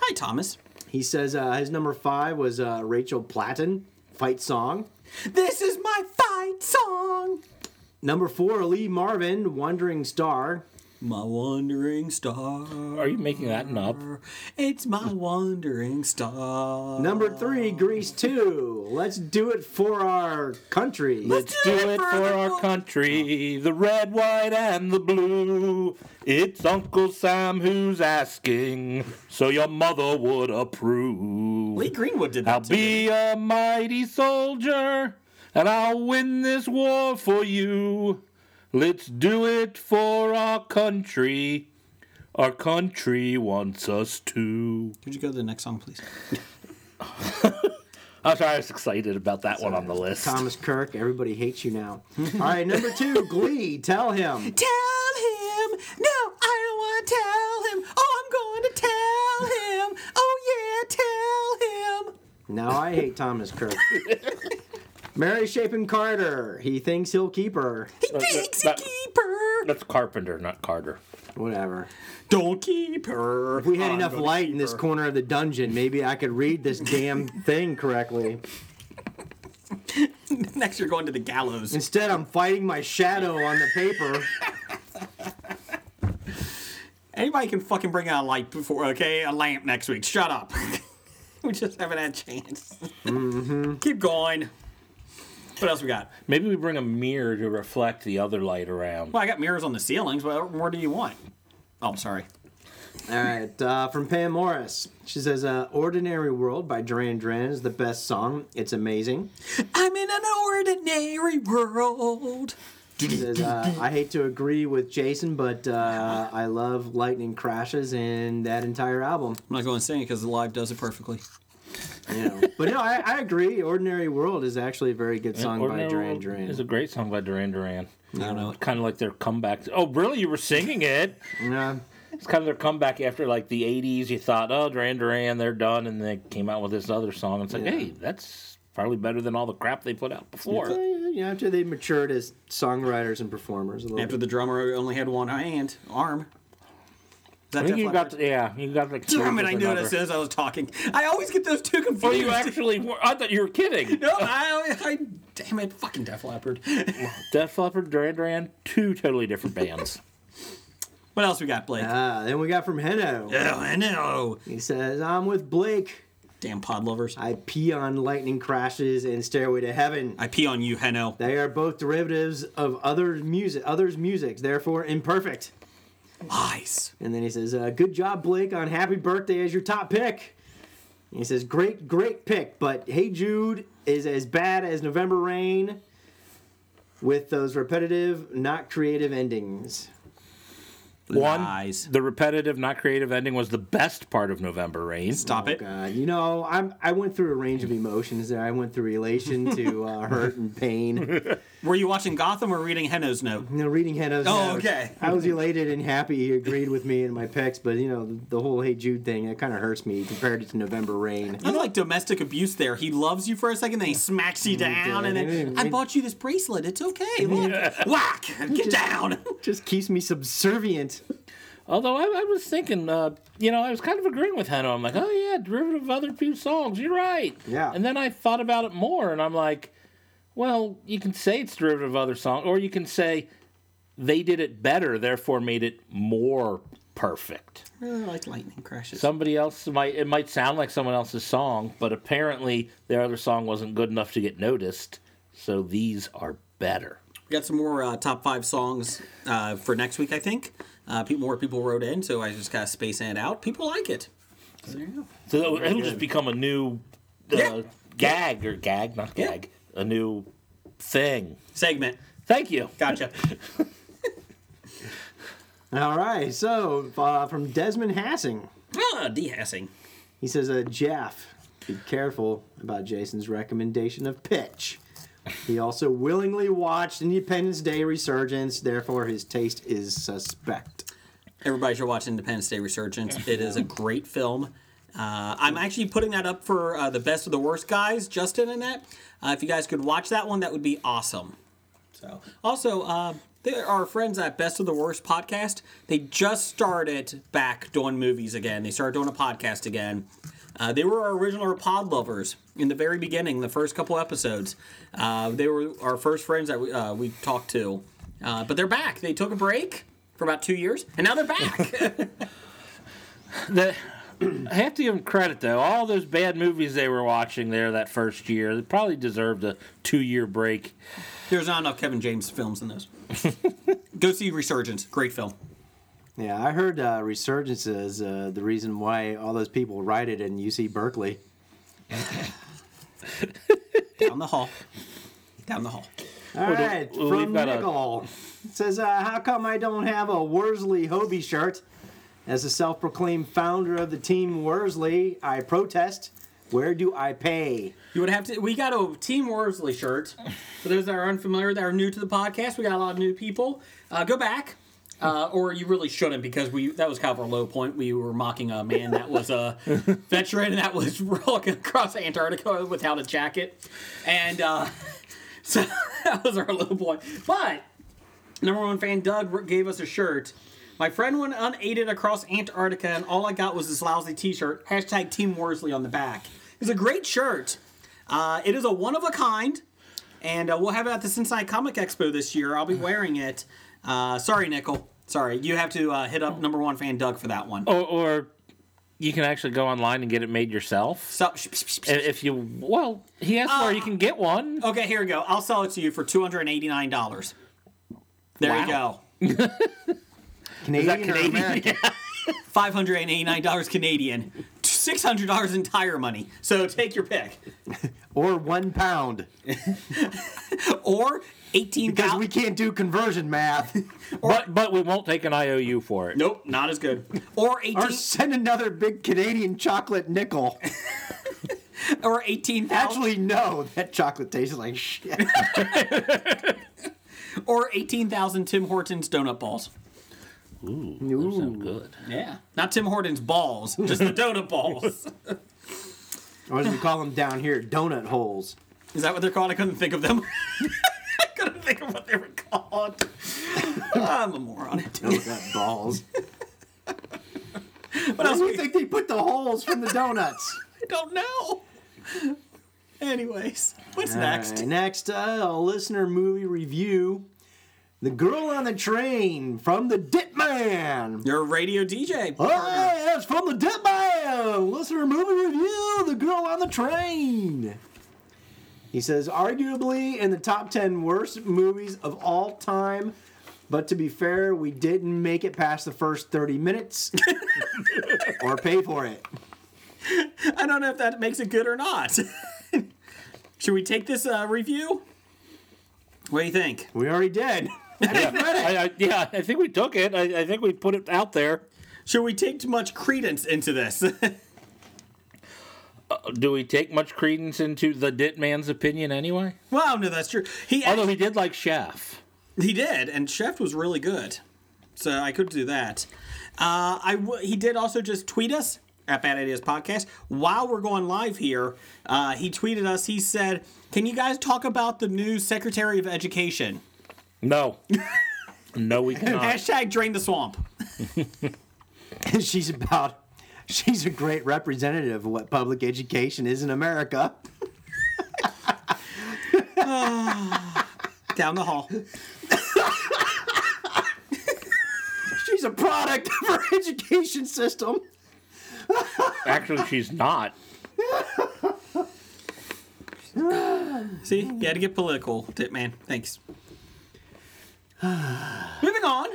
Speaker 2: Hi, Thomas.
Speaker 6: He says uh, his number five was uh, Rachel Platten, Fight Song.
Speaker 2: This is my fight song.
Speaker 6: Number four, Lee Marvin, Wandering Star.
Speaker 2: my wandering star.
Speaker 3: Are you making that one up?
Speaker 2: It's my wandering star.
Speaker 6: Number three, Greece 2. Let's do it for our country.
Speaker 3: Let's do it for our country, the red, white, and the blue. It's Uncle Sam who's asking, so your mother would approve.
Speaker 2: Lee Greenwood did that
Speaker 3: I'll
Speaker 2: too.
Speaker 3: be a mighty soldier, and I'll win this war for you. Let's do it for our country. Our country wants us to.
Speaker 2: Could you go to the next song, please?
Speaker 3: I'm sorry, I was excited about that one on the list.
Speaker 6: Thomas Kirk, everybody hates you now. All right, number two, Glee. Tell him.
Speaker 2: Tell him. No, I don't want to tell him. Oh, I'm going to tell him. Oh, yeah, tell him.
Speaker 6: Now I hate Thomas Kirk. Mary Shapin Carter. He thinks he'll keep her.
Speaker 2: He thinks he
Speaker 3: that-
Speaker 2: keep her.
Speaker 3: That's Carpenter, not Carter.
Speaker 6: Whatever.
Speaker 2: Don't keep her. Oh,
Speaker 6: If we had enough light in this corner of the dungeon, maybe I could read this damn thing correctly.
Speaker 2: Next, you're going to the gallows.
Speaker 6: Instead, I'm fighting my shadow on the paper.
Speaker 2: Anybody can fucking bring out a light before, okay? A lamp next week. Shut up. we just haven't had a chance.
Speaker 6: Mm-hmm.
Speaker 2: Keep going. What else we got?
Speaker 3: Maybe we bring a mirror to reflect the other light around.
Speaker 2: Well, I got mirrors on the ceilings. What more do you want? Oh, I'm sorry.
Speaker 6: All right, uh, from Pam Morris. She says, uh, Ordinary World by Duran Duran is the best song. It's amazing.
Speaker 2: I'm in an ordinary world.
Speaker 6: She says, uh, I hate to agree with Jason, but uh, I love Lightning Crashes and that entire album.
Speaker 2: I'm not going to sing it because the live does it perfectly.
Speaker 6: You know. But no, I, I agree. Ordinary World is actually a very good song by
Speaker 3: Ordinary
Speaker 6: Duran
Speaker 3: World
Speaker 6: Duran.
Speaker 3: is a great song by Duran Duran.
Speaker 2: I don't know.
Speaker 3: Kind of like their comeback. Oh, really? You were singing it?
Speaker 6: Yeah.
Speaker 3: It's kind of their comeback after like the 80s. You thought, oh, Duran Duran, they're done. And they came out with this other song. It's like, hey, that's probably better than all the crap they put out before.
Speaker 6: You know, after they matured as songwriters and performers a little
Speaker 2: After
Speaker 6: bit.
Speaker 2: the drummer only had one hand, arm. Is that
Speaker 3: I think
Speaker 2: Def
Speaker 3: you got,
Speaker 2: Leppard?
Speaker 3: the, yeah, you got the.
Speaker 2: Damn it, I knew it as soon as I was talking. I always get those two confused.
Speaker 3: Oh, you actually were. I thought you were kidding.
Speaker 2: No, I, I, damn it, fucking Def Leppard.
Speaker 3: Def Leppard, Duran Duran, two totally different bands.
Speaker 2: what else we got, Blake?
Speaker 3: Uh,
Speaker 6: Ah, then we got from Heno.
Speaker 2: oh, I know.
Speaker 6: He says, I'm with Blake.
Speaker 2: Damn pod lovers. I,
Speaker 6: I pee on Lightning Crashes and Stairway to Heaven.
Speaker 2: pee on you, Heno.
Speaker 6: They are both derivatives of other music, others' music, therefore imperfect.
Speaker 2: Lies.
Speaker 6: And then he says, uh, "Good job, Blake, on Happy Birthday as your top pick." And he says, "Great, great pick, but Hey Jude is as bad as November Rain, with those repetitive, not creative endings."
Speaker 3: One,
Speaker 2: Lies.
Speaker 3: the repetitive, not creative ending was the best part of November Rain.
Speaker 2: Stop it.
Speaker 6: God, you know, I'm I went through a range of emotions there. I went through elation to uh, hurt and pain.
Speaker 2: Were you watching Gotham or reading Heno's note?
Speaker 6: You know, reading Hannah's.
Speaker 2: Oh,
Speaker 6: note,
Speaker 2: okay.
Speaker 6: I was elated and happy he agreed with me and my picks, but you know, the, the whole Hey Jude thing, that kind of hurts me compared to November Rain.
Speaker 2: You like domestic abuse there. He loves you for a second, then he smacks you down, and then
Speaker 6: did.
Speaker 2: I bought you this bracelet. It's okay. Look. Whack! Get down.
Speaker 6: Just keeps me subservient.
Speaker 3: Although I, I was thinking, uh, you know, I was kind of agreeing with Heno. I'm like, oh yeah, derivative of other two songs. You're right.
Speaker 6: Yeah.
Speaker 3: And then I thought about it more, and I'm like, well, you can say it's derivative of other song, or you can say they did it better, therefore made it more perfect.
Speaker 2: really like lightning crashes.
Speaker 3: Somebody else might it might sound like someone else's song, but apparently their other song wasn't good enough to get noticed, so these are better.
Speaker 2: We got some more uh, top five songs uh, for next week, I think. Uh, pe- more people wrote in, so I just gotta space it out. People like it. So there you go.
Speaker 3: So it'll, it'll just become a new uh,
Speaker 2: Yeah.
Speaker 3: gag or gag, not
Speaker 2: Yeah.
Speaker 3: gag, a new thing.
Speaker 2: Segment.
Speaker 3: Thank you.
Speaker 2: Gotcha.
Speaker 6: All right, so uh, from Desmond Hassing,
Speaker 2: ah, dehassing.
Speaker 6: he says, uh, Jeff, be careful about Jason's recommendation of Pitch. He also willingly watched Independence Day Resurgence, therefore his taste is suspect.
Speaker 2: Everybody should watch Independence Day Resurgence. It is a great film. Uh, I'm actually putting that up for uh, the best of the worst guys, Justin and that. Uh, if you guys could watch that one, that would be awesome. So, also, uh, there are friends at Best of the Worst podcast. They just started back doing movies again. They started doing a podcast again. Uh, they were our original pod lovers in the very beginning, the first couple episodes. Uh, they were our first friends that we, uh, we talked to. Uh, but they're back. They took a break for about two years, and now they're back.
Speaker 3: The, I have to give them credit though. All those bad movies they were watching there that first year, they probably deserved a two-year break.
Speaker 2: There's not enough Kevin James films in those. Go see Resurgence. Great film.
Speaker 6: Yeah, I heard uh, Resurgence is uh, the reason why all those people rioted in UC Berkeley.
Speaker 2: Down the hall. Down the hall.
Speaker 6: All
Speaker 3: Well, do-
Speaker 6: right,
Speaker 3: well,
Speaker 6: from
Speaker 3: we've got a-
Speaker 6: Nickel. It says, uh, how come I don't have a Worsley Hobie shirt? As the self-proclaimed founder of the team Worsley, I protest. Where do I pay?
Speaker 2: You would have to. We got a Team Worsley shirt. For those that are unfamiliar, that are new to the podcast, we got a lot of new people. Uh, go back, uh, or you really shouldn't because we that was kind of our low point. We were mocking a man that was a veteran that was rolling across Antarctica without a jacket, and uh, so that was our low point. But number one fan Doug gave us a shirt. My friend went unaided across Antarctica, and all I got was this lousy T-shirt. Hashtag Team Worsley on the back. It's a great shirt. Uh, it is a one of a kind, and uh, we'll have it at the Cincinnati Comic Expo this year. I'll be wearing it. Uh, sorry, Nickel. Sorry, you have to uh, hit up number one fan Doug for that one.
Speaker 6: Oh.
Speaker 3: Or, or you can actually go online and get it made yourself.
Speaker 2: So, sh- sh- sh- sh-
Speaker 3: I- If you well, he asked where you can get one.
Speaker 2: okay, here we go. I'll sell it to you for two hundred and eighty nine dollars. There you go.
Speaker 6: Canadian,
Speaker 3: Canadian?
Speaker 6: or American?
Speaker 2: Five hundred and eighty nine dollars Canadian. Six hundred dollars in tire money. So take your pick,
Speaker 6: or one pound?
Speaker 2: or eighteen.
Speaker 6: Because
Speaker 2: thou-
Speaker 6: we can't do conversion math.
Speaker 3: But but we won't take an IOU for it.
Speaker 2: Nope, not as good. Or
Speaker 6: or
Speaker 2: eighteen.
Speaker 6: send another big Canadian chocolate nickel.
Speaker 2: Or eighteen.
Speaker 6: Actually, no, that chocolate tastes like shit.
Speaker 2: Or eighteen thousand Tim Hortons donut balls.
Speaker 3: Those sound good.
Speaker 2: Yeah. Not Tim Hortons balls, just the donut balls.
Speaker 6: Or as we call them down here, donut holes.
Speaker 2: Is that what they're called? I couldn't think of them. I couldn't think of what they were called. I'm a moron.
Speaker 6: Donut balls.
Speaker 2: What
Speaker 6: I
Speaker 2: else?
Speaker 6: do
Speaker 2: we-
Speaker 6: you think they put the holes from the donuts?
Speaker 2: I don't know. Anyways, what's
Speaker 6: All
Speaker 2: next?
Speaker 6: right, next, uh, a listener movie review. The Girl on the Train from the Dip Man.
Speaker 2: Your radio DJ. partner.
Speaker 6: Hey, it's from the Dip Man. Listener movie review. The Girl on the Train. He says, arguably in the top 10 worst movies of all time. But to be fair, we didn't make it past the first 30 minutes or pay for it.
Speaker 2: I don't know if that makes it good or not. Should we take this uh, review? What do you think?
Speaker 6: We already did.
Speaker 3: I, I, yeah, I think we took it. I, I think we put it out there.
Speaker 2: Should we take too much credence into this?
Speaker 3: Do we take much credence into the dit man's opinion anyway?
Speaker 2: well, no, that's true. He
Speaker 3: Although he did like Chef.
Speaker 2: He did, and Chef was really good, so I could do that. Uh, I w- he did also just tweet us at Bad Ideas Podcast while we're going live here. Uh, he tweeted us. He said, "Can you guys talk about the new Secretary of Education?"
Speaker 3: No. no, we cannot.
Speaker 2: Hashtag drain the swamp.
Speaker 6: she's about she's a great representative of what public education is in america
Speaker 2: Down the hall.
Speaker 6: she's a product of her education system
Speaker 3: Actually, she's not.
Speaker 2: See, you had to get political, Dip man. Thanks. Moving on.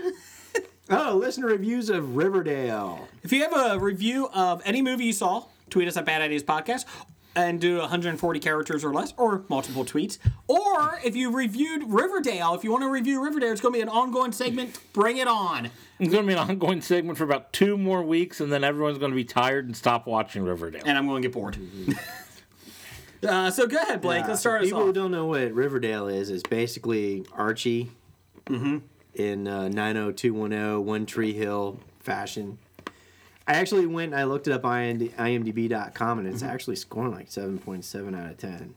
Speaker 6: oh listener reviews of riverdale
Speaker 2: If you have a review of any movie you saw, tweet us at Bad Ideas Podcast and do 140 characters or less, or multiple tweets. Or if you reviewed Riverdale, if you want to review Riverdale, it's going to be an ongoing segment. Bring it on.
Speaker 3: It's going to be an ongoing segment for about two more weeks, and then everyone's going to be tired and stop watching Riverdale.
Speaker 2: And I'm going to get bored. uh, so go ahead, Blake. Let's start us
Speaker 6: people who
Speaker 2: off.
Speaker 6: don't know what riverdale is is basically archie
Speaker 2: Mm-hmm.
Speaker 6: in uh, 90210 one tree hill fashion i actually went and i looked it up on imdb.com and
Speaker 2: Mm-hmm.
Speaker 6: it's actually scoring like 7.7 out of 10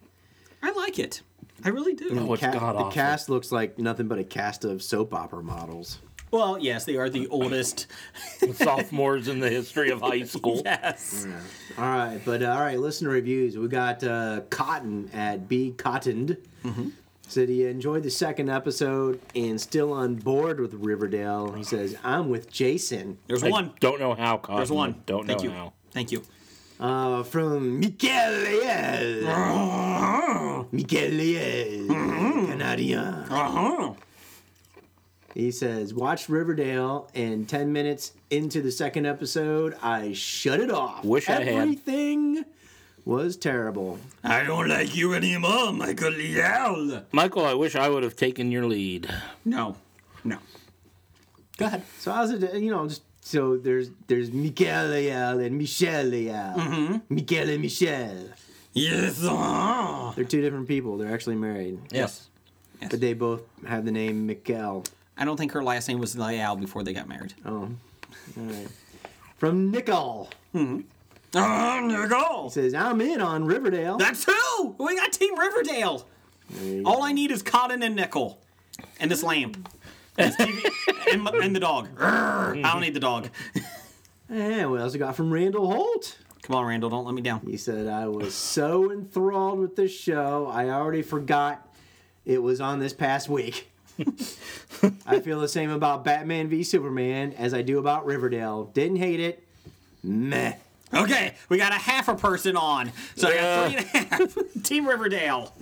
Speaker 2: I like it. I really do.
Speaker 3: Oh, it's
Speaker 6: Ca-
Speaker 3: god
Speaker 6: the
Speaker 3: awful.
Speaker 6: cast looks like nothing but a cast of soap opera models
Speaker 2: Well, yes, they are the oldest.
Speaker 3: Sophomores in the history of high school.
Speaker 2: Yes.
Speaker 6: All
Speaker 3: Mm-hmm.
Speaker 6: right, but uh, all right, listener reviews. We got uh, Cotton at B Cottoned. Said he enjoyed the second episode and still on board with Riverdale. He says, I'm with Jason.
Speaker 2: There's
Speaker 3: I
Speaker 2: one.
Speaker 3: Don't know how. Cosmo.
Speaker 2: There's one.
Speaker 3: Don't
Speaker 2: Thank
Speaker 3: know
Speaker 2: you.
Speaker 3: how.
Speaker 2: Thank you.
Speaker 6: Uh, from Michele.
Speaker 3: Uh-huh.
Speaker 6: Michele.
Speaker 3: Mm-hmm.
Speaker 6: Canadian.
Speaker 2: Uh-huh.
Speaker 6: He says, Watch Riverdale, and 10 minutes into the second episode, I shut it off.
Speaker 3: Wish I had.
Speaker 6: Everything was terrible.
Speaker 2: I don't like you anymore, Michael Leal.
Speaker 3: Michael, I wish I would have taken your lead.
Speaker 2: No. No. Go ahead.
Speaker 6: So I was, you know, just so there's there's Michele and Michelle. Michele and Michelle.
Speaker 2: Yes. uh-huh.
Speaker 6: They're two different people. They're actually married.
Speaker 2: Yes.
Speaker 6: But they both have the name Mikel.
Speaker 2: I don't think her last name was Leal before they got married.
Speaker 6: Oh. All right. From Nickel.
Speaker 2: Oh, there goes.
Speaker 6: Says, I'm in on Riverdale.
Speaker 2: That's who. We got Team Riverdale.
Speaker 6: you
Speaker 2: All I need is cotton and nickel, and this lamp, And this TV and, my- and the dog. Urgh, I don't need the dog.
Speaker 6: And we also got from Randall Holt.
Speaker 2: Come on, Randall, don't let me down.
Speaker 6: He said, I was so enthralled with this show, I already forgot it was on this past week. I feel the same about Batman v Superman as I do about Riverdale. Didn't hate it. Meh.
Speaker 2: Okay, we got a half a person on, so I got three and a half. Team Riverdale.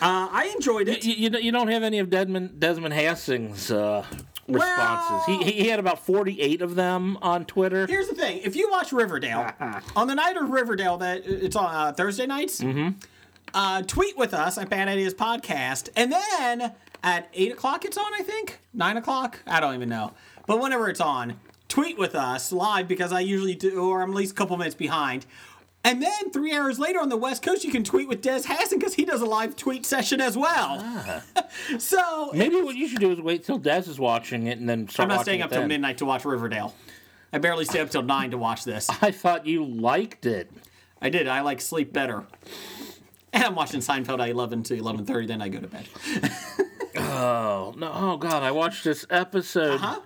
Speaker 2: Uh, I enjoyed it.
Speaker 3: You, you, don't- you don't have any of Desmond, Desmond Hastings' uh, responses.
Speaker 2: Well-
Speaker 3: He, he had about 48 of them on Twitter.
Speaker 2: Here's the thing: if you watch Riverdale on the night of Riverdale, that it's on uh, Thursday nights,
Speaker 3: Mm-hmm.
Speaker 2: uh, tweet with us at Bad Ideas Podcast, and then at eight o'clock it's on. I think nine o'clock. I don't even know, but whenever it's on, tweet with us live because I usually do, or I'm at least a couple minutes behind. And then three hours later on the West Coast, you can tweet with Des Hassan because he does a live tweet session as well.
Speaker 3: Ah.
Speaker 2: so
Speaker 3: Maybe what you should do is wait till Des is watching it and then start
Speaker 2: I'm not
Speaker 3: watching
Speaker 2: staying
Speaker 3: it
Speaker 2: up till
Speaker 3: then.
Speaker 2: midnight to watch Riverdale. I barely stay up till nine to watch this.
Speaker 3: I thought you liked it.
Speaker 2: I did. I like sleep better. And I'm watching Seinfeld at 11 to 11:30. Then I go to bed.
Speaker 3: Oh, no, oh God, I watched this episode
Speaker 2: Huh?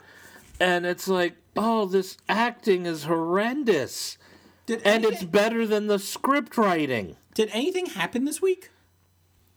Speaker 3: and it's like, oh, this acting is horrendous.
Speaker 2: Did
Speaker 3: And it's
Speaker 2: anything,
Speaker 3: better than the script writing.
Speaker 2: did anything happen this week?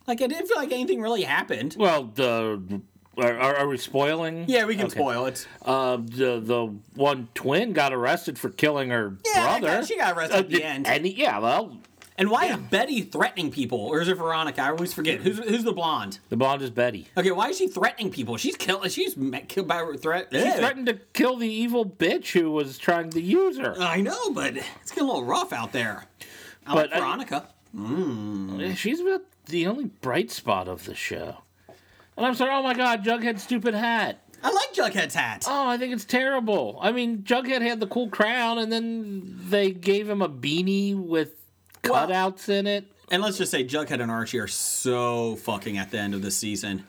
Speaker 2: Like I didn't feel like anything really happened.
Speaker 3: Well, the are, are are we spoiling?
Speaker 2: Yeah, we can
Speaker 3: Okay.
Speaker 2: spoil it.
Speaker 3: Uh, the the one twin got arrested for killing her
Speaker 2: Yeah, that
Speaker 3: brother.
Speaker 2: guy- she got arrested at the end.
Speaker 3: And he- yeah, well,
Speaker 2: And why is Betty threatening people, or is it Veronica? I always forget. Who's who's the blonde?
Speaker 3: the blonde is Betty.
Speaker 2: Okay, why is she threatening people? She's killed. She's ma- killed by her threat.
Speaker 3: She threatened to kill the evil bitch who was trying to use her.
Speaker 2: I know, but it's getting a little rough out there. I
Speaker 3: But
Speaker 2: like
Speaker 3: I-
Speaker 2: Veronica.
Speaker 3: She's about the only bright spot of the show. And I'm sorry, oh my god, Jughead's stupid hat.
Speaker 2: I, like Jughead's hat.
Speaker 3: Oh, I think it's terrible. I mean, Jughead had the cool crown, and then they gave him a beanie with
Speaker 2: Well-
Speaker 3: cutouts in it.
Speaker 2: And let's just say Jughead and Archie are so fucking at the end of this season.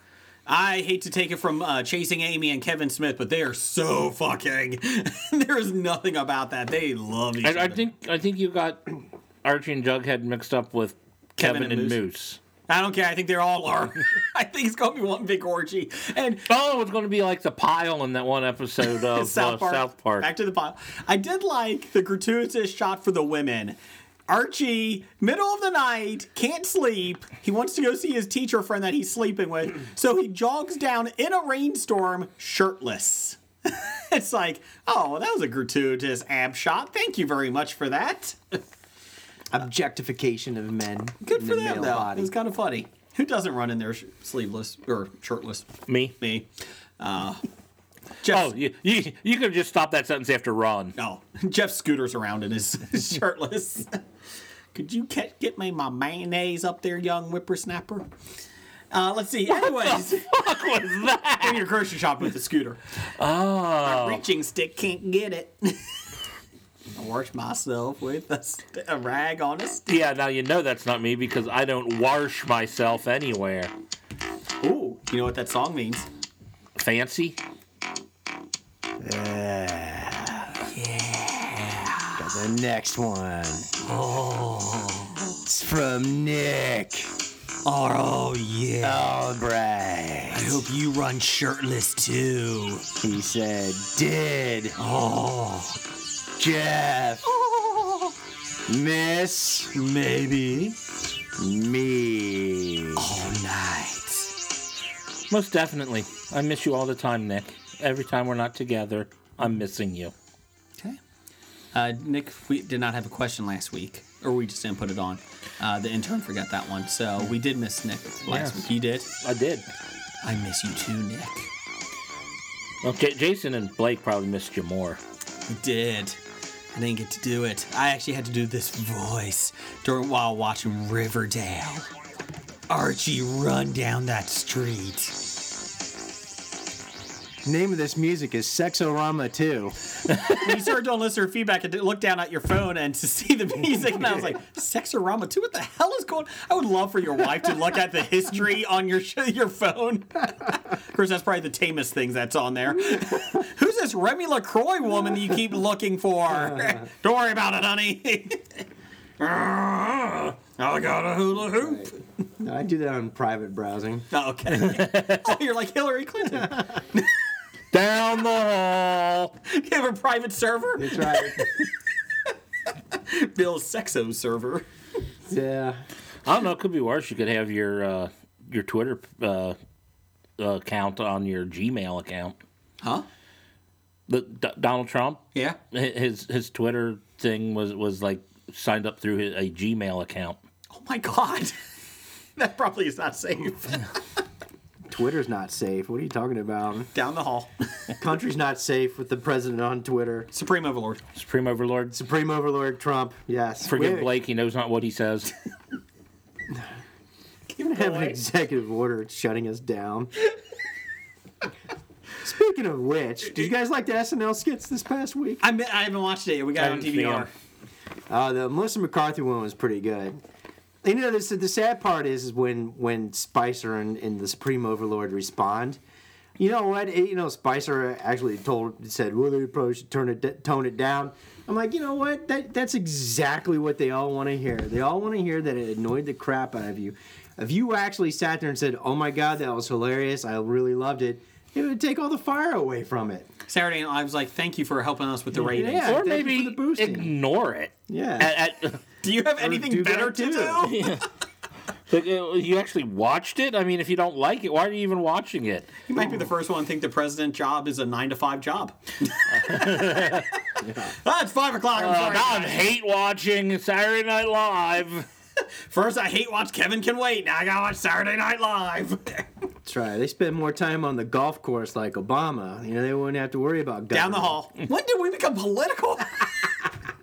Speaker 2: I hate to take it from uh, Chasing Amy and Kevin Smith, but they are so fucking. there is nothing about that. They love each other.
Speaker 3: I, I think I think you got Archie and Jughead mixed up with Kevin,
Speaker 2: Kevin and
Speaker 3: and, Moose.
Speaker 2: I don't care. I think they're all are. I think it's going to be one big orgy. And
Speaker 3: Oh, it's going to be like the pile in that one episode of
Speaker 2: South,
Speaker 3: uh,
Speaker 2: Park,
Speaker 3: South Park.
Speaker 2: Back to the pile. I did like the gratuitous shot for the women. Archie, middle of the night, can't sleep. He wants to go see his teacher friend that he's sleeping with, so he jogs down in a rainstorm shirtless. it's like, oh, that was a gratuitous ab shot. Thank you very much for that.
Speaker 6: Objectification of men.
Speaker 2: Good
Speaker 6: in
Speaker 2: for
Speaker 6: the
Speaker 2: them,
Speaker 6: male
Speaker 2: though.
Speaker 6: body.
Speaker 2: It was kind of funny. Who doesn't run in their sh- sleeveless or shirtless?
Speaker 3: Me.
Speaker 2: Me. Uh, Jeff,
Speaker 3: Oh, you you, you could have just stopped that sentence after Ron.
Speaker 2: No, Oh, Jeff scooters around in his shirtless. Could you get, get me my mayonnaise up there, young whippersnapper? Uh, let's see. Anyways,
Speaker 3: Fuck was that?
Speaker 2: in your grocery shop with the scooter. Oh. My reaching stick can't get it. I wash myself with a, st- a rag on a stick.
Speaker 3: Yeah, now you know that's not me because I don't wash myself anywhere.
Speaker 2: Ooh, you know what that song means?
Speaker 3: Fancy?
Speaker 6: Got the next one. Oh. It's from Nick.
Speaker 2: Oh, yeah.
Speaker 6: All right.
Speaker 2: I hope you run shirtless too.
Speaker 6: He said, Did. Oh. Jeff.
Speaker 2: Oh.
Speaker 6: Miss. Maybe. Me.
Speaker 2: Oh, nice.
Speaker 3: Most definitely. I miss you all the time, Nick. Every time we're not together, I'm missing you.
Speaker 2: Okay. Uh, Nick, we did not have a question last week, or we just didn't put it on. Uh, the intern forgot that one, so we did miss Nick last
Speaker 3: Yes.
Speaker 2: week. You did.
Speaker 3: I did.
Speaker 2: I miss you too, Nick.
Speaker 3: Well, J- Jason and Blake probably missed you more.
Speaker 2: We did. I didn't get to do it. I actually had to do this voice during while watching Riverdale. Archie, run down that street.
Speaker 6: Name of this music is Sexorama 2.
Speaker 2: When you started doing listener feedback and look down at your phone and to see the music, and I was like, Sexorama 2, what the hell is going I would love for your wife to look at the history on your sh- your phone. of course, that's probably the tamest thing that's on there. Who's this Remy LaCroix woman that you keep looking for? Don't worry about it, honey. I got a hula hoop.
Speaker 6: No, I do that on private browsing.
Speaker 2: Oh, okay. oh, you're like Hillary Clinton.
Speaker 3: Down the hall.
Speaker 2: You have a private server?
Speaker 6: That's right.
Speaker 2: Bill's sexo server.
Speaker 6: yeah.
Speaker 3: I don't know. It could be worse. You could have your uh, your Twitter uh, account on your Gmail account.
Speaker 2: Huh?
Speaker 3: The D- Donald Trump,
Speaker 2: Yeah.
Speaker 3: hi- his his Twitter thing was was like signed up through his, a Gmail account.
Speaker 2: Oh my god. that probably is not safe.
Speaker 6: Twitter's not safe. What are you talking about?
Speaker 2: Down the hall.
Speaker 6: Country's not safe with the president on Twitter.
Speaker 2: Supreme Overlord.
Speaker 3: Supreme Overlord,
Speaker 6: Supreme Overlord Trump. Yes.
Speaker 3: forgive
Speaker 6: We-
Speaker 3: Blake. He knows not what he says.
Speaker 6: We have an executive order shutting us down. Speaking of which, did you guys like the SNL skits this past week?
Speaker 2: I, mi- I haven't watched it yet. We got it on
Speaker 3: haven't seen
Speaker 2: DVR.
Speaker 3: him.
Speaker 6: Uh, the Melissa McCarthy one was pretty good. You know, this, the sad part is, is when when Spicer and, and the Supreme Overlord respond. You know what? It- you know, Spicer actually told said, "Well, they probably should turn it d- tone it down." I'm like, you know what? That that's exactly what they all want to hear. They all want to hear that it annoyed the crap out of you. If you actually sat there and said, "Oh my God, that was hilarious! I really loved it," it would take all the fire away from it.
Speaker 2: Saturday Night Live was like, thank you for helping us with the ratings.
Speaker 6: Yeah,
Speaker 3: or
Speaker 6: thank you
Speaker 3: maybe
Speaker 6: for the boosting.
Speaker 3: ignore it.
Speaker 6: Yeah.
Speaker 3: At- at-
Speaker 2: Do you have anything
Speaker 6: do
Speaker 2: better
Speaker 6: that
Speaker 2: to
Speaker 6: too.
Speaker 2: do?
Speaker 3: Like, uh, you actually watched it? I mean, if you don't like it, why are you even watching it?
Speaker 2: You might be the first one to think the president job is a nine to five job. Ah, it's five o'clock. I'm
Speaker 3: Uh,
Speaker 2: sorry.
Speaker 3: now I hate watching Saturday Night Live.
Speaker 2: First, I hate watch Kevin Can Wait. Now I gotta watch Saturday Night Live.
Speaker 6: That's right. They spend more time on the golf course like Obama. You know, they wouldn't have to worry about
Speaker 2: Down
Speaker 6: government.
Speaker 2: the hall. When did we become political?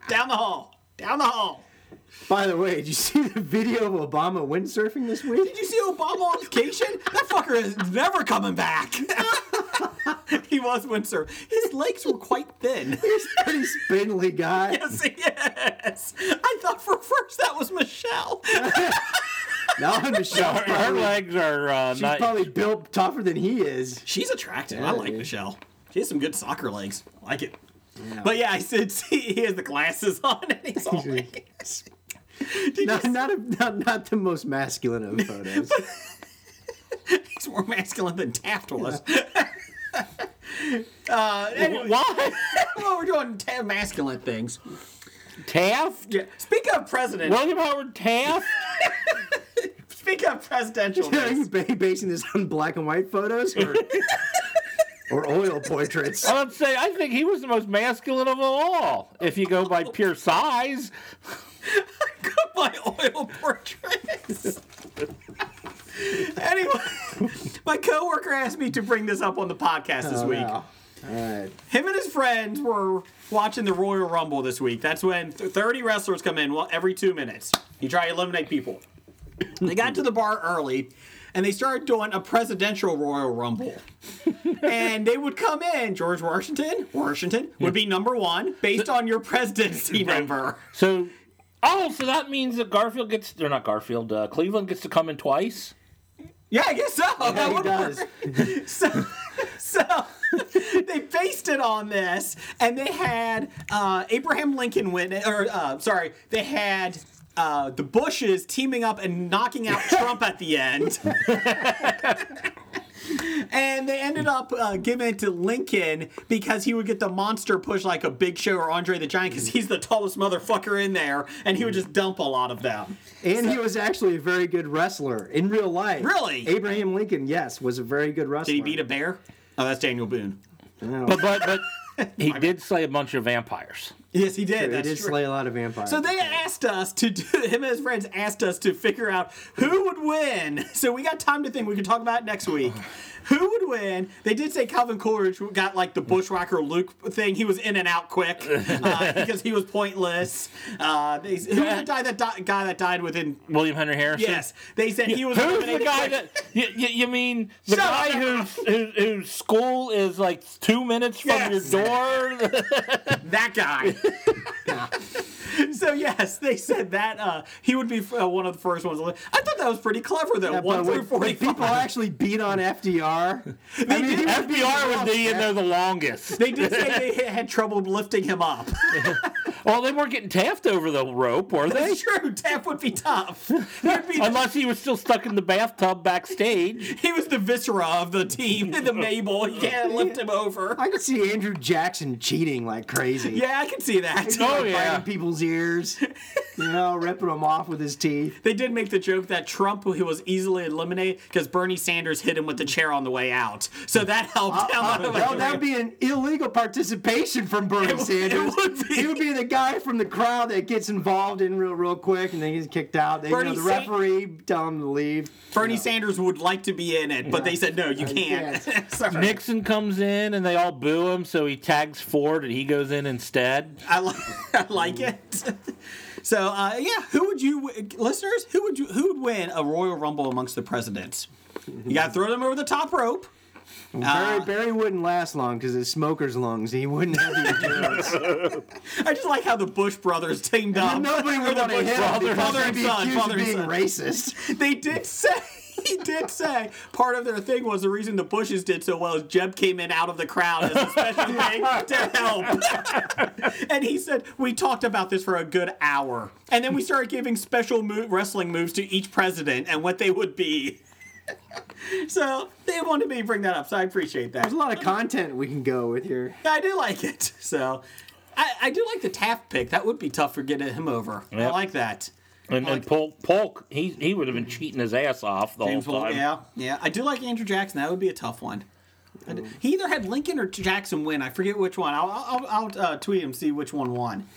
Speaker 2: Down the hall. Down the hall.
Speaker 6: By the way, did you see the video of Obama windsurfing this week?
Speaker 2: Did you see Obama on vacation? That fucker is never coming back. he was Windsor. His legs were quite thin.
Speaker 6: He's a pretty spindly guy.
Speaker 2: Yes, yes. I thought for first that was Michelle.
Speaker 6: Now I'm just shocked.
Speaker 3: Her, her legs are uh,
Speaker 6: She's
Speaker 3: not.
Speaker 6: probably built tougher than he is.
Speaker 2: She's attractive. I
Speaker 6: Yeah,
Speaker 2: like
Speaker 6: dude.
Speaker 2: Michelle. She has some good soccer legs. I like it. But yeah, I said see, he has the glasses on and he's all like, Did
Speaker 6: Not,
Speaker 2: you
Speaker 6: not, a, not, not the most masculine of photos.
Speaker 2: He's more masculine than Taft was.
Speaker 3: Why?
Speaker 2: well, we're doing ta- masculine things.
Speaker 3: Taft?
Speaker 2: Yeah. Speak of president.
Speaker 3: William Howard Taft?
Speaker 2: Speak of presidential.
Speaker 6: Are
Speaker 2: things.
Speaker 6: you ba- basing this on black and white photos or, or oil portraits?
Speaker 2: Oh,
Speaker 3: I would say I think he was the most masculine of all. If you go by pure size,
Speaker 2: Got my oil portraits. anyway, my coworker asked me to bring this up on the podcast this week.
Speaker 6: Wow. All right.
Speaker 2: Him and his friends were watching the Royal Rumble this week. That's when th- 30 wrestlers come in well, every two minutes. You try to eliminate people. They got to the bar early and they started doing a presidential Royal Rumble. and they would come in. George Washington, Washington would be number one based on your presidency number.
Speaker 3: so oh, so that means that Garfield gets they're not Garfield. Uh, Cleveland gets to come in twice.
Speaker 2: Yeah, I guess so. That
Speaker 6: He
Speaker 2: would work.
Speaker 6: does.
Speaker 2: so, so they based it on this, and they had uh, Abraham Lincoln win, or uh, sorry, they had uh, the Bushes teaming up and knocking out Trump at the end. And they ended up up uh, giving it to Lincoln because he would get the monster push like a Big Show or Andre the Giant because he's the tallest motherfucker in there, and he would just dump a lot of them.
Speaker 6: And he was actually a very good wrestler in real life.
Speaker 2: Really?
Speaker 6: Abraham Lincoln, yes, was a very good wrestler.
Speaker 2: Did he beat a bear? Oh, that's Daniel Boone.
Speaker 3: But but but he did slay a bunch of vampires.
Speaker 2: Yes, he did.
Speaker 6: He
Speaker 2: that's
Speaker 6: did
Speaker 2: true.
Speaker 6: slay a lot of vampires.
Speaker 2: So they asked us to do, him and his friends asked us to figure out who would win. So we got time to think. We can talk about it next week. Who would win? They did say Calvin Coolidge got like the bushwhacker Luke thing. He was in and out quick uh, because he was pointless. Uh, they, who was the guy that di- guy that died within?
Speaker 3: William Henry Harrison.
Speaker 2: Yes, they said he was.
Speaker 3: Who's the
Speaker 2: eliminated
Speaker 3: guy
Speaker 2: quick.
Speaker 3: that you, you, you mean the
Speaker 2: Shut
Speaker 3: guy
Speaker 2: up.
Speaker 3: whose whose whose school is like two minutes from
Speaker 2: Yes.
Speaker 3: your door?
Speaker 2: that guy. so yes, they said that uh, he would be uh, one of the first ones. I thought that was pretty clever though.
Speaker 6: Yeah,
Speaker 2: one
Speaker 6: but
Speaker 2: through
Speaker 6: when, when
Speaker 2: forty-five.
Speaker 6: people actually beat on FDR, I
Speaker 2: did.
Speaker 6: he was
Speaker 3: FDR would be in there the longest.
Speaker 2: They did say they had trouble lifting him up.
Speaker 3: Well, they weren't getting taffed over the rope, were they?
Speaker 2: That's true. Tap would be tough. There'd be-
Speaker 3: Unless he was still stuck in the bathtub backstage.
Speaker 2: he was the viscera of the team, the Mabel. You can't lift him over.
Speaker 6: I could see Andrew Jackson cheating like crazy.
Speaker 2: Yeah, I can see that.
Speaker 3: No. Oh,
Speaker 6: Like,
Speaker 3: yeah.
Speaker 6: biting people's ears, you know, ripping them off with his teeth.
Speaker 2: They did make the joke that Trump he was easily eliminated because Bernie Sanders hit him with the chair on the way out. So that helped him. out of
Speaker 6: Well,
Speaker 2: it.
Speaker 6: that would be an illegal participation from Bernie
Speaker 2: It would- it
Speaker 6: Sanders.
Speaker 2: would be.
Speaker 6: He would be the guy from the crowd that gets involved in real, real quick, and then gets kicked out. They, you know,
Speaker 2: Bernie
Speaker 6: the
Speaker 2: San-
Speaker 6: referee tell him to leave.
Speaker 2: Bernie Sanders would like to be in it, but they said no, you can't. Sorry.
Speaker 3: Nixon comes in and they all boo him, so he tags Ford and he goes in instead.
Speaker 2: I, li- I like it. So uh, yeah, who would you, listeners? Who would you? Who would win a Royal Rumble amongst the presidents? You got to throw them over the top rope. Uh,
Speaker 6: Barry, Barry wouldn't last long because his smoker's lungs. He wouldn't have the endurance.
Speaker 2: I just like how the Bush brothers teamed up.
Speaker 6: Nobody
Speaker 2: Or
Speaker 6: would
Speaker 2: the
Speaker 6: want to
Speaker 2: Bush
Speaker 6: hit him
Speaker 2: brothers.
Speaker 6: because
Speaker 2: Father
Speaker 6: he'd
Speaker 2: and
Speaker 6: be
Speaker 2: son.
Speaker 6: accused
Speaker 2: Father
Speaker 6: of
Speaker 2: and
Speaker 6: being
Speaker 2: son.
Speaker 6: racist.
Speaker 2: They did say. He did say part of their thing was the reason the Bushes did so well is Jeb came in out of the crowd as a special thing to help. and he said, We talked about this for a good hour. And then we started giving special mo- wrestling moves to each president and what they would be. so they wanted me to bring that up, so I appreciate that.
Speaker 6: There's a lot of content we can go with here.
Speaker 2: I do like it. So I, I do like the Taft pick. That would be tough for getting him over. I
Speaker 3: Yep.
Speaker 2: like that.
Speaker 3: And, and Polk, Polk he, he would have been cheating his ass off the
Speaker 2: James
Speaker 3: whole
Speaker 2: Bond,
Speaker 3: time.
Speaker 2: yeah, yeah. I do like Andrew Jackson. That would be a tough one. I d- He either had Lincoln or Jackson win. I forget which one. I'll, I'll, I'll uh, tweet him see which one won.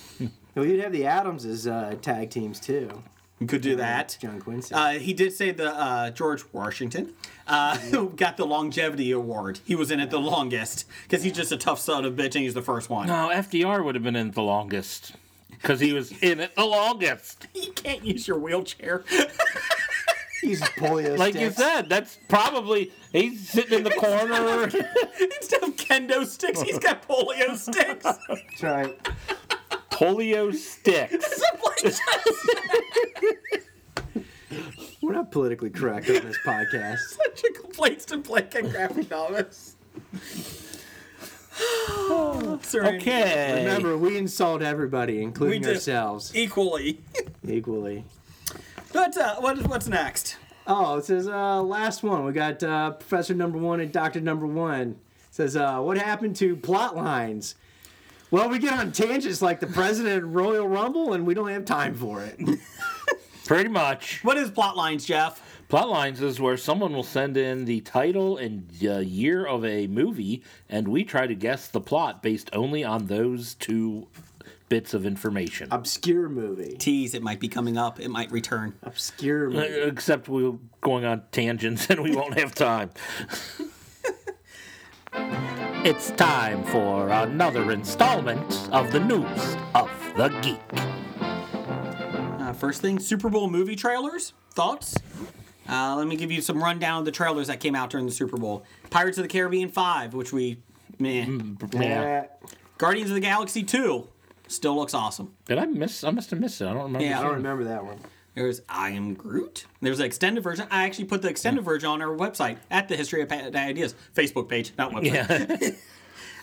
Speaker 6: Well, you'd have the Adams as uh, tag teams too.
Speaker 2: You could do that.
Speaker 6: John Quincy.
Speaker 2: Uh, he did say the uh, George Washington uh, who got the longevity award. He was in it the longest because he's just a tough son of a bitch and he's the first one.
Speaker 3: No, FDR would have been in it the longest because he was in it the longest.
Speaker 2: You can't use your wheelchair.
Speaker 6: He's polio.
Speaker 3: Like you
Speaker 6: sticks.
Speaker 3: said, that's probably he's sitting in the corner.
Speaker 2: Instead of kendo sticks, he's got polio sticks.
Speaker 6: That's right.
Speaker 3: Polio sticks.
Speaker 2: Something like
Speaker 6: We're not politically correct on this podcast.
Speaker 2: such a complaints to Blake and graphic novels. Sorry.
Speaker 3: Okay.
Speaker 6: Remember, we insult everybody, including
Speaker 2: do. E-
Speaker 6: ourselves,
Speaker 2: Equally.
Speaker 6: equally.
Speaker 2: But uh, what, what's next?
Speaker 6: Oh, it says uh, last one. We got uh, Professor Number One and Doctor Number One. It says, uh, what happened to plot lines? Well, we get on tangents like the president of Royal Rumble, and we don't have time for it.
Speaker 3: Pretty much.
Speaker 2: What is plot lines, Jeff?
Speaker 3: Plotlines is where someone will send in the title and uh, year of a movie, and we try to guess the plot based only on those two bits of information.
Speaker 6: Obscure movie.
Speaker 2: Tease, it might be coming up. It might return.
Speaker 6: Obscure
Speaker 3: Uh,
Speaker 6: movie.
Speaker 3: Except we're going on tangents and we won't have time. it's time for another installment of the News of the Geek.
Speaker 2: Uh, first thing Super Bowl movie trailers. Thoughts? Uh, let me give you some rundown of the trailers that came out during the Super Bowl Pirates of the Caribbean 5, which we. Meh.
Speaker 3: Mm. Yeah.
Speaker 6: Uh,
Speaker 2: Guardians of the Galaxy 2. Still looks awesome.
Speaker 3: Did I miss? I must have missed it. I don't remember.
Speaker 2: Yeah.
Speaker 6: I don't remember that one.
Speaker 2: There's I Am Groot. There's an extended version. I actually put the extended version on our website at the History of Bad Ideas Facebook page, not website.
Speaker 3: Yeah.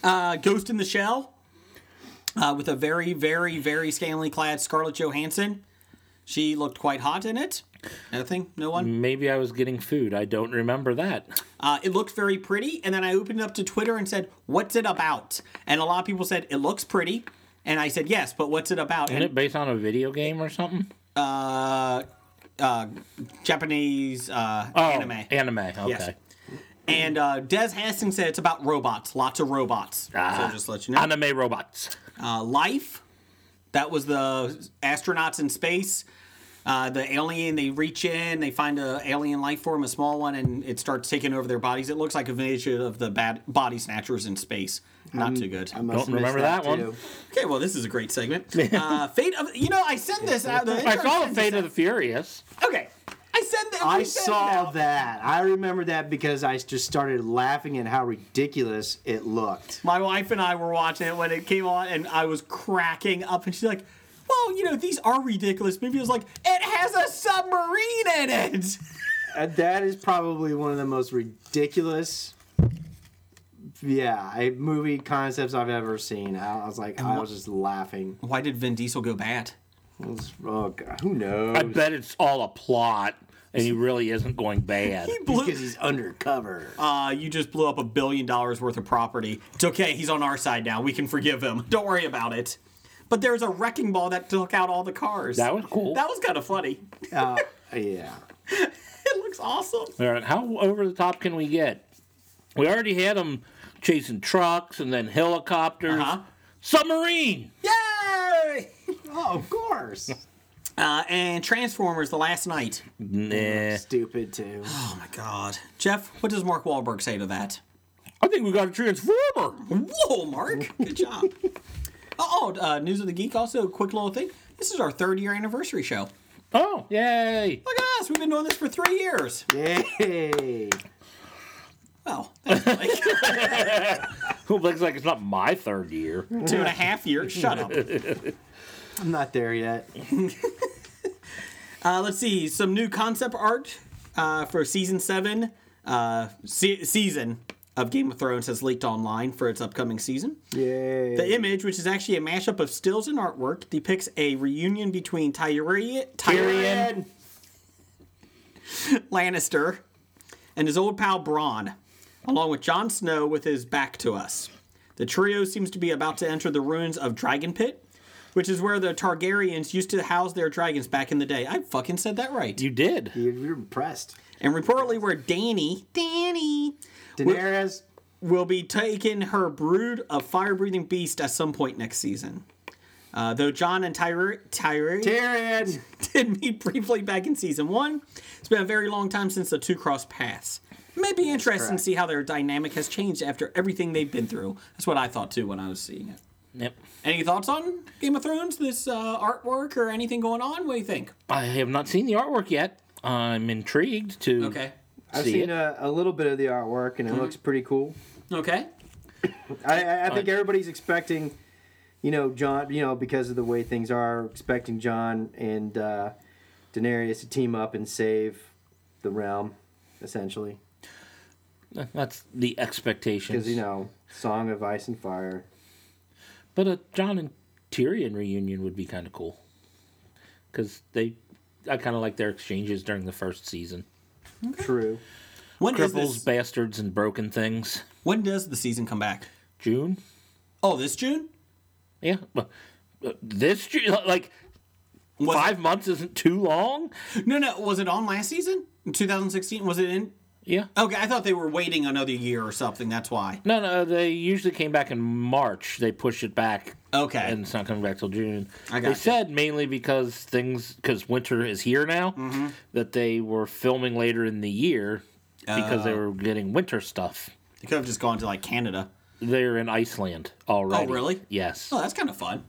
Speaker 2: Uh, Ghost in the Shell uh, with a very, very, very scantily clad Scarlett Johansson. She looked quite hot in it. Nothing? No one?
Speaker 3: Maybe I was getting food. I don't remember that.
Speaker 2: Uh, it looked very pretty. And then I opened it up to Twitter and said, What's it about? And a lot of people said, It looks pretty. And I said, Yes, but what's it about?
Speaker 3: Isn't
Speaker 2: And
Speaker 3: it based on a video game or something?
Speaker 2: Japanese uh, anime.
Speaker 3: Anime. Okay.
Speaker 2: Yes. And uh, Des Hastings said it's about robots, lots of robots. so just to let you know.
Speaker 3: Anime robots.
Speaker 2: Uh, Life, that was the astronauts in space. Uh, the alien, they reach in, they find a alien life form, a small one, and it starts taking over their bodies. It looks like a miniature of the bad body snatchers in space. Not too good.
Speaker 6: I must
Speaker 3: Don't
Speaker 6: have missed
Speaker 3: remember that one.
Speaker 6: too.
Speaker 2: Okay, well, this is a great segment. Uh, Fate of, you know, I sent this out. The
Speaker 3: I saw
Speaker 2: sent
Speaker 3: the
Speaker 2: this
Speaker 3: Fate of
Speaker 2: out-
Speaker 3: the Furious.
Speaker 2: Okay, I sent that.
Speaker 6: I
Speaker 2: we sent it
Speaker 6: saw
Speaker 2: out.
Speaker 6: that. I remember that because I just started laughing at how ridiculous it looked.
Speaker 2: My wife and I were watching it when it came on, and I was cracking up. And she's like, "Well, you know, these are ridiculous." Maybe it was like, "It has a submarine in it."
Speaker 6: And Uh, that is probably one of the most ridiculous, yeah, I- movie concepts I've ever seen. I, I was like, I was just laughing.
Speaker 2: Why did Vin Diesel go bad?
Speaker 6: It was- oh God, who knows?
Speaker 3: I bet it's all a plot, and he really isn't going bad.
Speaker 6: because he's undercover.
Speaker 2: Uh, you just blew up a billion dollars worth of property. It's okay. He's on our side now. We can forgive him. Don't worry about it. But there's a wrecking ball that took out all the cars.
Speaker 3: That was cool.
Speaker 2: that was kind of funny.
Speaker 6: Uh, yeah.
Speaker 2: It looks awesome.
Speaker 3: All right, how over the top can we get? We already had them chasing trucks and then helicopters.
Speaker 2: Uh-huh.
Speaker 3: Submarine.
Speaker 2: Yay!
Speaker 6: Oh, of course.
Speaker 2: Uh, and Transformers: The Last Night.
Speaker 3: Nah.
Speaker 6: Stupid too.
Speaker 2: Oh my God, Jeff, what does Mark Wahlberg say to that?
Speaker 3: I think we got a transformer.
Speaker 2: Whoa, Mark! Good job. oh, uh, News of the Geek. Also, a quick little thing. This is our third year anniversary show.
Speaker 3: Oh, yay!
Speaker 2: Look at us. We've been doing this for three years.
Speaker 6: Yay!
Speaker 2: Well, that's like
Speaker 3: Who looks like it's not my third year?
Speaker 2: two and a half years. Shut up.
Speaker 6: I'm not there yet.
Speaker 2: Uh, let's see some new concept art uh, for season seven uh, se- season of Game of Thrones has leaked online for its upcoming season.
Speaker 6: Yay!
Speaker 2: The image, which is actually a mashup of stills and artwork, depicts a reunion between Tyrion, Tyrion Lannister and his old pal Braun, along with Jon Snow with his back to us. The trio seems to be about to enter the ruins of Dragon Pit, which is where the Targaryens used to house their dragons back in the day. I fucking said that right.
Speaker 3: You did.
Speaker 6: You're, you're impressed.
Speaker 2: And reportedly, where Danny, Danny,
Speaker 6: Daenerys.
Speaker 2: will be taking her brood of fire-breathing beasts at some point next season. Uh, though John and Tyre, Tyre,
Speaker 6: Tyrion.
Speaker 2: did meet briefly back in season one. It's been a very long time since the two crossed paths. May be interesting to
Speaker 6: correct.
Speaker 2: see how their dynamic has changed after everything they've been through. That's what I thought too when I was seeing it.
Speaker 3: Yep.
Speaker 2: Any thoughts on Game of Thrones, this uh, artwork, or anything going on? What do you think?
Speaker 3: I have not seen the artwork yet. I'm intrigued to
Speaker 2: Okay.
Speaker 6: I've
Speaker 3: see
Speaker 6: seen
Speaker 3: it.
Speaker 6: a, a little bit of the artwork, and it looks pretty cool.
Speaker 2: Okay.
Speaker 6: I, I, I think everybody's expecting, you know, John. You know, because of the way things are, expecting John and uh, Daenerys to team up and save the realm, essentially.
Speaker 3: uh, That's the expectations.
Speaker 6: Because you know, Song of Ice and Fire.
Speaker 3: But a John and Tyrion reunion would be kind of cool. Because they, I kind of like their exchanges during the first season.
Speaker 6: True.
Speaker 2: When is
Speaker 3: Cripples,
Speaker 2: this?
Speaker 3: bastards, and broken things.
Speaker 2: When does the season come back?
Speaker 3: June.
Speaker 2: Oh, this June?
Speaker 3: Yeah. But but this June, like
Speaker 2: Was
Speaker 3: five months isn't too long.
Speaker 2: It, no, no. Was it on last season? In 2016? Was it in?
Speaker 3: Yeah.
Speaker 2: Okay, I thought they were waiting another year or something. That's why.
Speaker 3: No, no. They usually came back in March. They pushed it back.
Speaker 2: Okay.
Speaker 3: And it's not coming back till June.
Speaker 2: I
Speaker 3: they
Speaker 2: gotcha.
Speaker 3: said mainly because things because winter is here now
Speaker 2: Mm-hmm.
Speaker 3: that they were filming later in the year because
Speaker 2: Uh.
Speaker 3: they were getting winter stuff.
Speaker 2: They could have just gone to like Canada.
Speaker 3: They're in Iceland already.
Speaker 2: really?
Speaker 3: Yes.
Speaker 2: Oh, that's kind of fun.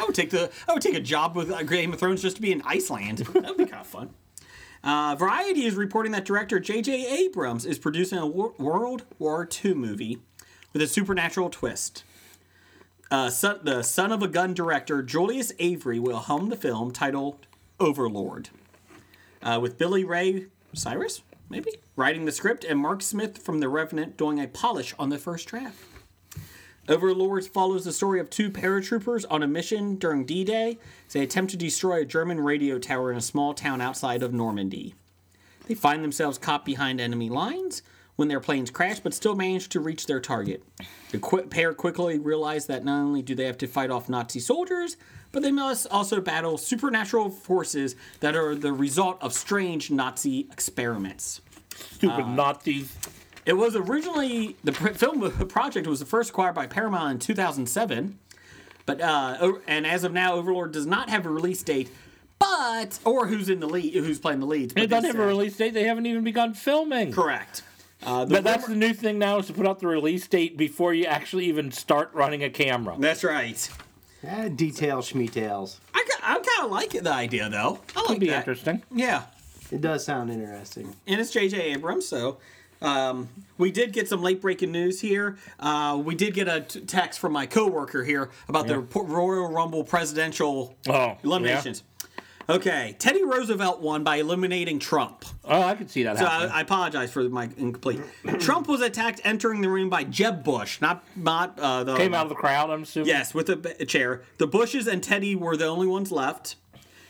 Speaker 2: I would take the I would take a job with uh, Game of Thrones just to be in Iceland. That would be kind of fun. Uh, Variety is reporting that director J.J. Abrams is producing a wor- World War II movie with a supernatural twist. Uh, son, the son of a gun director Julius Avery will helm the film titled Overlord, uh, with Billy Ray Cyrus maybe writing the script and Mark Smith from The Revenant doing a polish on the first draft. Overlords follows the story of two paratroopers on a mission during D Day. They attempt to destroy a German radio tower in a small town outside of Normandy. They find themselves caught behind enemy lines when their planes crash, but still manage to reach their target. The qu- pair quickly realize that not only do they have to fight off Nazi soldiers, but they must also battle supernatural forces that are the result of strange Nazi experiments.
Speaker 3: Stupid
Speaker 2: Uh,
Speaker 3: Nazis.
Speaker 2: It was originally the pr- film project was first acquired by Paramount in 2007, but uh, o- and as of now, Overlord does not have a release date, but or who's in the lead, who's playing the leads. but
Speaker 3: They don't
Speaker 2: they
Speaker 3: have a
Speaker 2: said-
Speaker 3: release date. They haven't even begun filming.
Speaker 2: Correct. Uh, the
Speaker 3: But that's the new thing now is to put out the release date before you actually even start running a camera.
Speaker 2: That's right.
Speaker 6: Ah, detail schmetails.
Speaker 2: I, ki- I kind of like the idea though. I like
Speaker 3: That'd be
Speaker 2: that.
Speaker 3: interesting.
Speaker 2: Yeah,
Speaker 6: It does sound interesting.
Speaker 2: and it's J.J. Abrams, so um, we did get some late breaking news here. Uh, we did get a t- text from my coworker here about the P- Royal Rumble presidential
Speaker 3: Oh,
Speaker 2: eliminations. Okay, Teddy Roosevelt won by eliminating Trump.
Speaker 3: Oh, I could see that
Speaker 2: So I,
Speaker 3: happening.
Speaker 2: I apologize for my incomplete. Trump was attacked entering the room by Jeb Bush, not not uh, the
Speaker 3: Came out of the crowd, I'm assuming.
Speaker 2: Yes, with a, b- a chair. The Bushes and Teddy were the only ones left.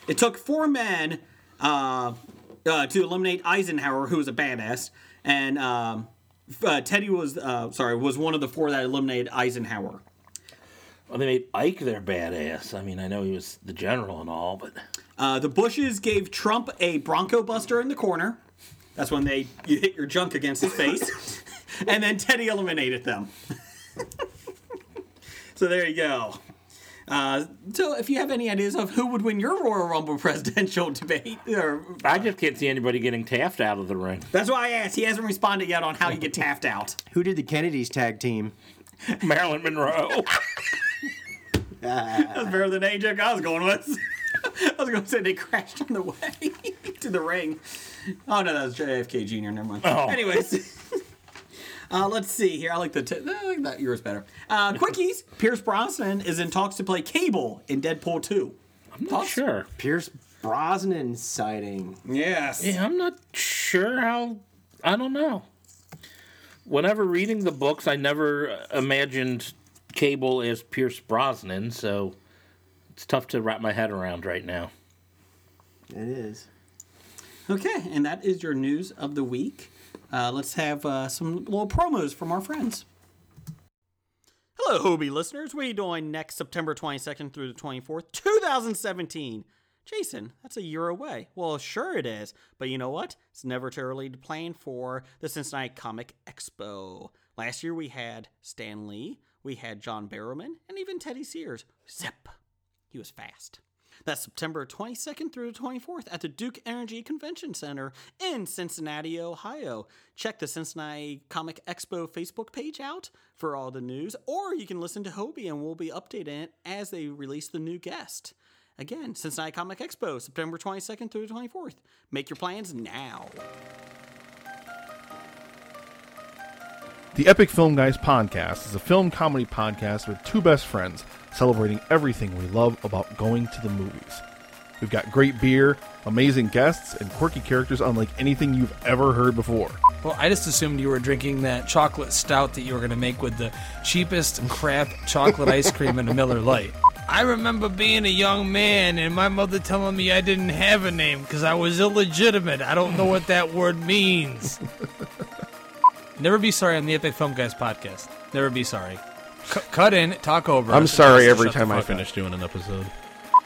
Speaker 2: It took four men uh, uh, to eliminate Eisenhower, who was a badass, and um, f- uh, Teddy was uh, sorry was one of the four that eliminated Eisenhower.
Speaker 3: Well, they made Ike their badass. I mean, I know he was the general and all, but
Speaker 2: Uh, the Bushes gave Trump a Bronco Buster in the corner. That's when they you hit your junk against his face, and then Teddy eliminated them. so there you go. Uh, so if you have any ideas of who would win your Royal Rumble presidential debate, or,
Speaker 3: I just can't see anybody getting Taft out of the ring.
Speaker 2: that's why I asked. He hasn't responded yet on how you get tapped out.
Speaker 6: Who did the Kennedys tag team?
Speaker 3: Marilyn Monroe.
Speaker 2: That's better than any joke I was going with. I was going to say they crashed on the way to the ring. Oh no, that was JFK Jr. Never mind.
Speaker 3: Oh.
Speaker 2: Anyways, uh, let's see here. I like the t- I like that yours better. Uh, quickies. Pierce Brosnan is in talks to play Cable in Deadpool 2. I'm not
Speaker 3: sure.
Speaker 6: Pierce Brosnan sighting.
Speaker 2: Yes.
Speaker 3: Yeah, I'm not sure how. I don't know. Whenever reading the books, I never imagined Cable as Pierce Brosnan, so it's tough to wrap my head around right now.
Speaker 6: It is.
Speaker 2: Okay, and that is your news of the week. Uh, let's have uh, some little promos from our friends. Hello, Hobie listeners. What are you doing next September 22nd through the 24th, 2017? Jason, that's a year away. Well, sure it is, but you know what? It's never too early to plan for the Cincinnati Comic Expo. Last year we had Stan Lee, we had John Barrowman, and even Teddy Sears. Zip. He was fast. That's September 22nd through the 24th at the Duke Energy Convention Center in Cincinnati, Ohio. Check the Cincinnati Comic Expo Facebook page out for all the news, or you can listen to Hobie and we'll be updating it as they release the new guest. Again, Cincinnati Comic Expo, September 22nd through the 24th. Make your plans now.
Speaker 7: The Epic Film Guys podcast is a film comedy podcast with two best friends celebrating everything we love about going to the movies. We've got great beer, amazing guests, and quirky characters unlike anything you've ever heard before.
Speaker 8: Well, I just assumed you were drinking that chocolate stout that you were going to make with the cheapest crap chocolate ice cream and a Miller Lite. I remember being a young man and my mother telling me I didn't have a name because I was illegitimate. I don't know what that word means. Never be sorry on the Epic Film Guys podcast. Never be sorry. C- cut in, talk over.
Speaker 7: I'm
Speaker 8: us, and
Speaker 7: sorry
Speaker 8: just
Speaker 7: every
Speaker 8: shut the
Speaker 7: time I
Speaker 8: fuck up.
Speaker 7: finish doing an episode.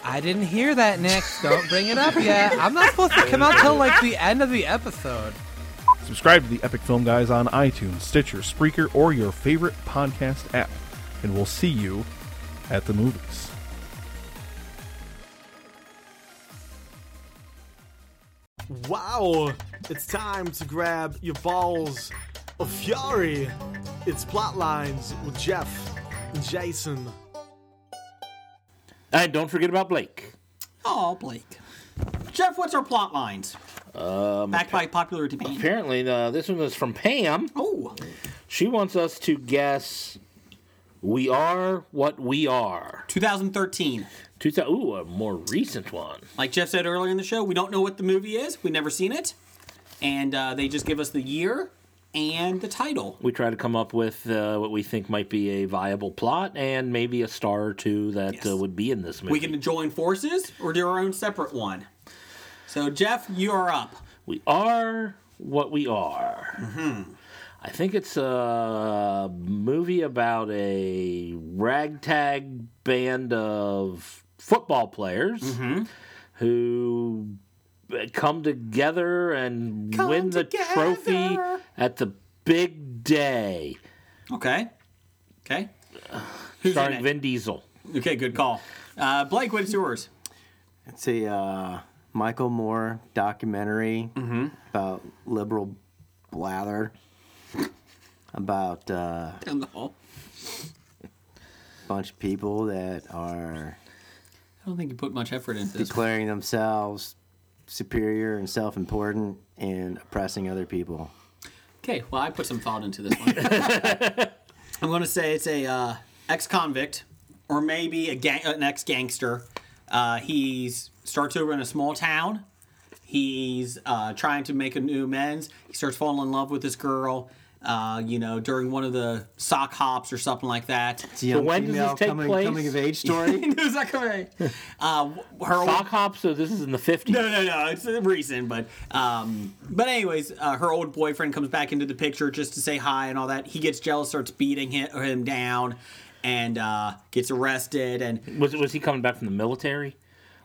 Speaker 8: I didn't hear that, Nick. Don't bring it up yet. I'm not supposed to come out till like the end of the episode.
Speaker 7: Subscribe to the Epic Film Guys on iTunes, Stitcher, Spreaker, or your favorite podcast app, and we'll see you at the movies.
Speaker 9: Wow, it's time to grab your balls of fury. It's Plotlines with Jeff and Jason.
Speaker 3: And Uh, don't forget about Blake.
Speaker 2: Oh, Blake. Jeff, what's our plot lines? Back by popular demand.
Speaker 3: Apparently, uh, this one is from Pam.
Speaker 2: Oh,
Speaker 3: She wants us to guess We Are What We Are.
Speaker 2: 2013.
Speaker 3: Two thou- Ooh, a more recent one.
Speaker 2: Like Jeff said earlier in the show, we don't know what the movie is. We've never seen it. And uh, they just give us the year and the title.
Speaker 3: We try to come up with uh, what we think might be a viable plot and maybe a star or two that
Speaker 2: Yes.
Speaker 3: uh, would be in this movie.
Speaker 2: We can join forces or do our own separate one. So, Jeff, you are up.
Speaker 3: We are what we are.
Speaker 2: Mm-hmm.
Speaker 3: I think it's a movie about a ragtag band of football players
Speaker 2: Mm-hmm.
Speaker 3: who come together and
Speaker 2: Come
Speaker 3: win the trophy
Speaker 2: together.
Speaker 3: at the big day.
Speaker 2: Okay. Okay. Who's in
Speaker 3: Starring
Speaker 2: it?
Speaker 3: Vin Diesel.
Speaker 2: Okay, good call. Uh, Blake, what's yours?
Speaker 6: It's a uh, Michael Moore documentary
Speaker 3: Mm-hmm.
Speaker 6: about liberal blather, about a uh,
Speaker 2: Down the hall.
Speaker 6: bunch of people that are
Speaker 2: I don't think you put much effort into this.
Speaker 6: declaring themselves superior and self-important and oppressing other people.
Speaker 2: Okay, well, I put some thought into this one. I'm going to say it's a uh, ex-convict, or maybe a gang- an ex-gangster. Uh, he starts over in a small town. He's uh, trying to make a new amends. He starts falling in love with this girl. Uh, you know, during one of the sock hops or something like that.
Speaker 6: It's a young
Speaker 3: when does this
Speaker 6: female
Speaker 3: take
Speaker 6: coming,
Speaker 3: place?
Speaker 6: coming of age story.
Speaker 2: Who's that coming? Uh, her old
Speaker 3: Sock Hop, so this is in the 50s.
Speaker 2: no, no, no. It's a reason, but um, but anyways, uh, her old boyfriend comes back into the picture just to say hi and all that. He gets jealous, starts beating him, him down, and uh, gets arrested. And
Speaker 3: Was, was he coming back from the military?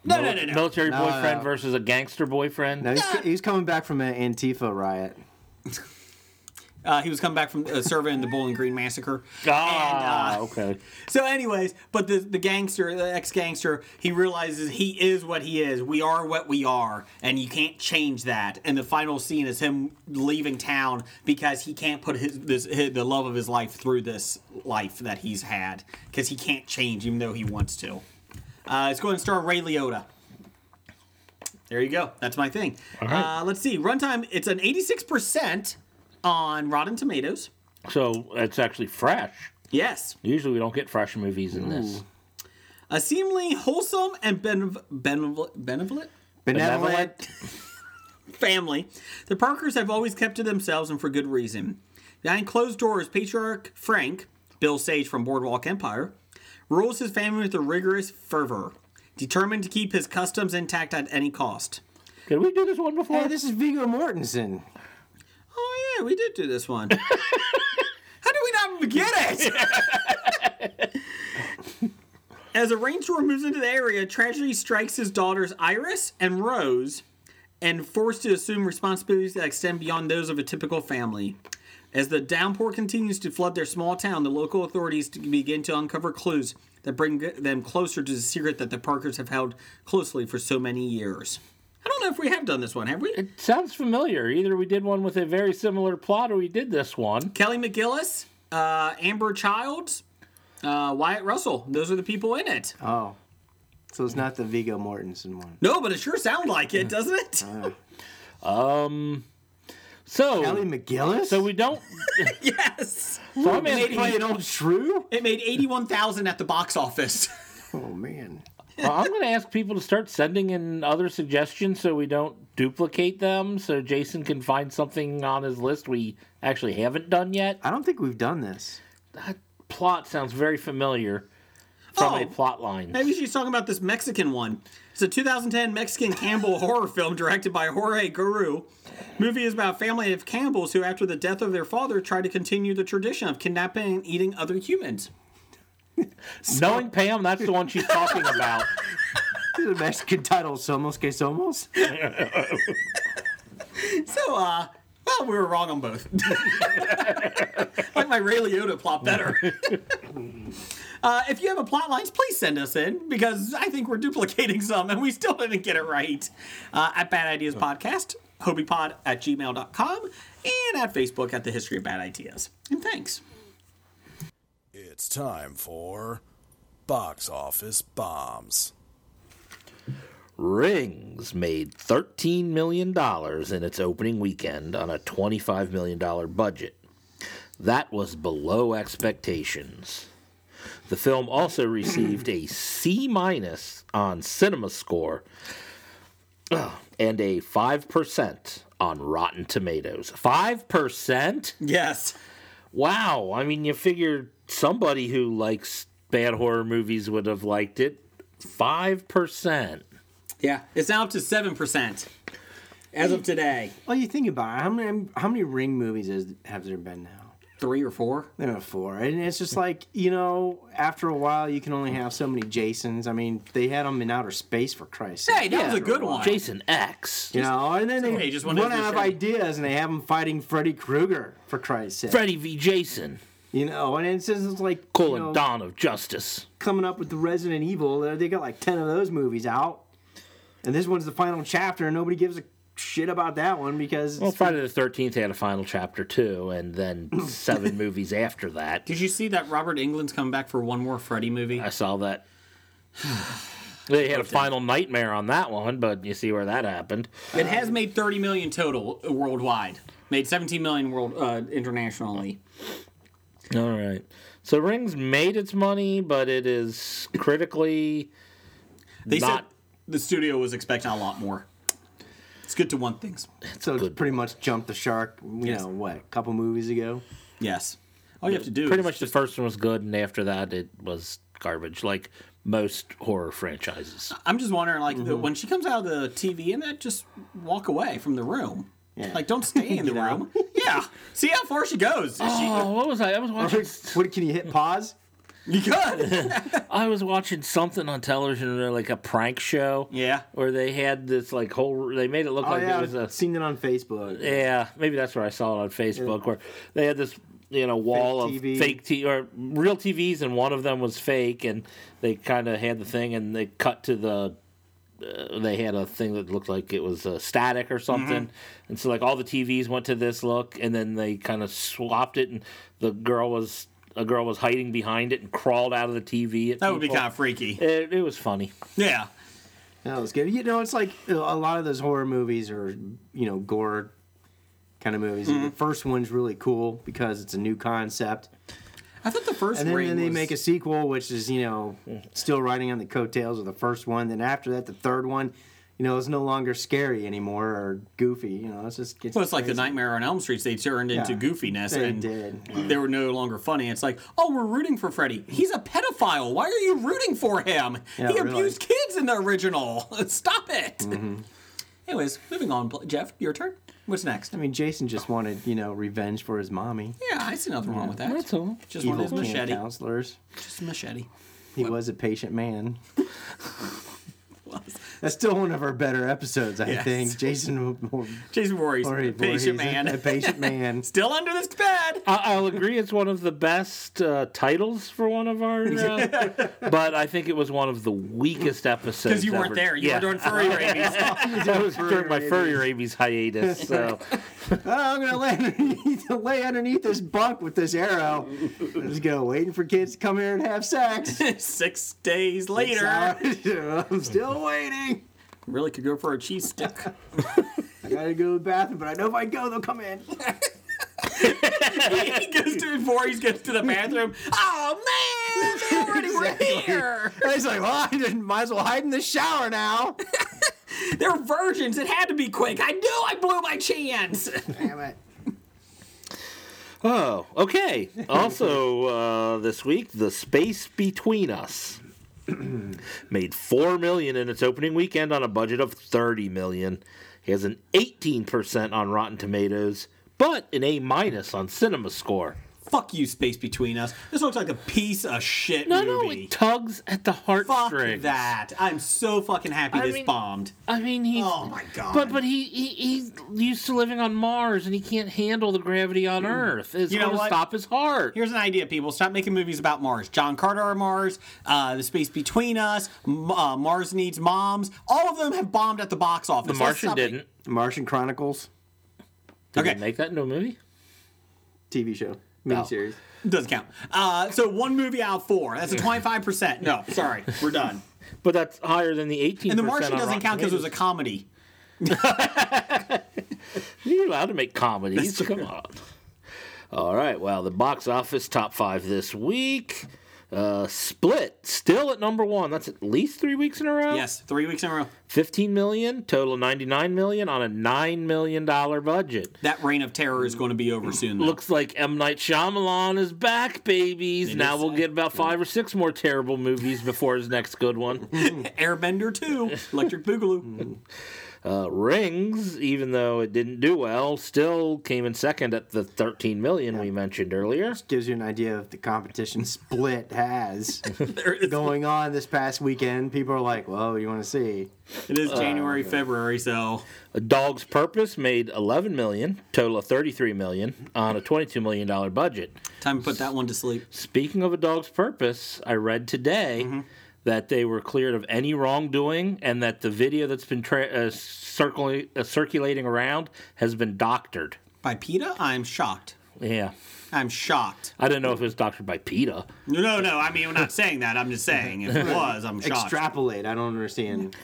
Speaker 2: no, no, no, no.
Speaker 3: Military
Speaker 6: No,
Speaker 3: boyfriend
Speaker 6: no.
Speaker 3: versus a gangster boyfriend?
Speaker 6: no, he's, he's coming back from an Antifa riot.
Speaker 2: Uh, he was coming back from uh, serving in the Bowling Green massacre.
Speaker 3: Ah,
Speaker 2: uh,
Speaker 3: okay.
Speaker 2: So, anyways, but the the gangster, the ex gangster, he realizes he is what he is. We are what we are, and you can't change that. And the final scene is him leaving town because he can't put his, this his, the love of his life through this life that he's had because he can't change, even though he wants to. Uh, it's going to star Ray Liotta. There you go. That's my thing. Uh, let's see. Runtime. It's an eighty-six percent on Rotten Tomatoes.
Speaker 3: So it's actually fresh.
Speaker 2: Yes.
Speaker 3: Usually we don't get fresh movies in this.
Speaker 2: A seemingly wholesome and benev- benevolent, benevolent
Speaker 6: Benevolent.
Speaker 2: family, the Parkers have always kept to themselves and for good reason. Behind closed doors, patriarch Frank, Bill Sage from Boardwalk Empire, rules his family with a rigorous fervor, determined to keep his customs intact at any cost.
Speaker 3: Did we do this one before?
Speaker 6: Hey, this is Viggo Mortensen.
Speaker 2: Oh, yeah, we did do this one. How did we not get it? As a ranger moves into the area, tragedy strikes his daughters Iris and Rose, and forced to assume responsibilities that extend beyond those of a typical family. As the downpour continues to flood their small town, the local authorities begin to uncover clues that bring them closer to the secret that the Parkers have held closely for so many years. I don't know if we have done this one, have we?
Speaker 3: Sounds familiar. Either we did one with a very similar plot or we did this one.
Speaker 2: Kelly McGillis, uh, Amber Childs, uh, Wyatt Russell. Those are the people in it.
Speaker 3: Uh,
Speaker 6: Oh, so it's not the Viggo Mortensen one.
Speaker 2: No, but it sure sounds like it, doesn't it?
Speaker 3: So
Speaker 6: Ellie McGillis.
Speaker 3: so we don't
Speaker 2: yes.
Speaker 3: so I'm
Speaker 6: They play
Speaker 3: gonna,
Speaker 6: an old shrew.
Speaker 2: It made eighty-one thousand at the box office.
Speaker 6: Oh man.
Speaker 3: uh, I'm gonna ask people to start sending in other suggestions so we don't duplicate them so Jason can find something on his list we actually haven't done yet.
Speaker 6: I don't think we've done this.
Speaker 3: That plot sounds very familiar from a
Speaker 2: Oh.
Speaker 3: plot line.
Speaker 2: Maybe she's talking about this Mexican one. It's a 2010 Mexican Campbell horror film directed by Jorge Guru. Movie is about a family of Campbells who, after the death of their father, try to continue the tradition of kidnapping and eating other humans.
Speaker 3: Knowing Pam, that's the one she's talking about.
Speaker 6: This is a Mexican title, Somos que Somos.
Speaker 2: So, uh, well, we were wrong on both. like my Ray Liotta plot better. uh, if you have a plot lines, please send us in because I think we're duplicating some and we still didn't get it right. Uh, at Bad Ideas Podcast, hobiepod at gmail.com, and at Facebook at The History of Bad Ideas. And thanks.
Speaker 10: It's time for box office bombs.
Speaker 3: Rings made $13 million in its opening weekend on a $25 million budget. That was below expectations. The film also received a C minus on CinemaScore, uh, and a 5% on Rotten Tomatoes. 5%?
Speaker 2: Yes.
Speaker 3: Wow. I mean, you figure somebody who likes bad horror movies would have liked it. 5%.
Speaker 2: Yeah. It's now up to 7% as of today.
Speaker 6: Well, you think about it. How many how many Ring movies is, have there been now?
Speaker 2: Three or four?
Speaker 6: There are four, and it's just like you know, after a while, you can only have so many Jasons. I mean, they had them in outer space for Christ's sake.
Speaker 2: Hey, that was a good one.
Speaker 3: Jason X.
Speaker 6: You know, and then they
Speaker 2: Hey, just one
Speaker 6: run
Speaker 2: into the
Speaker 6: out
Speaker 2: show.
Speaker 6: of Uh,
Speaker 2: uh,
Speaker 3: Oh,
Speaker 6: Oh,
Speaker 3: uh,
Speaker 2: "Oh,
Speaker 3: uh,
Speaker 6: "Oh,
Speaker 3: Oh, uh,
Speaker 2: Oh, uh,
Speaker 6: Oh.
Speaker 2: Uh,
Speaker 3: Uh, Split still at number one. That's at least three weeks in a row.
Speaker 2: Yes, three weeks in a row.
Speaker 3: 15 million total 99 million on a 9 million dollar budget
Speaker 2: That reign of terror is going to be over soon. Though.
Speaker 3: looks like M Night Shyamalan is back babies now
Speaker 2: is.
Speaker 3: we'll get about 5 or 6 more terrible movies before his next good one
Speaker 2: Airbender 2, Electric Boogaloo.
Speaker 3: uh, Rings even though it didn't do well still came in second at the 13 million we mentioned earlier
Speaker 6: Gives you an idea of the competition Split has going on this past weekend. People are like, "Well, you want to see?"
Speaker 2: It is January, February, so
Speaker 3: A Dog's Purpose made 11 million total of 33 million on a 22 million dollar budget
Speaker 2: time to put that one to sleep.
Speaker 3: Speaking of a dog's purpose, I read today that they were cleared of any wrongdoing and that the video that's been tra- uh, circling, uh, circulating around has been doctored.
Speaker 2: By PETA, I'm shocked.
Speaker 3: Yeah.
Speaker 2: I'm shocked.
Speaker 3: I didn't know if it was doctored by PETA.
Speaker 2: No, no, no. I mean, I'm not saying that. I'm just saying if it was, I'm shocked.
Speaker 6: Extrapolate. I don't understand.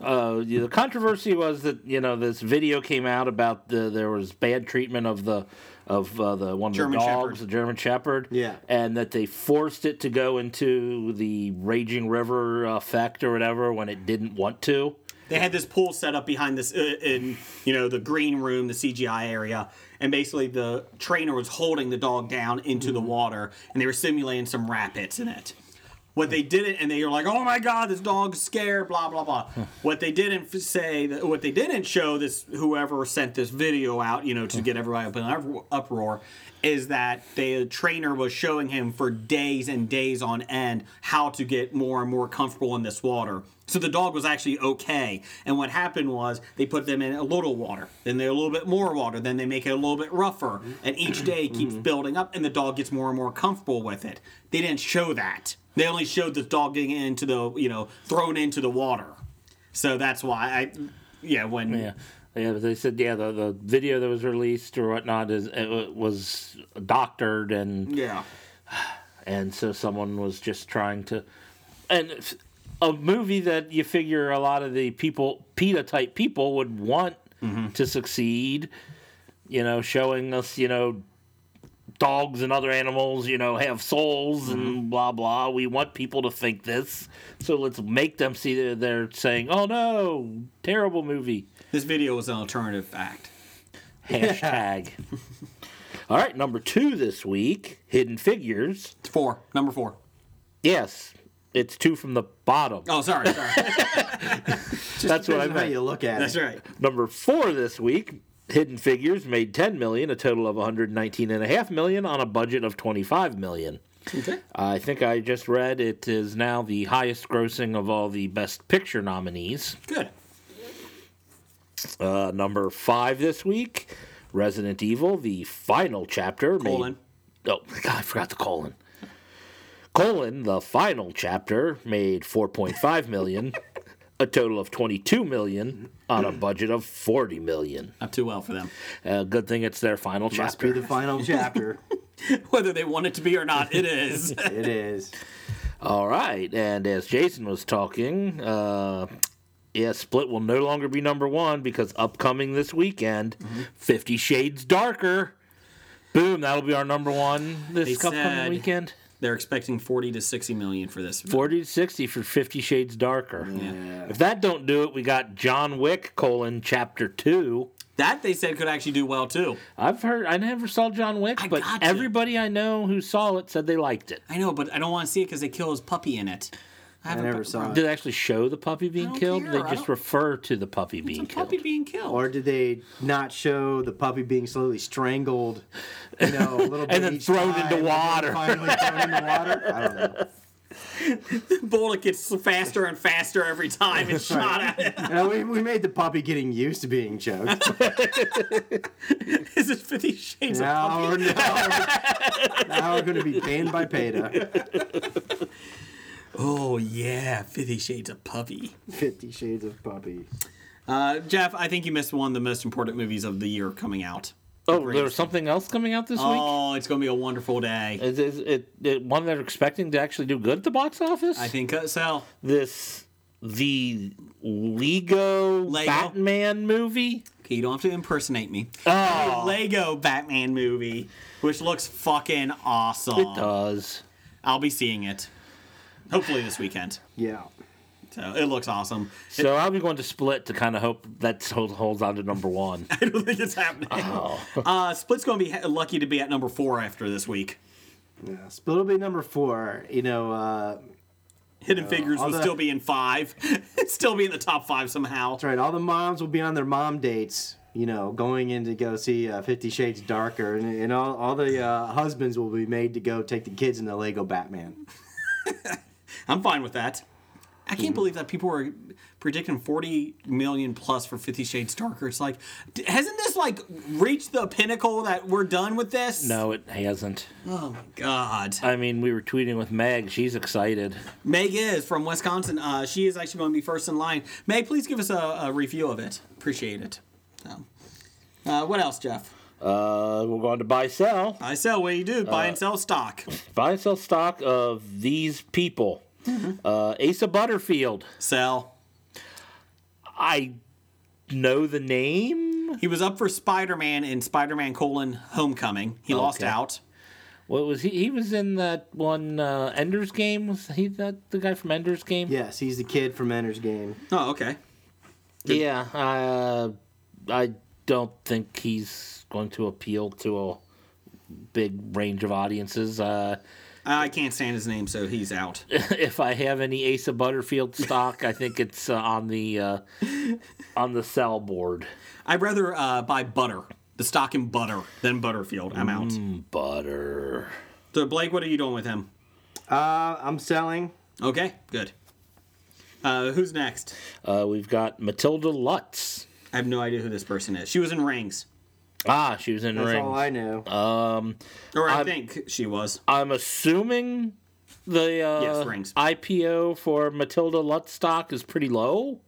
Speaker 3: Uh, yeah, the controversy was that you know this video came out about the there was bad treatment of the of uh, the one of
Speaker 2: German
Speaker 3: the dogs,
Speaker 2: Shepherd.
Speaker 3: the German Shepherd,
Speaker 6: Yeah.
Speaker 3: and that they forced it to go into the raging river effect or whatever when it didn't want to.
Speaker 2: they had this pool set up behind this uh, in you know the green room the cgi area and basically the trainer was holding the dog down into the water and they were simulating some rapids in it what they didn't and they were like oh my god this dog's scared blah blah blah what they didn't f- say that what they didn't show this whoever sent this video out you know to get everybody up in an up- uproar is that the trainer was showing him for days and days on end how to get more and more comfortable in this water so the dog was actually okay and what happened was they put them in a little water then they a little bit more water then they make it a little bit rougher and each day keeps building up and the dog gets more and more comfortable with it they didn't show that they only showed the dog getting into the you know thrown into the water, so that's why I, yeah, when
Speaker 3: Yeah, yeah. But they said yeah, the, the video that was released or whatnot is it wa- was doctored and
Speaker 2: yeah,
Speaker 3: and so someone was just trying to and it's a movie that you figure a lot of the people PETA type people would want to succeed, you know, showing us you know dogs and other animals you know have souls and blah blah we want people to think this so let's make them see that they're saying oh no terrible movie
Speaker 2: this video was an alternative fact.
Speaker 3: Hashtag. All right, number two this week, Hidden Figures.
Speaker 2: It's four, number four.
Speaker 3: Yes, it's two from the bottom.
Speaker 2: Oh, sorry, sorry,
Speaker 6: Just
Speaker 3: That's what
Speaker 6: depends
Speaker 3: I
Speaker 6: on How
Speaker 3: meant.
Speaker 6: you look at
Speaker 2: that's
Speaker 6: it.
Speaker 2: right.
Speaker 3: Number four this week, Hidden Figures made 10 million, a total of 119.5 million on a budget of 25 million.
Speaker 2: Okay.
Speaker 3: I think I just read it is now the highest grossing of all the Best Picture nominees.
Speaker 2: Good.
Speaker 3: Uh, number five this week, Resident Evil, the final chapter. made-
Speaker 2: Colon.
Speaker 3: Oh, God, I forgot the colon. Colon, the final chapter, made 4.5 million, a total of 22 million on a budget of 40 million.
Speaker 2: Not too well for them.
Speaker 3: Uh, good thing it's their final
Speaker 6: Must be
Speaker 3: chapter.
Speaker 6: the final chapter.
Speaker 2: Whether they want it to be or not, it is.
Speaker 6: it is.
Speaker 3: All right, and as Jason was talking, uh, yeah, Split will no longer be number one because upcoming this weekend, Fifty Shades Darker. Boom, that'll be our number one this
Speaker 2: They
Speaker 3: upcoming
Speaker 2: said-
Speaker 3: weekend.
Speaker 2: They're expecting forty to sixty million for this.
Speaker 3: 40 to 60 for 50 shades darker if that don't do it we got john wick colon chapter 2
Speaker 2: That they said could actually do well too.
Speaker 3: i've heard i never saw john wick
Speaker 2: I
Speaker 3: but
Speaker 2: got you.
Speaker 3: everybody i know who saw it said they liked it
Speaker 2: I know, but I don't want to see it because they kill his puppy in it. I, have a
Speaker 6: never
Speaker 2: puppy
Speaker 6: saw
Speaker 2: problem.
Speaker 3: did they actually show the puppy being
Speaker 2: don't
Speaker 3: killed
Speaker 2: care.
Speaker 3: they
Speaker 2: I
Speaker 3: just
Speaker 2: don't-
Speaker 3: refer to the puppy being
Speaker 2: It's a puppy
Speaker 3: killed
Speaker 2: being killed.
Speaker 6: Or did they not show the puppy being slowly strangled? You know, a little bit
Speaker 3: then
Speaker 6: each
Speaker 3: thrown
Speaker 6: time,
Speaker 3: into
Speaker 6: and then
Speaker 3: water.
Speaker 6: Finally thrown in the water. I don't know.
Speaker 2: Bullet gets faster and faster every time it's shot at it.
Speaker 6: You know, we, we made the puppy getting used to being choked.
Speaker 2: Is it Fifty Shades of
Speaker 6: now,
Speaker 2: Puppy?
Speaker 6: we're, now, now we're going to be banned by PETA.
Speaker 2: Oh yeah, Fifty Shades of Puppy.
Speaker 6: Fifty Shades of Puppy.
Speaker 2: Uh, Jeff, I think you missed one of the most important movies of the year coming out.
Speaker 3: oh there was something else coming out this week
Speaker 2: Oh, it's gonna be a wonderful day.
Speaker 3: is, is it, it one they're expecting to actually do good at the box office
Speaker 2: I think uh, so.
Speaker 3: this the lego,
Speaker 2: Lego.
Speaker 3: batman movie
Speaker 2: Okay, you don't have to impersonate me. Oh, Lego Batman movie, which looks fucking awesome.
Speaker 3: does
Speaker 2: I'll be seeing it. Hopefully this weekend.
Speaker 6: Yeah.
Speaker 2: So it looks awesome.
Speaker 3: So I'll be going to split to kind of hope that hold- holds on to number one.
Speaker 2: I don't think it's happening.
Speaker 3: Oh.
Speaker 2: Uh, Split's going to be ha- lucky to be at number four after this week.
Speaker 6: yeah. Split will be number four. You know, uh,
Speaker 2: Hidden Figures will
Speaker 6: although-
Speaker 2: still be in five. still be in the top five somehow.
Speaker 6: that's right. All the moms will be on their mom dates. You know, going in to go see uh, Fifty Shades Darker, and, and all, all the uh, husbands will be made to go take the kids in the Lego Batman.
Speaker 2: I'm fine with that. I
Speaker 3: Hmm.
Speaker 2: can't believe that people are predicting 40 million plus for Fifty Shades Darker. It's like, d- hasn't this like reached the pinnacle that we're done with this?
Speaker 3: No, it hasn't.
Speaker 2: Oh my God.
Speaker 3: I mean, we were tweeting with Meg. She's excited.
Speaker 2: Meg is from Wisconsin. Uh, she is actually going to be first in line. Meg, please give us a, a review of it. Appreciate it. Um, uh, what else, Jeff?
Speaker 3: Uh, we're going to buy sell.
Speaker 2: I sell what do you do.
Speaker 3: Uh,
Speaker 2: Buy and sell stock.
Speaker 3: Buy and sell stock of these people.
Speaker 2: Mm-hmm.
Speaker 3: Uh, Asa Butterfield.
Speaker 2: Sell.
Speaker 3: I know the name.
Speaker 2: He was up for Spider Man in Spider Man colon Homecoming. He lost
Speaker 3: Okay.
Speaker 2: out.
Speaker 3: What was he? He was in that one uh, Ender's Game. Was he that the guy from Ender's Game?
Speaker 6: Yes, he's the kid from Ender's Game.
Speaker 2: Oh, okay.
Speaker 3: Yeah. Uh, I don't think he's going to appeal to a big range of audiences. Uh,
Speaker 2: I can't stand his name, so he's out.
Speaker 3: if I have any Asa Butterfield stock, I think it's uh, on the uh, on the sell board.
Speaker 2: I'd rather uh, buy butter, the stock in butter, than Butterfield. I'm out.
Speaker 3: Mm. Butter.
Speaker 2: So, Blake, what are you doing with him?
Speaker 6: Uh, I'm selling.
Speaker 2: Okay, good. Uh, who's next?
Speaker 3: Uh, we've got Matilda Lutz.
Speaker 2: I have no idea who this person is. She was in Rings,
Speaker 3: Ah, she was in
Speaker 6: That's
Speaker 3: Rings.
Speaker 6: all I know.
Speaker 2: or I think she was.
Speaker 3: I'm assuming the uh,
Speaker 2: Yes, Rings.
Speaker 3: IPO for Matilda Lutz stock is pretty low.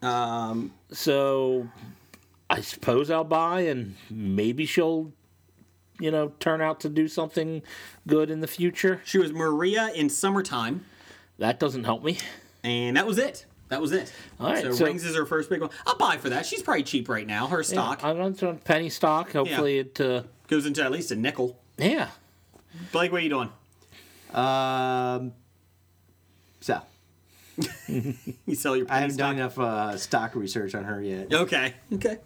Speaker 2: Um,
Speaker 3: So I suppose I'll buy, and maybe she'll, you know, turn out to do something good in the future.
Speaker 2: she was Maria in Summertime,
Speaker 3: That doesn't help me.
Speaker 2: and that was it. That was it.
Speaker 3: All right,
Speaker 2: so,
Speaker 3: so-
Speaker 2: Rings is her first big one. I'll buy for that. She's probably cheap right now. Her stock
Speaker 3: I'm on some penny stock. Hopefully it. Uh,
Speaker 2: goes into at least a nickel.
Speaker 3: yeah.
Speaker 2: Blake, what are you doing?
Speaker 6: Um, so
Speaker 2: You sell your penny
Speaker 6: I haven't
Speaker 2: stock.
Speaker 6: done enough uh, stock research on her yet.
Speaker 2: Okay. Okay.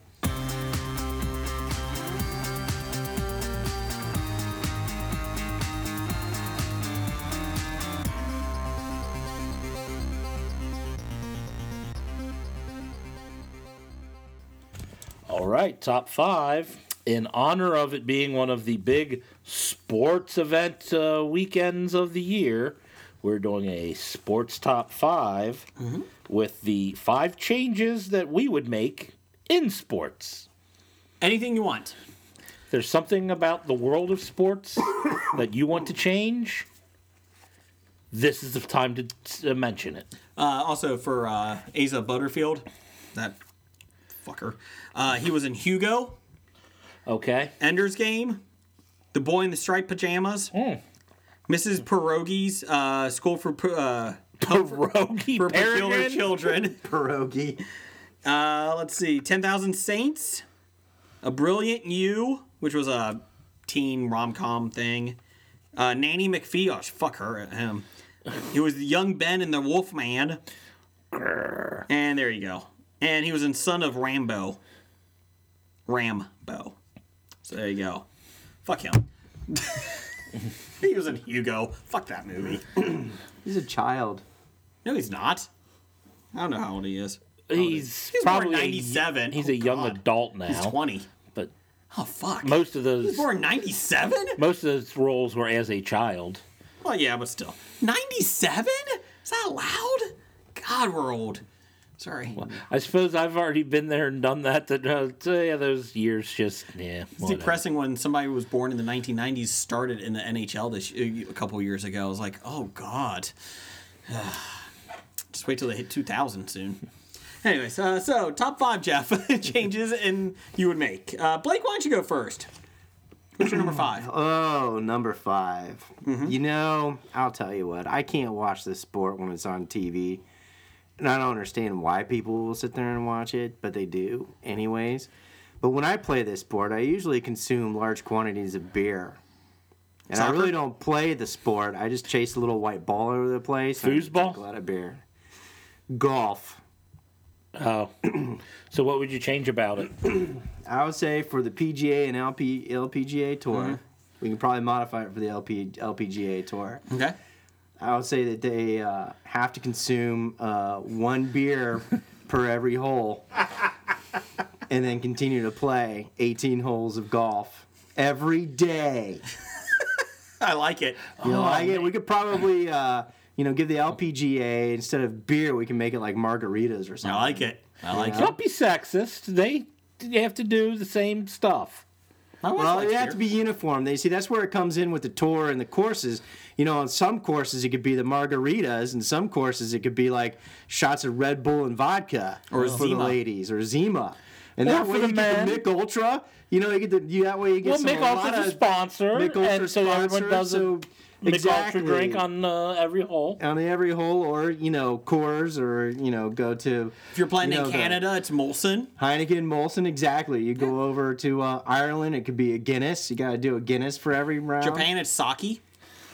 Speaker 3: All right, top five. In honor of it being one of the big sports event uh, weekends of the year, we're doing a sports top 5
Speaker 2: Mm-hmm.
Speaker 3: with the five changes that we would make in sports.
Speaker 2: Anything you want.
Speaker 3: There's something about the world of sports that you want to change. This is the time to to mention it.
Speaker 2: Uh, also for uh, Asa Butterfield, that fucker. Uh, he was in Hugo,
Speaker 3: Okay.
Speaker 2: Ender's Game, The Boy in the Striped Pajamas,
Speaker 3: Mm.
Speaker 2: Mrs. Pierogi's uh, School for P- uh,
Speaker 3: Pierogi
Speaker 2: for Peculiar
Speaker 3: Peregrine.
Speaker 2: Children.
Speaker 6: Pierogi.
Speaker 2: Uh, let's see, Ten Thousand Saints, A Brilliant You, which was a teen rom com thing. Uh, Nanny McPhee, oh fuck her, him. He was the young Ben in the Wolfman. And there you go. And he was in Son of Rambo. Rambo. So there you go. Fuck him. he was in Hugo. Fuck that movie.
Speaker 6: He's a child.
Speaker 2: No, he's not. I don't know how old he is.
Speaker 3: He's,
Speaker 2: He's born
Speaker 3: probably a-
Speaker 2: 97.
Speaker 3: he's
Speaker 2: Oh,
Speaker 3: a young
Speaker 2: God.
Speaker 3: adult now.
Speaker 2: He's 20.
Speaker 3: But
Speaker 2: Oh, fuck.
Speaker 3: most of those
Speaker 2: He's born 97?
Speaker 3: Most of those roles were as a child.
Speaker 2: Well, yeah, but still. 97? Is that allowed? God, we're old. Sorry.
Speaker 3: I suppose I've already been there and done that. That uh, so, yeah, those years just yeah.
Speaker 2: It's
Speaker 3: whatever.
Speaker 2: depressing when somebody who was born in the 1990s started in the NHL this a couple of years ago. I was like, oh god. Just wait till they hit 2000 soon. Anyways, uh, so top five, Jeff changes in you would make. Uh, Blake, why don't you go first? What's your number five?
Speaker 6: Oh, number 5 You know, I'll tell you what. I can't watch this sport when it's on TV, and I don't understand why people will sit there and watch it, but they do, anyways. But when I play this sport, I usually consume large quantities of beer. And I really don't play the sport. I just chase a little white ball over the place. and
Speaker 3: Foosball?
Speaker 6: drink A lot of beer. Golf.
Speaker 3: Oh, so what would you change about it?
Speaker 6: I would say for the PGA and LP, LPGA tour, we can probably modify it for the LP, LPGA tour.
Speaker 2: Okay.
Speaker 6: I would say that they uh, have to consume uh, one beer per every hole, and then continue to play 18 holes of golf every day.
Speaker 2: I like it.
Speaker 6: You know, like it. We could probably, uh, you know, give the LPGA instead of beer, we can make it like margaritas or something.
Speaker 2: I like it. I like it.
Speaker 3: Don't be sexist. They they have to do the same stuff.
Speaker 2: My wife
Speaker 6: Well,
Speaker 2: likes
Speaker 6: they have
Speaker 2: beer.
Speaker 6: to be uniform. They see that's where it comes in with the tour and the courses. You know, on some courses it could be the margaritas, and some courses it could be like shots of Red Bull and vodka,
Speaker 2: Or
Speaker 6: for the
Speaker 2: Zima.
Speaker 6: ladies, or Zima. And
Speaker 3: Or
Speaker 6: that
Speaker 3: for
Speaker 6: way
Speaker 3: the
Speaker 6: you get the
Speaker 3: men.
Speaker 6: Mick Ultra. You know, you get the you, that way you get
Speaker 3: Well,
Speaker 6: some
Speaker 3: Mick
Speaker 6: a
Speaker 3: Ultra's
Speaker 6: lot
Speaker 3: a
Speaker 6: of
Speaker 3: sponsor,
Speaker 6: Mick Ultra
Speaker 3: and so everyone
Speaker 6: sponsor,
Speaker 3: does a
Speaker 6: so
Speaker 3: Make
Speaker 6: exactly.
Speaker 3: ultra drink on uh, every hole.
Speaker 6: on every hole, or you know, Coors, or you know, go to
Speaker 2: If you're playing
Speaker 6: you know,
Speaker 2: in
Speaker 6: the-
Speaker 2: Canada, it's Molson.
Speaker 6: Heineken, Molson, exactly. You go over to uh, Ireland, it could be a Guinness. You got to do a Guinness for every round.
Speaker 2: Japan, it's sake.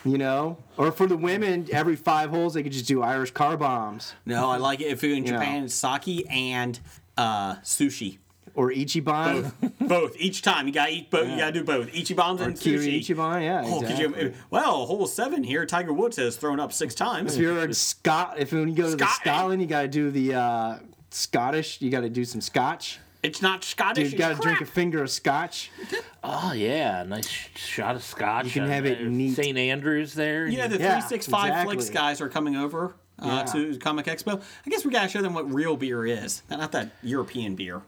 Speaker 6: you know, or for the women, every five holes they could just do Irish car bombs
Speaker 2: No, I like it. If you're in
Speaker 6: You know.
Speaker 2: Japan, it's sake and uh, sushi.
Speaker 6: or Ichiban.
Speaker 2: Oh, Both each time you gotta eat both. You gotta do both. Ichibans and
Speaker 6: Kiri
Speaker 2: sushi.
Speaker 6: Ichiban, yeah.
Speaker 2: Oh, could
Speaker 6: exactly.
Speaker 2: you? Well, hole seven here. Tiger Woods has thrown up six times.
Speaker 6: if you're in Scot, if when you go to the
Speaker 2: Scot-
Speaker 6: Scotland, you got to do the uh, Scottish. You got to do some Scotch.
Speaker 2: It's not Scottish.
Speaker 6: You got to
Speaker 2: it's
Speaker 6: drink a
Speaker 2: crap.
Speaker 6: finger of Scotch.
Speaker 3: Oh yeah, nice sh- shot of scotch. You
Speaker 6: can have it neat.
Speaker 3: St. Andrews there.
Speaker 2: You know the
Speaker 6: Yeah,
Speaker 2: three six five flicks
Speaker 6: exactly.
Speaker 2: guys are coming over uh, to Comic Expo. I guess we gotta show them what real beer is, not that European beer.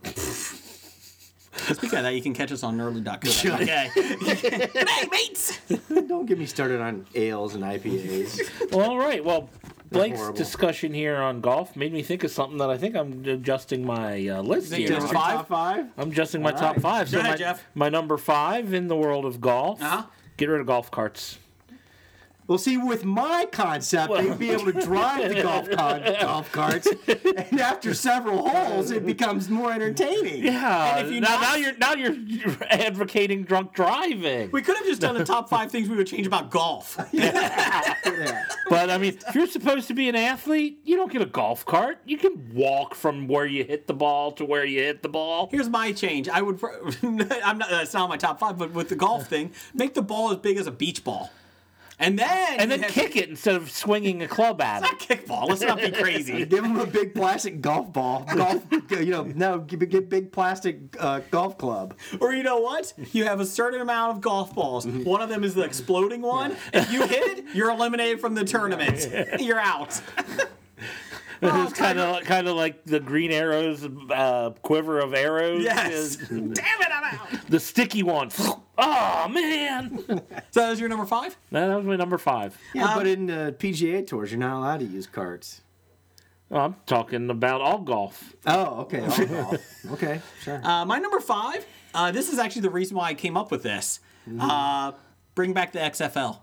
Speaker 2: Speaking of that, you can catch us on nerdly.co. Okay. Good night, mates.
Speaker 6: Don't get me started on ales and IPAs.
Speaker 3: Well, all right. Well, Blake's
Speaker 6: horrible.
Speaker 3: discussion here on golf made me think of something that I think I'm adjusting my uh, list
Speaker 2: think
Speaker 3: here.
Speaker 2: you're-
Speaker 6: Top
Speaker 2: Five?
Speaker 6: Top five.
Speaker 3: I'm adjusting my top
Speaker 6: right.
Speaker 3: five. So
Speaker 2: ahead,
Speaker 3: my,
Speaker 2: Jeff.
Speaker 3: my number five in the world of golf.
Speaker 2: Uh-huh.
Speaker 3: Get rid of golf carts.
Speaker 6: Well, see, with my concept, they'd be able to drive the golf, con- golf carts, and after several holes, it becomes more entertaining.
Speaker 3: Yeah.
Speaker 2: if you
Speaker 3: now,
Speaker 2: not-
Speaker 3: now you're now you're you're advocating drunk driving.
Speaker 2: We could have just done the top five things we would change about golf.
Speaker 3: But I mean, if you're supposed to be an athlete, you don't get a golf cart. You can walk from where you hit the ball to where you hit the ball.
Speaker 2: Here's my change. I would. pro- I'm not. That's not my top five. But with the golf thing, make the ball as big as a beach ball, and then
Speaker 3: And then
Speaker 2: you have-
Speaker 3: kick it instead of swinging a club at it.
Speaker 2: Not kickball. Let's not be crazy.
Speaker 6: Give them a big plastic golf ball. Golf, you know, no, give get big plastic uh, golf club.
Speaker 2: or you know what? You have a certain amount of golf balls.
Speaker 3: Mm-hmm.
Speaker 2: One of them is the exploding one. If you hit it, you're eliminated from the tournament. You're out.
Speaker 3: It's kind of kind of like the green arrows uh, quiver of arrows.
Speaker 2: Yes.
Speaker 3: is
Speaker 2: Damn it, I'm out.
Speaker 3: the sticky one. Oh man, No,
Speaker 2: So that was your number five.
Speaker 3: that was my number five.
Speaker 6: Yeah,
Speaker 2: Um,
Speaker 6: but in uh, PGA tours, you're not allowed to use carts.
Speaker 3: Well, I'm talking about all golf.
Speaker 6: Oh, okay. all golf. okay, sure.
Speaker 2: Uh, my number five. Uh, this is actually the reason why I came up with this.
Speaker 3: Mm-hmm.
Speaker 2: Uh, bring back the XFL.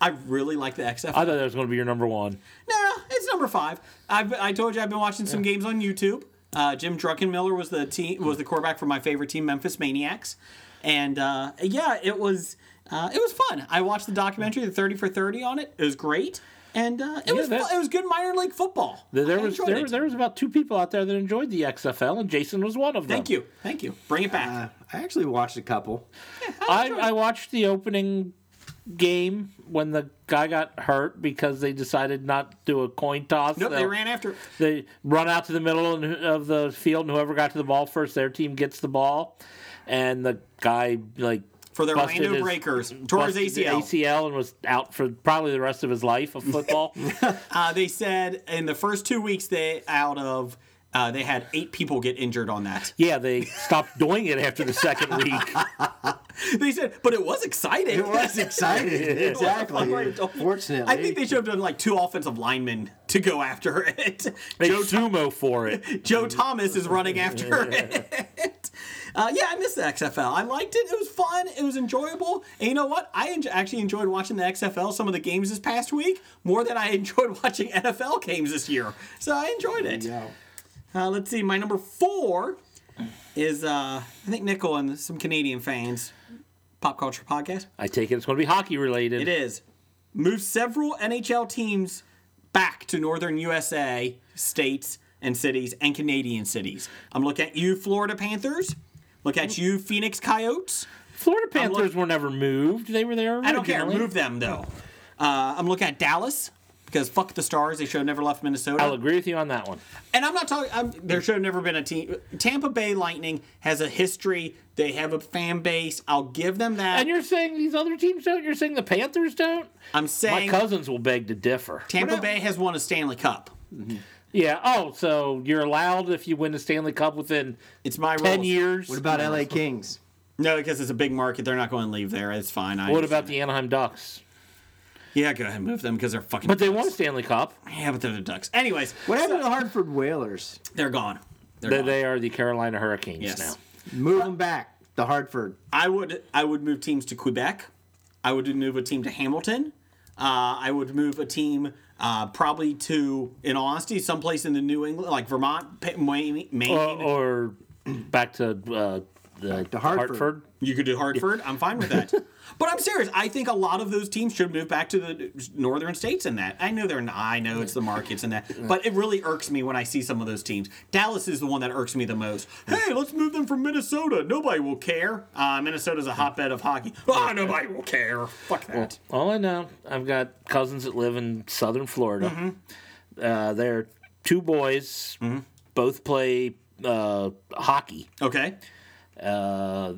Speaker 2: I really like the XFL.
Speaker 3: I thought that was going to be your number one.
Speaker 2: No, it's number five. I've, I told you I've been watching some games on YouTube. Uh, Jim Druckenmiller was the team was the quarterback for my favorite team, Memphis Maniacs, and uh, yeah, it was uh, it was fun. I watched the documentary, the Thirty for Thirty, on it. It was great, and uh, it was
Speaker 3: that-
Speaker 2: fu- it was good minor league football.
Speaker 3: There, there
Speaker 2: I
Speaker 3: was
Speaker 2: enjoyed
Speaker 3: there,
Speaker 2: it.
Speaker 3: there was about two people out there that enjoyed the XFL, and Jason was Uh, one of them.
Speaker 2: Thank you, thank you. Bring it back.
Speaker 6: I actually watched a couple.
Speaker 3: I, I watched the opening game when the guy got hurt because they decided not to do a coin toss.
Speaker 2: nope, they
Speaker 3: They'll-
Speaker 2: ran after.
Speaker 3: They run out to the middle and- of the field, and whoever got to the ball first, their team gets the ball. And the guy like
Speaker 2: For the
Speaker 3: busted
Speaker 2: Orlando
Speaker 3: his-
Speaker 2: Breakers, tore his
Speaker 3: busted
Speaker 2: ACL.
Speaker 3: ACL, and was out for probably the rest of his life of football.
Speaker 2: Uh, they said in the first two weeks they out of uh, they had eight people get injured on that.
Speaker 3: yeah, they stopped doing it after the second week.
Speaker 2: They said, but it was exciting.
Speaker 6: It was exciting. exactly. Fortunately,
Speaker 2: I think they should have done like two offensive linemen to go after it.
Speaker 3: They sumo for it.
Speaker 2: Joe Thomas is running after it. Uh, yeah, I missed the XFL. I liked it. It was fun. It was enjoyable. And you know what? I en- actually enjoyed watching the XFL, some of the games this past week, more than I enjoyed watching NFL games this year. So I enjoyed it.
Speaker 6: Yeah.
Speaker 2: Uh, let's see. My number four is uh, I think Nickel and some Canadian fans Pop Culture Podcast.
Speaker 3: I take it it's going to be hockey related.
Speaker 2: It is. Moved several NHL teams back to northern USA states and cities and Canadian cities. I'm looking at you, Florida Panthers. Look at you, Phoenix Coyotes.
Speaker 3: Florida Panthers were never moved. They were there.
Speaker 2: I don't care.
Speaker 3: originally.
Speaker 2: Move them though. Uh, I'm looking at Dallas because fuck the Stars. They should have never left Minnesota.
Speaker 3: I'll agree with you on that one.
Speaker 2: And I'm not talking. I'm, there should have never been a team. Tampa Bay Lightning has a history. They have a fan base. I'll give them that.
Speaker 3: And you're saying these other teams don't. You're saying the Panthers don't.
Speaker 2: I'm
Speaker 3: My
Speaker 2: saying
Speaker 3: cousins will beg to differ.
Speaker 2: Tampa Bay has won a Stanley Cup.
Speaker 3: Yeah. Oh, so you're allowed if you win the Stanley Cup within
Speaker 2: It's my
Speaker 3: ten
Speaker 2: rules.
Speaker 3: years.
Speaker 6: What about LA Kings?
Speaker 2: No, because it's a big market. They're not going to leave there. It's fine. I
Speaker 3: What about the Anaheim Ducks?
Speaker 2: Yeah, go ahead, move them because they're fucking.
Speaker 3: But they
Speaker 2: ducks.
Speaker 3: won a Stanley Cup.
Speaker 2: Yeah, but they're the Ducks. Anyways,
Speaker 6: What happened to the Hartford Whalers?
Speaker 2: they're gone. They're
Speaker 3: They,
Speaker 2: gone.
Speaker 3: they are the Carolina Hurricanes
Speaker 2: Yes.
Speaker 3: now.
Speaker 6: Move them back. The Hartford.
Speaker 2: I would I would move teams to Quebec. I would move a team to Hamilton. Uh, I would move a team uh, probably to, in all honesty, someplace in the New England, like Vermont, Pa- Maine. Maine.
Speaker 3: Or, Uh, or back to uh, the
Speaker 6: to
Speaker 3: Hartford.
Speaker 6: Hartford.
Speaker 2: you could do Hartford. I'm fine with that. but I'm serious. I think a lot of those teams should move back to the northern states in that. I know they're not. I know it's the markets and that. But it really irks me when I see some of those teams. Dallas is the one that irks me the most. Hey, let's move them from Minnesota. Nobody will care. Uh, Minnesota's a hotbed of hockey. Ah, nobody will care. Fuck that.
Speaker 3: All I know, I've got cousins that live in Southern Florida.
Speaker 2: Mm-hmm.
Speaker 3: Uh, they're two boys, both play uh, hockey.
Speaker 2: Okay.
Speaker 3: Uh,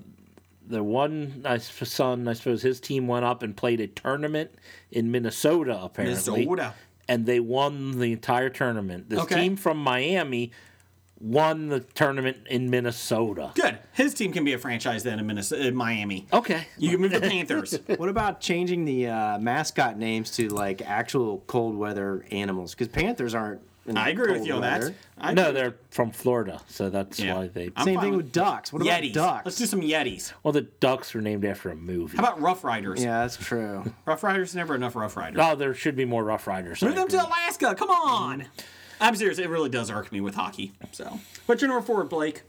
Speaker 3: the one I s- son, I suppose, his team went up and played a tournament in Minnesota, apparently.
Speaker 2: Minnesota.
Speaker 3: And they won the entire tournament. This
Speaker 2: Okay.
Speaker 3: team from Miami won the tournament in Minnesota.
Speaker 2: Good. His team can be a franchise then in Minnesota, in Miami.
Speaker 3: Okay.
Speaker 2: You can move the Panthers.
Speaker 6: What about changing the uh, mascot names to like actual cold weather animals? Because Panthers aren't. in
Speaker 2: I agree with
Speaker 6: cold
Speaker 2: you on that.
Speaker 6: weather.
Speaker 2: I,
Speaker 3: no, they're from Florida, so that's
Speaker 2: Yeah.
Speaker 3: why they.
Speaker 2: I'm
Speaker 6: Same
Speaker 2: fine
Speaker 6: thing
Speaker 2: with-
Speaker 6: with ducks. What
Speaker 2: Yetis.
Speaker 6: about ducks?
Speaker 2: Let's do some Yetis.
Speaker 3: Well, the Ducks were named after a movie.
Speaker 2: How about Rough Riders?
Speaker 6: yeah, that's true.
Speaker 2: Rough Riders, never enough Rough Riders.
Speaker 3: Oh, there should be more Rough Riders. I
Speaker 2: Move them
Speaker 3: agree.
Speaker 2: to Alaska. Come on. I'm serious. It really does irk me with hockey. So, what's your number four, Blake?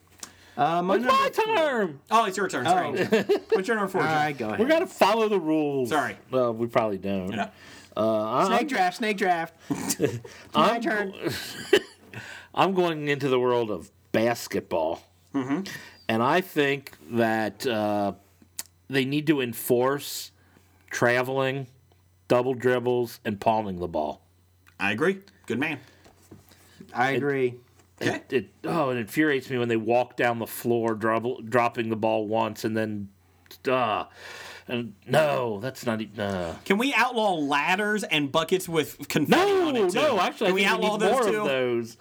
Speaker 6: Um, my
Speaker 3: It's
Speaker 6: number-
Speaker 3: my turn.
Speaker 2: Oh, it's your turn. Sorry. what's your number four?
Speaker 6: all
Speaker 2: Jim?
Speaker 6: right, go ahead.
Speaker 3: We gotta follow the rules.
Speaker 2: Sorry.
Speaker 3: Well, we probably don't.
Speaker 2: Yeah.
Speaker 6: snake draft. Snake draft. my turn.
Speaker 3: I'm going into the world of basketball,
Speaker 2: Mm-hmm.
Speaker 3: and I think that uh, they need to enforce traveling, double dribbles, and palming the ball.
Speaker 2: I agree. Good man.
Speaker 6: I agree.
Speaker 2: Okay.
Speaker 3: It oh, it infuriates me when they walk down the floor, dribble, dropping the ball once, and then, uh, and no, that's not. e- Uh,
Speaker 2: Can we outlaw ladders and buckets with confetti
Speaker 3: no,
Speaker 2: on it? too?
Speaker 3: no, actually,
Speaker 2: Can
Speaker 3: I
Speaker 2: we
Speaker 3: think we
Speaker 2: outlaw
Speaker 3: need
Speaker 2: those
Speaker 3: more
Speaker 2: too?
Speaker 3: of those.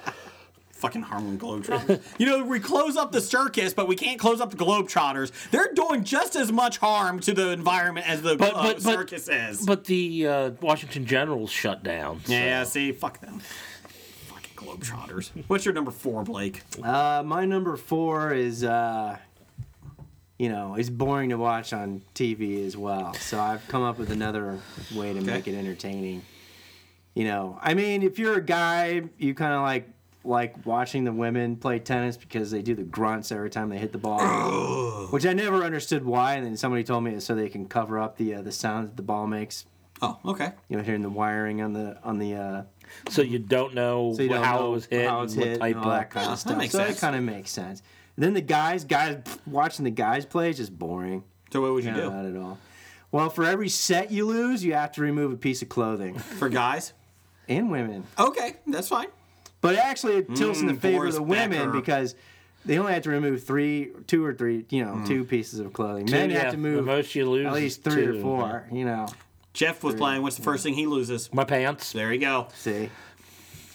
Speaker 2: fucking Harlem Globetrotters. you know, we close up the circus, but we can't close up the Globetrotters. They're doing just as much harm to the environment as the
Speaker 3: But-
Speaker 6: Oh,
Speaker 2: uh,
Speaker 3: but- but-
Speaker 2: circus is.
Speaker 3: But the uh, Washington Generals shut down. so-
Speaker 2: yeah, see, fuck them. Fucking Globetrotters. What's your number four, Blake?
Speaker 6: Uh, my number four is, uh, you know, it's boring to watch on TV as well. So I've come up with another way to make it entertaining. You know, I mean, if you're a guy, you kind of like like watching the women play tennis because they do the grunts every time they hit the ball, which I never understood why. And then somebody told me it's so they can cover up the uh, the sounds that the ball makes.
Speaker 2: Oh, okay.
Speaker 6: You know, hearing the wiring on the on the uh,
Speaker 3: So you don't know
Speaker 6: so you don't
Speaker 3: how
Speaker 6: know
Speaker 3: it was hit,
Speaker 6: how it's
Speaker 3: and what
Speaker 6: hit
Speaker 3: type
Speaker 6: and all that
Speaker 3: of-
Speaker 6: kind
Speaker 2: Huh, that
Speaker 6: of stuff.
Speaker 2: makes
Speaker 6: so
Speaker 2: sense.
Speaker 6: that kind of makes sense. And then the guys, guys pff, watching the guys play is just boring.
Speaker 2: So what would you
Speaker 6: No, not at all. Well, for every set you lose, you have to remove a piece of clothing
Speaker 2: do for guys?
Speaker 6: and women.
Speaker 2: Okay, that's fine.
Speaker 6: But actually, it tilts in the
Speaker 2: Mm,
Speaker 6: favor
Speaker 2: Boris
Speaker 6: of the women
Speaker 2: Becker.
Speaker 6: because they only have to remove three, two or three, you know, two pieces of clothing. Men
Speaker 3: Mm. yeah,
Speaker 6: have to
Speaker 3: the
Speaker 6: move
Speaker 3: most you lose
Speaker 6: at
Speaker 3: is
Speaker 6: least three
Speaker 3: two.
Speaker 6: or four. You know,
Speaker 2: Jeff was playing. What's the first thing he loses?
Speaker 3: My pants.
Speaker 2: There you go.
Speaker 6: see.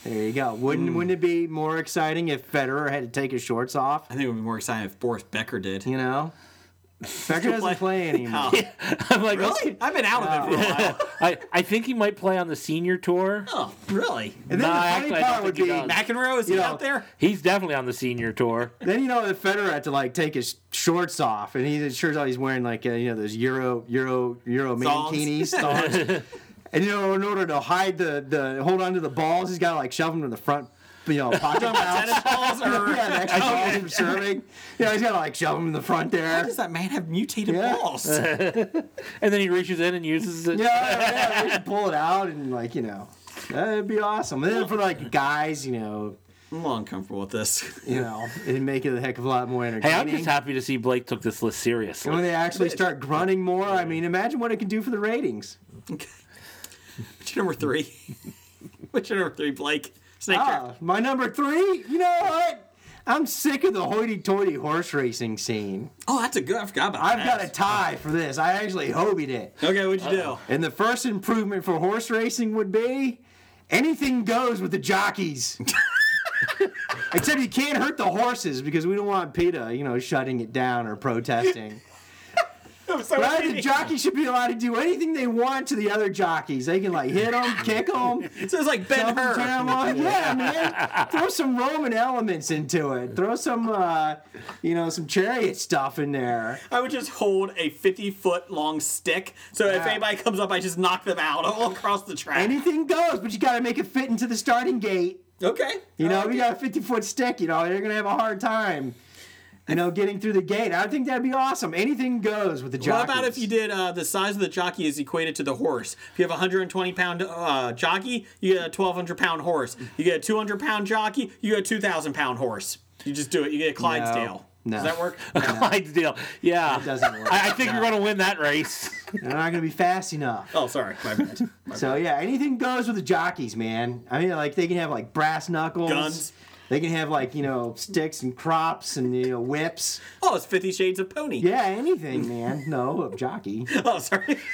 Speaker 6: There you go. Wouldn't
Speaker 3: Mm.
Speaker 6: wouldn't it be more exciting if Federer had to take his shorts off?
Speaker 2: I think it would be more exciting if Boris Becker did.
Speaker 6: You know, Becker
Speaker 2: play-
Speaker 6: doesn't play anymore.
Speaker 2: Oh,
Speaker 3: I'm like,
Speaker 2: really? I've been out of it for a while.
Speaker 3: I, I think he might play on the senior tour.
Speaker 2: Oh, really?
Speaker 6: And then
Speaker 3: Nah,
Speaker 6: the funny
Speaker 3: actually, I don't
Speaker 6: part would
Speaker 3: think he
Speaker 6: be,
Speaker 3: does.
Speaker 2: McEnroe is he
Speaker 6: You know,
Speaker 2: out there?
Speaker 3: He's definitely on the senior tour.
Speaker 6: then you know that Federer had to like take his shorts off, and he turns out he's wearing like uh, you know those Euro Euro Euro
Speaker 2: Thongs.
Speaker 6: mankinis, thongs. and you know in order to hide the the hold onto the balls, he's got to like shove them to the front you know, pocket
Speaker 2: tennis
Speaker 6: mouse.
Speaker 2: balls or
Speaker 6: yeah, that guy
Speaker 2: Okay.
Speaker 6: calls him serving. Yeah, he's gotta like shove him in the front
Speaker 2: Why
Speaker 6: there.
Speaker 2: does that man have mutated
Speaker 6: Yeah.
Speaker 2: balls?
Speaker 3: And then he reaches in and uses it.
Speaker 6: Yeah, yeah, we should pull it out and like you know, that'd be awesome. And then for like guys, you know,
Speaker 2: I'm a little uncomfortable with this.
Speaker 6: you know, it'd make it a heck of a lot more entertaining.
Speaker 3: Hey, I'm just happy to see Blake took this list seriously.
Speaker 6: And when they actually start grunting more, I mean, imagine what it could do for the ratings.
Speaker 2: Okay. What's your number three? What's your number three, Blake? Snake
Speaker 6: Ah, my number three. You know what? I'm sick of the hoity-toity horse racing scene.
Speaker 2: Oh, that's a good. I forgot about
Speaker 6: I've
Speaker 2: that.
Speaker 6: got a tie for this. I actually hobied it.
Speaker 2: Okay, what'd you do?
Speaker 6: And the first improvement for horse racing would be anything goes with the jockeys. Except you can't hurt the horses because we don't want PETA, you know, shutting it down or protesting. Right? The jockeys should be allowed to do anything they want to the other jockeys. They can like hit them, kick them,
Speaker 2: So it's like Ben Hur.
Speaker 6: yeah, man. Throw some Roman elements into it. Throw some, uh, you know, some chariot stuff in there.
Speaker 2: I would just hold a 50 foot long stick. So if
Speaker 6: Yeah.
Speaker 2: anybody comes up, I just knock them out all across the track.
Speaker 6: Anything goes, but you got to make it fit into the starting gate.
Speaker 2: okay.
Speaker 6: You know, if you got a 50 foot stick, you know, you're going to have a hard time, you know, getting through the gate. I think that'd be awesome. Anything goes with the
Speaker 2: What
Speaker 6: jockeys.
Speaker 2: about if you did uh, the size of the jockey is equated to the horse? If you have a 120 pound uh, jockey, you get a 1,200 pound horse. You get a 200 pound jockey, you get a 2,000 pound horse. You just do it. You get a Clydesdale.
Speaker 6: No.
Speaker 2: Does that work?
Speaker 3: Clyde's deal. Yeah.
Speaker 6: It doesn't work.
Speaker 3: I, I think you're going to win that race.
Speaker 6: They're not going to be fast enough.
Speaker 2: oh, sorry. My bad.
Speaker 6: So yeah, anything goes with the jockeys, man. I mean, like they can have like brass knuckles,
Speaker 2: Guns.
Speaker 6: They can have like you know sticks and crops and you know whips.
Speaker 2: Oh, it's Fifty Shades of Pony.
Speaker 6: Yeah, anything, man. No, a jockey.
Speaker 2: Oh, sorry.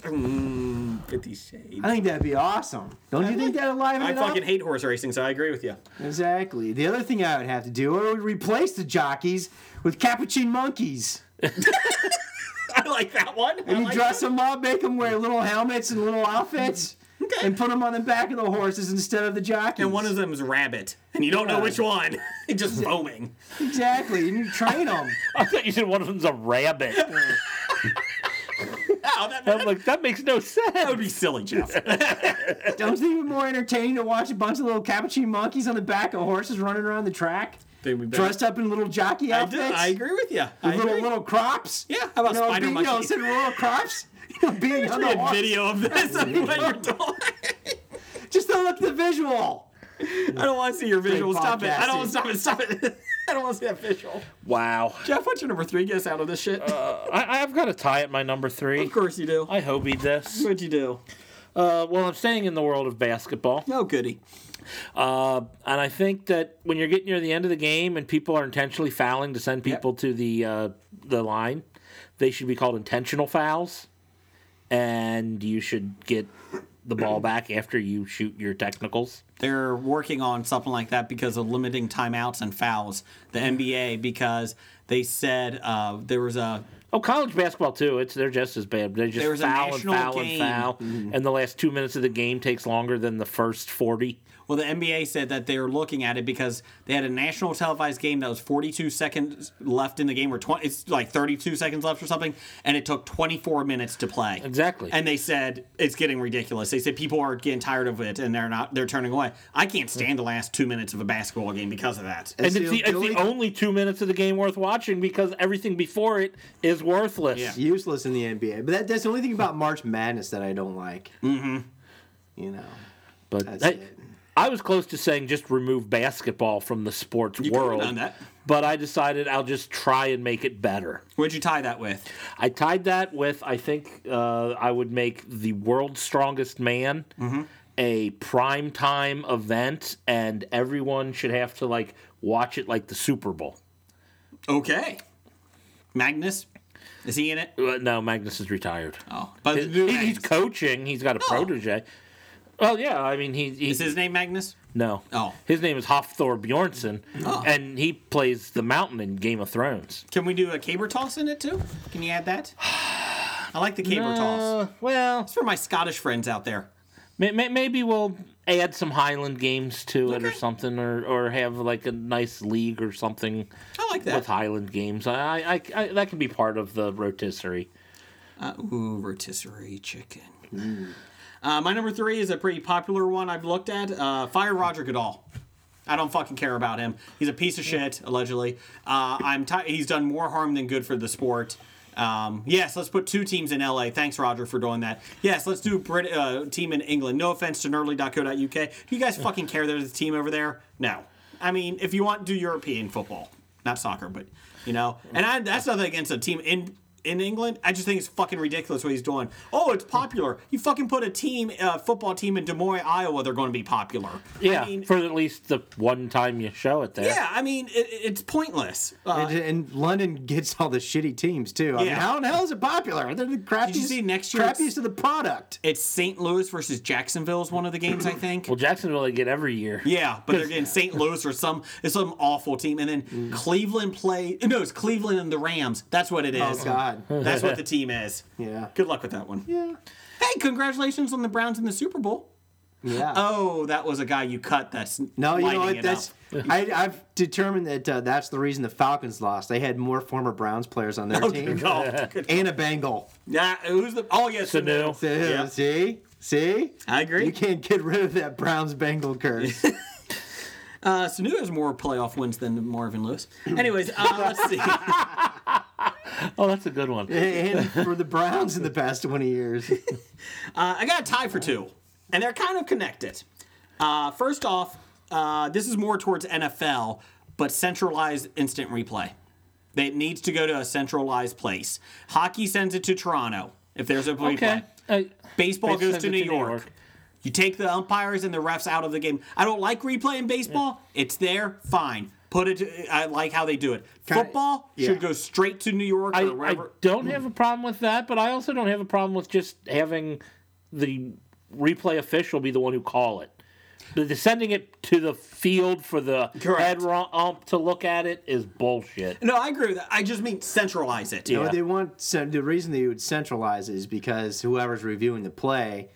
Speaker 2: Mm, Fifty Shades.
Speaker 6: I think that'd be awesome. Don't you think that'd liven
Speaker 2: I
Speaker 6: it up?
Speaker 2: fucking hate horse racing, so I agree with you.
Speaker 6: Exactly. The other thing I would have to do, I would replace the jockeys with capuchin monkeys.
Speaker 2: I like that one. I
Speaker 6: And you
Speaker 2: like
Speaker 6: dress them up, make them wear little helmets and little outfits,
Speaker 2: Okay.
Speaker 6: and put them on the back of the horses instead of the jockeys.
Speaker 2: And one of them is rabbit, and you don't know
Speaker 6: Yeah.
Speaker 2: which one. It's just roaming.
Speaker 6: exactly, and you train them.
Speaker 3: I thought you said one of them's a rabbit.
Speaker 2: Oh, that,
Speaker 3: I'm like, that makes no
Speaker 2: that would
Speaker 3: sense.
Speaker 2: be silly, Jeff.
Speaker 6: Don't you think it'd be more entertaining to watch a bunch of little capuchin monkeys on the back of horses running around the track, dressed up in little jockey
Speaker 2: I,
Speaker 6: outfits?
Speaker 2: do, I agree with you. I
Speaker 6: With little
Speaker 2: agree.
Speaker 6: little crops.
Speaker 2: Yeah, how about
Speaker 6: you know,
Speaker 2: spider
Speaker 6: being, You know,
Speaker 2: monkeys?
Speaker 6: sitting with little crops. You know, being on the
Speaker 2: a
Speaker 6: horse.
Speaker 2: video of this. of what you're doing.
Speaker 6: Just to look at the visual.
Speaker 2: I don't want to see your visual. Stop it. I don't want
Speaker 6: podcasting.
Speaker 2: to stop it. Stop it. I don't want to see that visual.
Speaker 3: Wow.
Speaker 2: Jeff, what's your number three guess out of this shit?
Speaker 3: I, I've got a tie at my number three.
Speaker 2: of course you do.
Speaker 3: I hobied this.
Speaker 2: What'd you do?
Speaker 3: Uh, well, I'm staying in the world of basketball.
Speaker 2: No goody.
Speaker 3: Uh, and I think that when you're getting near the end of the game and people are intentionally fouling to send people to the uh, the line, they should be called intentional fouls, and you should get the ball back after you shoot your technicals.
Speaker 2: they're working on something like that because of limiting timeouts and fouls. The NBA because they said uh, there was a
Speaker 3: Oh, college basketball too. It's they're just as bad. They just
Speaker 2: There was a
Speaker 3: foul and
Speaker 2: national
Speaker 3: foul
Speaker 2: game. Mm-hmm.
Speaker 3: and foul, and the last two minutes of the game takes longer than the first forty.
Speaker 2: well the NBA said that they were looking at it because they had a national televised game that was 42 seconds left in the game or 20 it's like 32 seconds left or something and it took 24 minutes to play.
Speaker 3: Exactly.
Speaker 2: And they said it's getting ridiculous. They said people are getting tired of it and they're not they're turning away. I can't stand the last 2 minutes of a basketball game because of that.
Speaker 3: And
Speaker 6: See,
Speaker 3: it's, the, it's
Speaker 6: Billy-
Speaker 3: the only two minutes of the game worth watching because everything before it is worthless.
Speaker 2: Yeah.
Speaker 6: Useless in the NBA. But that, that's the only thing about March Madness that I don't like. Mm-hmm. You know.
Speaker 3: But
Speaker 6: That's
Speaker 3: I,
Speaker 6: it.
Speaker 3: I was close to saying just remove basketball from the sports
Speaker 2: You could've
Speaker 3: world.
Speaker 2: done that.
Speaker 3: But I decided I'll just try and make it better.
Speaker 2: What'd you tie that with?
Speaker 3: I tied that with I think uh, I would make the world's strongest man
Speaker 2: Mm-hmm.
Speaker 3: a prime time event, and everyone should have to like watch it like the Super Bowl.
Speaker 2: Okay. Magnus is he in it?
Speaker 3: Uh, no, Magnus is retired.
Speaker 2: Oh, but
Speaker 3: He- he's coaching. He's got a protege. Well, yeah. I mean, he, he
Speaker 2: Is his name Magnus?
Speaker 3: No.
Speaker 2: Oh.
Speaker 3: His name is Hofthor Bjornsson, and he plays the Mountain in Game of Thrones.
Speaker 2: Can we do a caber toss in it too? Can you add that? I like the caber toss.
Speaker 3: well,
Speaker 2: It's for my Scottish friends out there.
Speaker 3: may, may, maybe we'll add some Highland games to it or
Speaker 2: Okay.
Speaker 3: something, or, or have like a nice league or something
Speaker 2: I like that.
Speaker 3: with Highland games. I, I, I that can be part of the rotisserie.
Speaker 2: Uh, ooh, rotisserie chicken. Uh, my number three is a pretty popular one I've looked at. Uh, Fire Roger Goodall. I don't fucking care about him. He's a piece of shit, allegedly. Uh, I'm ti he's done more harm than good for the sport. Um, yes, let's put two teams in LA. Thanks, Roger, for doing that. Yes, let's do a Brit- uh, team in England. No offense to nerdly.co.uk. Do you guys fucking care there's a team over there? No. I mean, if you want, do European football, not soccer, but you know. And I, that's nothing against a team in in England. I just think it's fucking ridiculous what he's doing. Oh, it's popular. You fucking put a team, uh, football team in Des Moines, Iowa. They're going to be popular.
Speaker 3: Yeah,
Speaker 2: I mean,
Speaker 3: for at least the one time you show it there.
Speaker 2: yeah. I mean, it, it's pointless. Uh,
Speaker 6: and, and London gets all the shitty teams too. I mean,
Speaker 2: Yeah.
Speaker 6: how in hell is it popular? They're the crappiest.
Speaker 2: you see next year it's-
Speaker 6: crappiest of the product.
Speaker 2: it's St. Louis versus Jacksonville is one of the games I think.
Speaker 3: Well, Jacksonville they get every year.
Speaker 2: Yeah, but they're getting St. Louis or some it's some awful team, and then
Speaker 6: Mm.
Speaker 2: Cleveland play. No, it's Cleveland and the Rams. That's what it
Speaker 6: Oh
Speaker 2: is.
Speaker 6: God.
Speaker 2: That's what the team is.
Speaker 6: Yeah.
Speaker 2: Good luck with that one.
Speaker 6: Yeah.
Speaker 2: Hey, congratulations on the Browns in the Super Bowl.
Speaker 6: Yeah.
Speaker 2: Oh, that was a guy you cut. That's
Speaker 6: No, you know
Speaker 2: lighting
Speaker 6: what?
Speaker 2: it
Speaker 6: That's
Speaker 2: up.
Speaker 6: I, I've determined that uh, that's the reason the Falcons lost. They had more former Browns players on their
Speaker 2: Okay,
Speaker 6: team
Speaker 2: no. Oh, Good-
Speaker 6: and a Bengal.
Speaker 2: yeah, who's the? Oh yes,
Speaker 3: Sanu.
Speaker 2: Sanu.
Speaker 6: So,
Speaker 2: Yeah.
Speaker 6: See, see,
Speaker 2: I agree.
Speaker 6: You can't get rid of that Browns Bengal curse.
Speaker 2: Uh, Sanu has more playoff wins than Marvin Lewis. Anyways, uh, let's see.
Speaker 3: Oh, that's a good one.
Speaker 6: and for the Browns in the past twenty years,
Speaker 2: I got a tie for two, and they're kind of connected. Uh, first off, uh, this is more towards NFL, but centralized instant replay. It needs to go to a centralized place. Hockey sends it to Toronto if there's a replay.
Speaker 3: Okay. Uh,
Speaker 2: Baseball
Speaker 3: Baseball
Speaker 2: goes
Speaker 3: sends
Speaker 2: to
Speaker 3: it
Speaker 2: New York. You take the umpires and the refs out of the game. I don't like replaying baseball. It's there, fine. Put it. To, I like how they do it.
Speaker 6: Kinda-
Speaker 2: Football
Speaker 6: yeah.
Speaker 2: should go straight to New York
Speaker 3: I,
Speaker 2: or
Speaker 3: I
Speaker 2: wherever.
Speaker 3: don't have a problem with that, but I also don't have a problem with just having the replay official be the one who call it. But the sending it to the field for the
Speaker 2: Correct.
Speaker 3: head ro- ump to look at it is bullshit.
Speaker 2: no, I agree with that. I just mean centralize it.
Speaker 6: But
Speaker 3: Yeah.
Speaker 6: they want so the reason they would centralize is because whoever's reviewing the play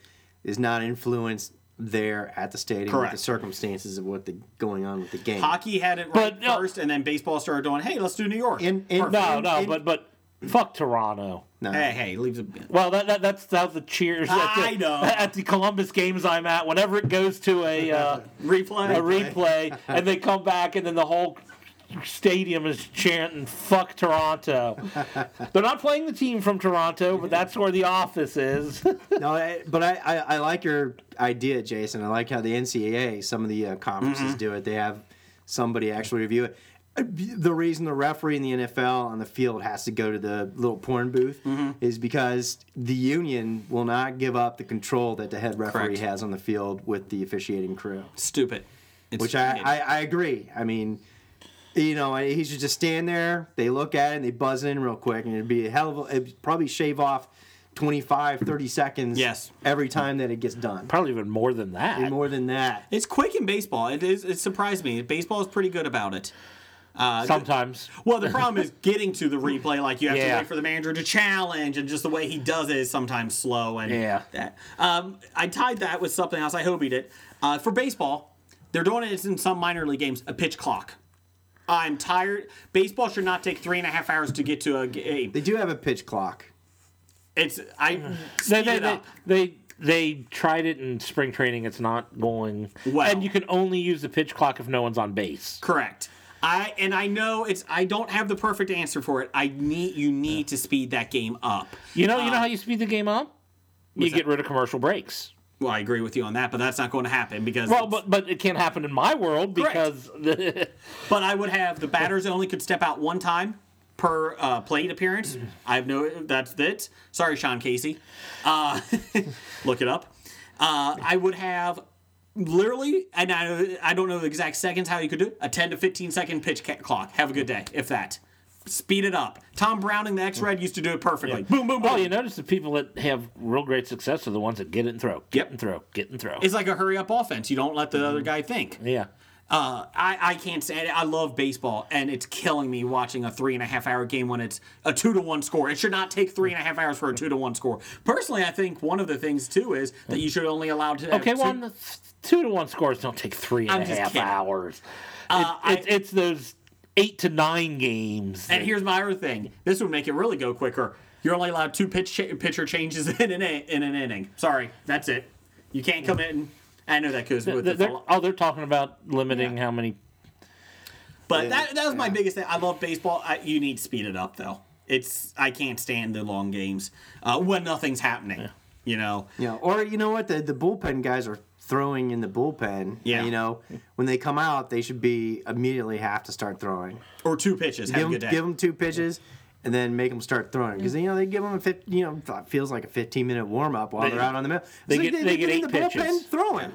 Speaker 6: is not influenced there at the stadium with
Speaker 2: Correct.
Speaker 6: the circumstances of what the going on with the game.
Speaker 2: Hockey had it right
Speaker 3: But, no.
Speaker 2: first, and then baseball started doing, "Hey, let's do New York."
Speaker 6: And- and-
Speaker 2: Perfect.
Speaker 3: No, no,
Speaker 6: And-
Speaker 3: but but fuck Toronto.
Speaker 6: No.
Speaker 2: hey, hey, leaves a
Speaker 3: Well, that, that that's that's the cheers at the,
Speaker 2: I know.
Speaker 3: at the Columbus games I'm at. Whenever it goes to a uh, a
Speaker 2: replay.
Speaker 3: replay, and they come back, and then the whole stadium is chanting "fuck Toronto." They're not playing the team from Toronto, but that's where the office is.
Speaker 6: No, I, but I, I, I like your idea, Jason. I like how the NCAA, some of the uh, conferences do it. They have somebody actually review it. Uh, The reason the referee in the NFL on the field has to go to the little porn booth is because the union will not give up the control that the head referee
Speaker 2: Correct.
Speaker 6: has on the field with the officiating crew.
Speaker 2: Stupid. It's
Speaker 6: Which I,
Speaker 2: stupid.
Speaker 6: I, I agree. I mean, you know, he should just stand there. They look at it and they buzz in real quick, and it'd be a hell of a, it'd probably shave off 25, 30 seconds
Speaker 2: Yes.
Speaker 6: every time that it gets done.
Speaker 3: Probably even more than that.
Speaker 6: And more than that.
Speaker 2: it's quick in baseball. It is. It surprised me. Baseball is pretty good about it.
Speaker 3: Sometimes.
Speaker 2: Well, the problem is getting to the replay. Like you have to
Speaker 3: Yeah.
Speaker 2: wait for the manager to challenge, and just the way he does it is sometimes slow. And
Speaker 3: Yeah.
Speaker 2: that. Um, I tied that with something else. I hobied it uh, for baseball. They're doing it in some minor league games. A pitch clock. I'm tired. Baseball should not take three and a half hours to get to a game.
Speaker 6: They do have a pitch clock.
Speaker 2: It's I
Speaker 3: They
Speaker 2: speed
Speaker 3: they,
Speaker 2: it
Speaker 3: they,
Speaker 2: up.
Speaker 3: they they tried it in spring training. It's not going.
Speaker 2: Well.
Speaker 3: And you can only use the pitch clock if no one's on base.
Speaker 2: Correct. I and I know it's I don't have the perfect answer for it. I need you need to speed that game up.
Speaker 3: You know, you
Speaker 2: Uh,
Speaker 3: know how you speed the game up? You get rid of commercial breaks.
Speaker 2: Well, I agree with you on that, but that's not going to happen because
Speaker 3: Well, but but it can't happen in my world because the,
Speaker 2: but I would have the batters only could step out one time per uh, plate appearance. I have no that's it. Sorry, Sean Casey. Uh, look it up. Uh, I would have literally, and I I don't know the exact seconds how you could do it, a ten to fifteen second pitch ca- clock. Have a good day, if that. Speed it up. Tom Browning, the X Red, used to do it perfectly. Boom, boom, boom.
Speaker 3: well, you notice the people that have real great success are the ones that get it and throw, get
Speaker 2: Yep.
Speaker 3: and throw, get and throw.
Speaker 2: It's like a hurry up offense. You don't let the other guy think.
Speaker 3: Mm-hmm. yeah.
Speaker 2: Uh, I, I can't say I love baseball, and it's killing me watching a three and a half hour game when it's a two to one score. It should not take three and a half hours for a two to one score. Personally, I think one of the things too is that you should only allow to have
Speaker 3: Okay,
Speaker 2: two-
Speaker 3: well, the th- two to one scores don't take three
Speaker 2: I'm
Speaker 3: and a half
Speaker 2: just kidding.
Speaker 3: hours.
Speaker 2: Uh,
Speaker 3: It- it- it's those eight to nine games.
Speaker 2: And here's my other thing. This would make it really go quicker. You're only allowed two pitch cha- pitcher changes in an in- in an inning. Sorry, that's it. You can't come in. I know that goes with
Speaker 3: They're-
Speaker 2: the
Speaker 3: they're-
Speaker 2: fall-
Speaker 3: oh, they're talking about limiting how many.
Speaker 2: But that that was my biggest thing. I love baseball. I, you need to speed it up though. It's I can't stand the long games uh, when nothing's happening. You know.
Speaker 6: Yeah, or you know what? The the bullpen guys are throwing in the bullpen.
Speaker 2: Yeah.
Speaker 6: you know when they come out, they should be immediately have to start throwing.
Speaker 2: Or two pitches. Have
Speaker 6: Give
Speaker 2: a
Speaker 6: them,
Speaker 2: good day.
Speaker 6: give them two pitches, and then make them start throwing because you know they give them a fif- you know it feels like a fifteen minute warm up while
Speaker 3: They-
Speaker 6: they, are out on the mound. It's
Speaker 3: they
Speaker 6: like
Speaker 3: get- they get
Speaker 6: in
Speaker 3: eight pitches.
Speaker 6: throwing.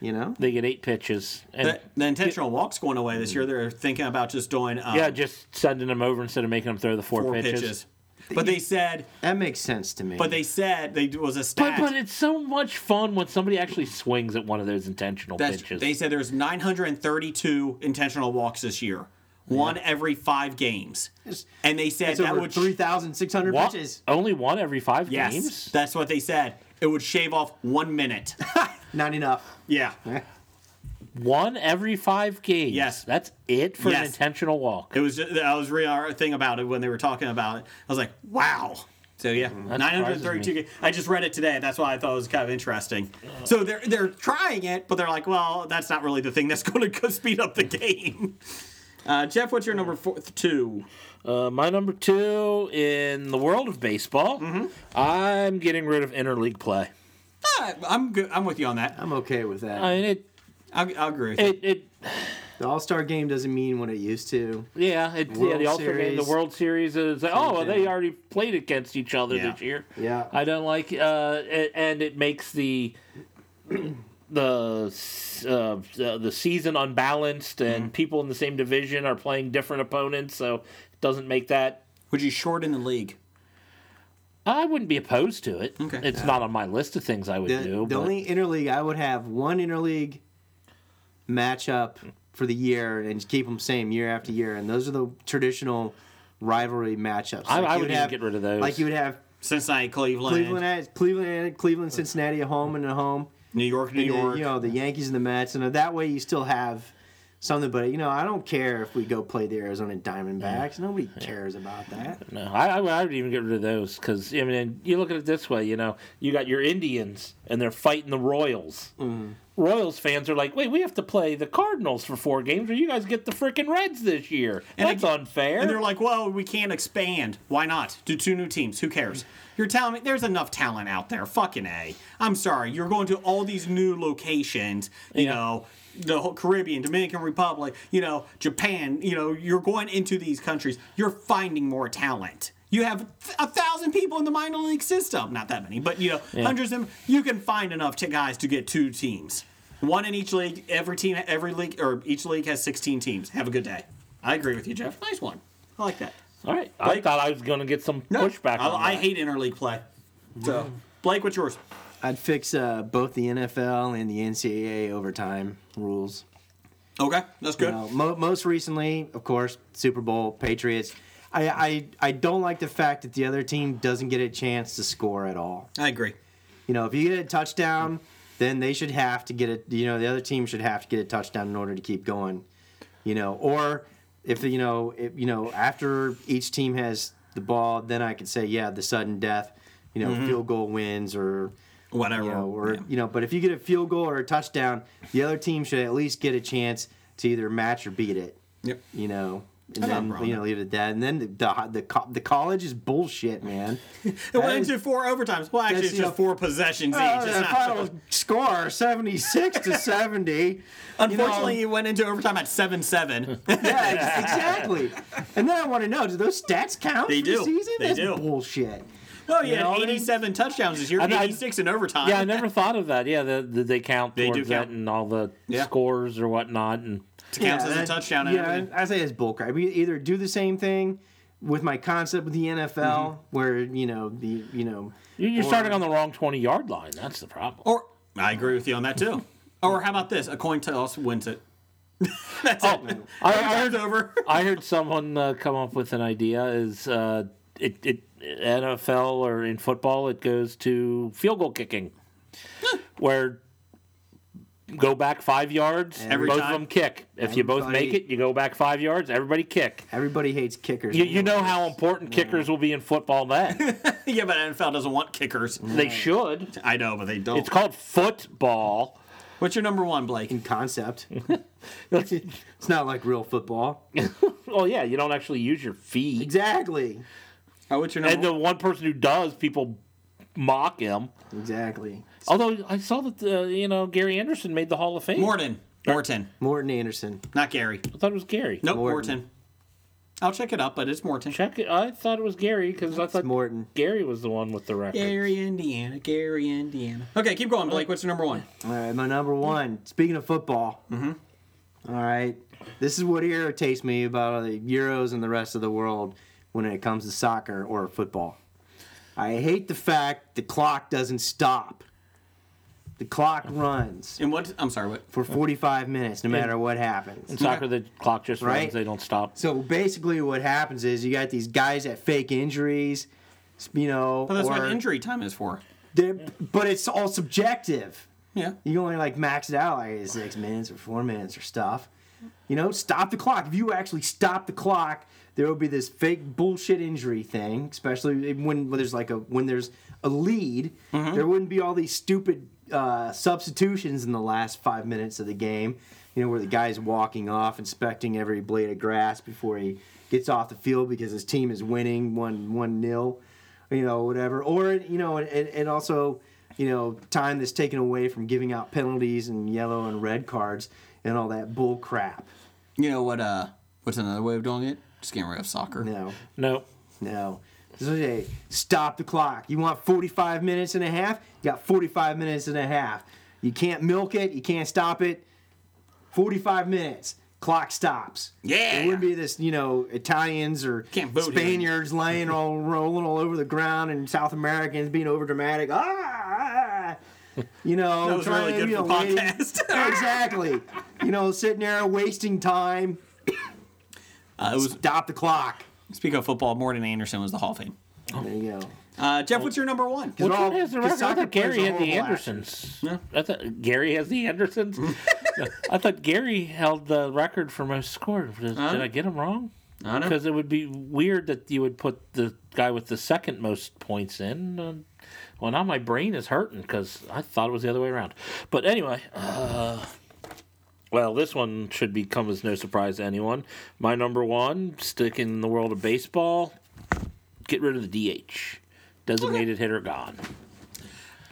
Speaker 6: You know,
Speaker 3: They get eight pitches, and
Speaker 2: the, the intentional walks going away this year. They're thinking about just doing um,
Speaker 3: yeah, just sending them over instead of making them throw the four,
Speaker 2: four pitches.
Speaker 3: pitches.
Speaker 2: But they said.
Speaker 6: that makes sense to me.
Speaker 2: But they said they it was a stat.
Speaker 3: But, but it's so much fun when somebody actually swings at one of those intentional
Speaker 2: That's-
Speaker 3: pitches.
Speaker 2: They said there's 932 intentional walks this year, one every five games, and they said
Speaker 6: it's
Speaker 2: that
Speaker 6: over
Speaker 2: would
Speaker 6: three thousand six hundred
Speaker 3: What?
Speaker 6: pitches.
Speaker 3: Only one every five
Speaker 2: yes,
Speaker 3: games.
Speaker 2: that's what they said. It would shave off one minute.
Speaker 6: Not enough.
Speaker 2: yeah,
Speaker 3: One every five games.
Speaker 2: Yes.
Speaker 3: that's it for an
Speaker 2: Yes.
Speaker 3: intentional walk.
Speaker 2: it was. Just, that was really our thing about it when they were talking about it. I was like, wow. So yeah, 932. ga- I just read it today. That's why I thought it was kind of interesting. So they're they're trying it, but they're like, well, that's not really the thing that's going to speed up the game. Uh, Jeff, what's your number four, two?
Speaker 3: Uh, my number two in the world of baseball,
Speaker 2: Mm-hmm.
Speaker 3: I'm getting rid of interleague play.
Speaker 2: Uh, I'm good. I'm with you on that.
Speaker 6: I'm okay with that.
Speaker 3: I mean, it,
Speaker 2: I, I agree. With you.
Speaker 3: it, it
Speaker 6: the All Star game doesn't mean what it used to.
Speaker 3: yeah, it, yeah,
Speaker 6: World
Speaker 3: the All-Star game, the
Speaker 6: Series.
Speaker 3: World Series is like, oh, well, they
Speaker 6: thing.
Speaker 3: already played against each other
Speaker 2: Yeah.
Speaker 3: this year.
Speaker 6: Yeah.
Speaker 3: I don't like, uh, a- and it makes the the s- uh, the the season unbalanced, and
Speaker 6: Mm-hmm.
Speaker 3: people in the same division are playing different opponents, so it doesn't make that.
Speaker 2: Would you shorten the league?
Speaker 3: I wouldn't be opposed to it.
Speaker 2: Okay.
Speaker 3: It's not on my list of things I would
Speaker 6: The,
Speaker 3: do.
Speaker 6: the
Speaker 3: but-
Speaker 6: only interleague I would have one interleague matchup for the year and just keep them same year after year, and those are the traditional rivalry matchups.
Speaker 3: I-
Speaker 6: Like
Speaker 3: I
Speaker 6: you
Speaker 3: would even get rid of those.
Speaker 6: Like you would have
Speaker 2: Cincinnati, Cleveland,
Speaker 6: Cleveland at Cleveland, at Cleveland, Cincinnati at home and at home.
Speaker 2: New York, New
Speaker 6: And then,
Speaker 2: York.
Speaker 6: you know the Yankees and the Mets, and uh, that way you still have something. But you know I don't care if we go play the Arizona
Speaker 2: Mm.
Speaker 6: Diamondbacks. Nobody cares about that.
Speaker 3: No, I, I, would- I would even get rid of those because I mean, you look at it this way, you know, you got your Indians and they're fighting the Royals.
Speaker 2: Mm-hmm.
Speaker 3: Royals fans are like, wait, we have to play the Cardinals for four games, or you guys get the freaking Reds this year.
Speaker 2: And
Speaker 3: That's
Speaker 2: again-
Speaker 3: unfair.
Speaker 2: And they're like, well, we can't expand. Why not? Do two new teams. Who cares? You're telling me there's enough talent out there. Fucking A. I'm sorry. You're going to all these new locations, you know, the whole Caribbean, Dominican Republic, you know, Japan, you know, you're going into these countries. You're finding more talent. You have th- a thousand people in the minor league system. Not that many, but, you know, hundreds of them. You can find enough t- guys to get two teams. One in each league. Every team, every league, or each league has 16 teams. Have a good day. I agree with you, Jeff. Nice one. I like that.
Speaker 3: All right, I
Speaker 2: Blake-
Speaker 3: thought I was going to get some
Speaker 2: No,
Speaker 3: pushback.
Speaker 2: I,
Speaker 3: on
Speaker 2: I
Speaker 3: that.
Speaker 2: hate interleague play. So, Blake, what's yours?
Speaker 6: I'd fix uh, both the NFL and the NCAA overtime rules.
Speaker 2: Okay, that's good.
Speaker 6: You know, mo- most recently, of course, Super Bowl Patriots. I, I I don't like the fact that the other team doesn't get a chance to score at all.
Speaker 2: I agree.
Speaker 6: You know, if you get a touchdown, then they should have to get it. You know, the other team should have to get a touchdown in order to keep going. You know, or if you know, if, you know, after each team has the ball, then I could say, yeah, the sudden death. You know, field goal wins or
Speaker 2: Whatever.
Speaker 6: you know, or
Speaker 2: Mm-hmm. Yeah.
Speaker 6: you know, but if you get a field goal or a touchdown, the other team should at least get a chance to either match or beat it.
Speaker 2: Yep.
Speaker 6: You know, and
Speaker 2: I'm not
Speaker 6: then
Speaker 2: wrong.
Speaker 6: you know leave it at that. And then the the the, co- the college is bullshit, man.
Speaker 2: It went
Speaker 6: That is-
Speaker 2: into four overtimes. Well, actually,
Speaker 6: That's,
Speaker 2: it's
Speaker 6: you
Speaker 2: just
Speaker 6: know-
Speaker 2: four possessions
Speaker 6: Oh,
Speaker 2: each. It's
Speaker 6: the
Speaker 2: not-
Speaker 6: final score seventy six to seventy.
Speaker 2: Unfortunately,
Speaker 6: you
Speaker 2: it went into overtime at 7 7.
Speaker 6: know, yeah, ex- exactly. And then I want to know: Do those stats count?
Speaker 2: They
Speaker 6: for the
Speaker 2: do.
Speaker 6: season?
Speaker 2: They
Speaker 6: That's
Speaker 2: do.
Speaker 6: bullshit.
Speaker 2: well, you
Speaker 6: You know
Speaker 2: had
Speaker 6: what I mean?
Speaker 2: 87 touchdowns this year,
Speaker 3: I know, I-
Speaker 2: 86 in overtime.
Speaker 3: Yeah, I never thought of that. Yeah, the, the, they count
Speaker 2: They do
Speaker 3: towards
Speaker 2: count.
Speaker 3: that and all the
Speaker 2: Yeah.
Speaker 3: scores or whatnot. And
Speaker 2: Counts
Speaker 6: Yeah,
Speaker 2: as a
Speaker 6: that-
Speaker 2: touchdown and
Speaker 6: Yeah,
Speaker 2: everything.
Speaker 6: I say it's bull crap. We either do the same thing with my concept with the NFL,
Speaker 2: Mm-hmm.
Speaker 6: where you know the you know
Speaker 3: you- you're
Speaker 6: Or-
Speaker 3: starting on the wrong twenty yard line. That's the problem.
Speaker 2: Or, I agree with you on that, too. or how about this? A coin toss wins it. that's
Speaker 3: Oh,
Speaker 2: it.
Speaker 3: I, I heard
Speaker 2: It's over.
Speaker 3: I heard someone uh, come up with an idea. Is uh, it, it NFL or in football? It goes to field goal kicking, where go back five yards.
Speaker 6: Every
Speaker 3: both
Speaker 2: time.
Speaker 3: of them kick. If you both make
Speaker 6: Everybody-
Speaker 3: it, you go back five yards. Everybody kick.
Speaker 6: everybody hates kickers.
Speaker 3: You, you know how important kickers will be in football. Then
Speaker 2: yeah,
Speaker 3: Mm.
Speaker 2: but NFL doesn't want kickers.
Speaker 3: they should.
Speaker 2: I know, but they don't.
Speaker 3: It's called football.
Speaker 2: What's your number one, Blake?
Speaker 6: in concept. it's not like real football.
Speaker 3: Oh yeah, you don't actually use your feet.
Speaker 6: Exactly.
Speaker 2: Oh, what's your
Speaker 3: And
Speaker 2: number?
Speaker 3: the one person who does, people mock him.
Speaker 6: Exactly.
Speaker 3: Although I saw that uh, you know Gary Anderson made the Hall of Fame.
Speaker 2: Morton. Morton,
Speaker 6: Morton Anderson.
Speaker 2: not Gary.
Speaker 3: I thought it was Gary.
Speaker 2: Nope, Morton.
Speaker 6: Morton.
Speaker 2: I'll check it up, but it's Morton.
Speaker 3: Check it. I thought it was Gary because I thought
Speaker 6: Morton.
Speaker 3: Gary was the one with the record.
Speaker 2: Gary, Indiana. Gary, Indiana. Okay, keep going, Blake. What's your number one?
Speaker 6: All right, my number one. Speaking of football,
Speaker 2: Mm-hmm.
Speaker 6: all right, this is what irritates me about the Euros and the rest of the world when it comes to soccer or football. I hate the fact the clock doesn't stop. The clock runs
Speaker 2: And what? I'm sorry. What?
Speaker 6: for 45 minutes, no matter what happens.
Speaker 3: In soccer, the clock just
Speaker 6: Right.
Speaker 3: runs; they don't stop.
Speaker 6: So basically, what happens is you got these guys that fake injuries, you know,
Speaker 2: Oh, that's what
Speaker 6: or
Speaker 2: injury time is for.
Speaker 6: they're- but it's all subjective.
Speaker 2: Yeah.
Speaker 6: You only like max it out like six minutes or four minutes or stuff. You know, stop the clock. If you actually stop the clock, there will be this fake bullshit injury thing, especially when, when there's like a when there's a lead. There wouldn't be all these stupid uh, substitutions in the last five minutes of the game. You know, where the guy's walking off, inspecting every blade of grass before he gets off the field because his team is winning one one nil you know, whatever. Or, you know, and, and, and also, you know, time that's taken away from giving out penalties and yellow and red cards and all that bull crap.
Speaker 2: You know what? Uh, what's another way of doing it? Just getting rid of soccer.
Speaker 6: No,
Speaker 3: No,
Speaker 6: no. So, hey, stop the clock. You want 45 minutes and a half? You got 45 minutes and a half. You can't milk it. You can't stop it. 45 minutes. Clock stops.
Speaker 2: Yeah.
Speaker 6: It wouldn't be this, you know, Italians or
Speaker 2: Cambodian.
Speaker 6: Spaniards laying all rolling all over the ground and South Americans being overdramatic. Ah, Ah! ah. You know,
Speaker 2: That was
Speaker 6: trying
Speaker 2: really
Speaker 6: to,
Speaker 2: good
Speaker 6: you
Speaker 2: for
Speaker 6: know,
Speaker 2: the
Speaker 6: waiting-
Speaker 2: podcast.
Speaker 6: exactly. You know, sitting there wasting time.
Speaker 2: Uh, it was.
Speaker 6: Stop the clock.
Speaker 2: Speak of football. Morton Anderson was the Hall of Fame.
Speaker 6: There you go.
Speaker 2: Uh, Jeff, what's your number one?
Speaker 3: which
Speaker 6: all-
Speaker 3: one has the
Speaker 6: because
Speaker 3: record? I
Speaker 6: soccer
Speaker 3: thought
Speaker 6: players
Speaker 3: Gary
Speaker 6: are
Speaker 3: had the
Speaker 6: horrible
Speaker 3: Andersons. I thought Gary has the Andersons.
Speaker 2: Mm-hmm.
Speaker 3: No, I thought Gary held the record for most scored. Did, did I get him wrong?
Speaker 2: I don't know.
Speaker 3: Because it would be weird that you would put the guy with the second most points in. Um, well, now my brain is hurting because I thought it was the other way around. But anyway, uh, well, this one should be come as no surprise to anyone. My number one, sticking in the world of baseball, get rid of the DH. Designated hitter gone.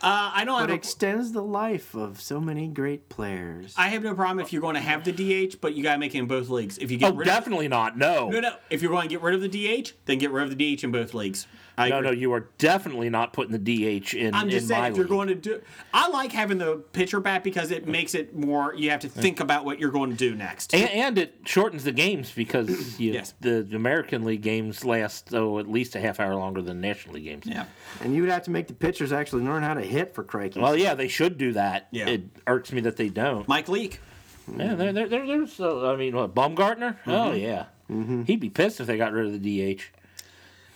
Speaker 2: Uh, I don't
Speaker 6: But
Speaker 2: have.
Speaker 6: it
Speaker 2: A,
Speaker 6: extends the life of so many great players.
Speaker 2: I have no problem if you're going to have the DH, but you got to make it in both leagues. If you get
Speaker 3: Oh,
Speaker 2: rid of
Speaker 3: definitely not. No.
Speaker 2: no, no. If you're going to get rid of the DH, then get rid of the DH in both leagues. I
Speaker 3: No,
Speaker 2: agree.
Speaker 3: no, you are definitely not putting the DH in.
Speaker 2: I'm just
Speaker 3: in
Speaker 2: saying,
Speaker 3: my
Speaker 2: if you're
Speaker 3: league.
Speaker 2: going to do, I like having the pitcher bat because it makes it more. You have to think about what you're going to do next.
Speaker 3: and, and it shortens the games because you,
Speaker 2: Yes.
Speaker 3: the American League games last oh at least a half hour longer than National League games.
Speaker 2: yeah,
Speaker 6: And you would have to make the pitchers actually learn how to hit for crikey.
Speaker 3: Well, yeah, they should do that.
Speaker 2: Yeah.
Speaker 3: It irks me that they don't.
Speaker 2: Mike Leake.
Speaker 3: Yeah, there, there, there, there's, uh, I mean, what, Baumgartner?
Speaker 2: Mm-hmm.
Speaker 3: Oh, yeah. He'd be pissed if they got rid of the DH.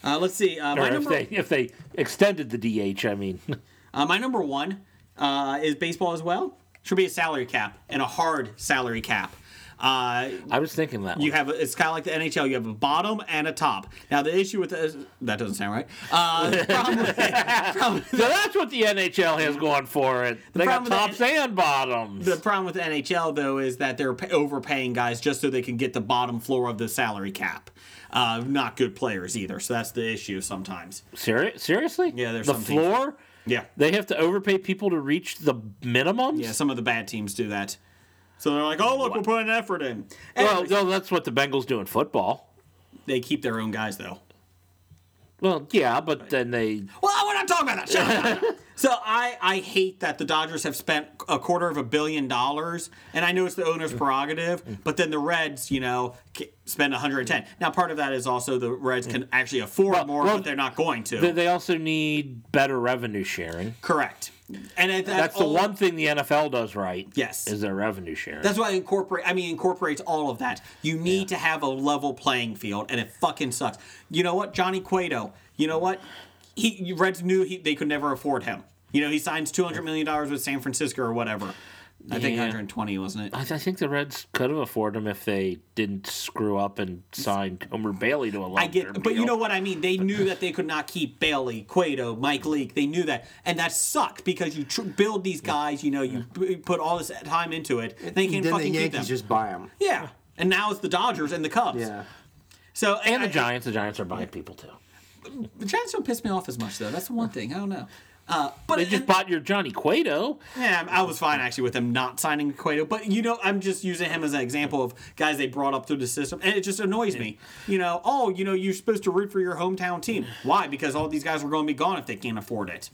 Speaker 2: Uh, let's see. Uh,
Speaker 3: Or
Speaker 2: my,
Speaker 3: if
Speaker 2: number,
Speaker 3: they, if they extended the DH, I mean.
Speaker 2: uh, my number one uh, is baseball as well. Should be a salary cap and a hard salary cap. Uh,
Speaker 3: I was thinking that
Speaker 2: you
Speaker 3: one.
Speaker 2: have a, it's kind of like the NHL. You have a bottom and a top. Now the issue with the, that doesn't sound right. Uh, the problem with- problem-
Speaker 3: So that's what the NHL has going for it. They
Speaker 2: problem
Speaker 3: got
Speaker 2: with
Speaker 3: tops
Speaker 2: the-
Speaker 3: and bottoms.
Speaker 2: The problem with the NHL though is that they're pa- overpaying guys just so they can get the bottom floor of the salary cap. Uh, not good players either, so that's the issue sometimes.
Speaker 3: Seri- seriously?
Speaker 2: Yeah, there's
Speaker 3: the
Speaker 2: some teams-
Speaker 3: floor.
Speaker 2: Yeah,
Speaker 3: They have to overpay people to reach the minimums.
Speaker 2: yeah. Some of the bad teams do that, so they're like, "Oh look, we're putting effort in." And
Speaker 3: Well, no, that's what the Bengals do in football.
Speaker 2: they keep their own guys though.
Speaker 3: Well, yeah, but then they
Speaker 2: Well, we're not talking about that. Shut up, shut up. So I, I hate that the Dodgers have spent a quarter of a billion dollars, and I know it's the owner's prerogative, but then the Reds, you know, ca- spend 110. Now, part of that is also the Reds can actually afford
Speaker 3: Well,
Speaker 2: more,
Speaker 3: well,
Speaker 2: but they're not going to.
Speaker 3: they- they also need better revenue sharing.
Speaker 2: Correct. And at that
Speaker 3: That's the
Speaker 2: all-
Speaker 3: one thing the NFL does right.
Speaker 2: Yes.
Speaker 3: is their revenue sharing.
Speaker 2: That's why I incorporate. I mean, incorporates all of that. You need to have a level playing field, and it fucking sucks. You know what, Johnny Cueto. You know what, he Reds knew he, they could never afford him. You know, he signs two hundred million dollars with San Francisco or whatever. I think
Speaker 3: Yeah.
Speaker 2: 120, wasn't it?
Speaker 3: I, I think the Reds could have afforded him if they didn't screw up and signed Homer Bailey to a long
Speaker 2: I get, but you know what I mean. They knew that they could not keep Bailey, Cueto, Mike Leake. They knew that, and that sucked because you tr- build these guys. You know, you p- put all this time into it. And they can't
Speaker 6: then the
Speaker 2: fucking keep them.
Speaker 6: Yankees just buy him.
Speaker 2: yeah, and now it's the Dodgers and the Cubs.
Speaker 6: Yeah.
Speaker 2: So
Speaker 3: And the
Speaker 2: I-
Speaker 3: Giants. The Giants are buying people too.
Speaker 2: The Giants don't piss me off as much though. That's the one thing I don't know. Uh, but
Speaker 3: They just
Speaker 2: and-
Speaker 3: bought your Johnny Cueto.
Speaker 2: Yeah, I was fine actually with them not signing Cueto, but you know, I'm just using him as an example of guys they brought up through the system, and it just annoys me. You know, oh, you know, you're supposed to root for your hometown team. Why? Because all these guys are going to be gone if they can't afford it.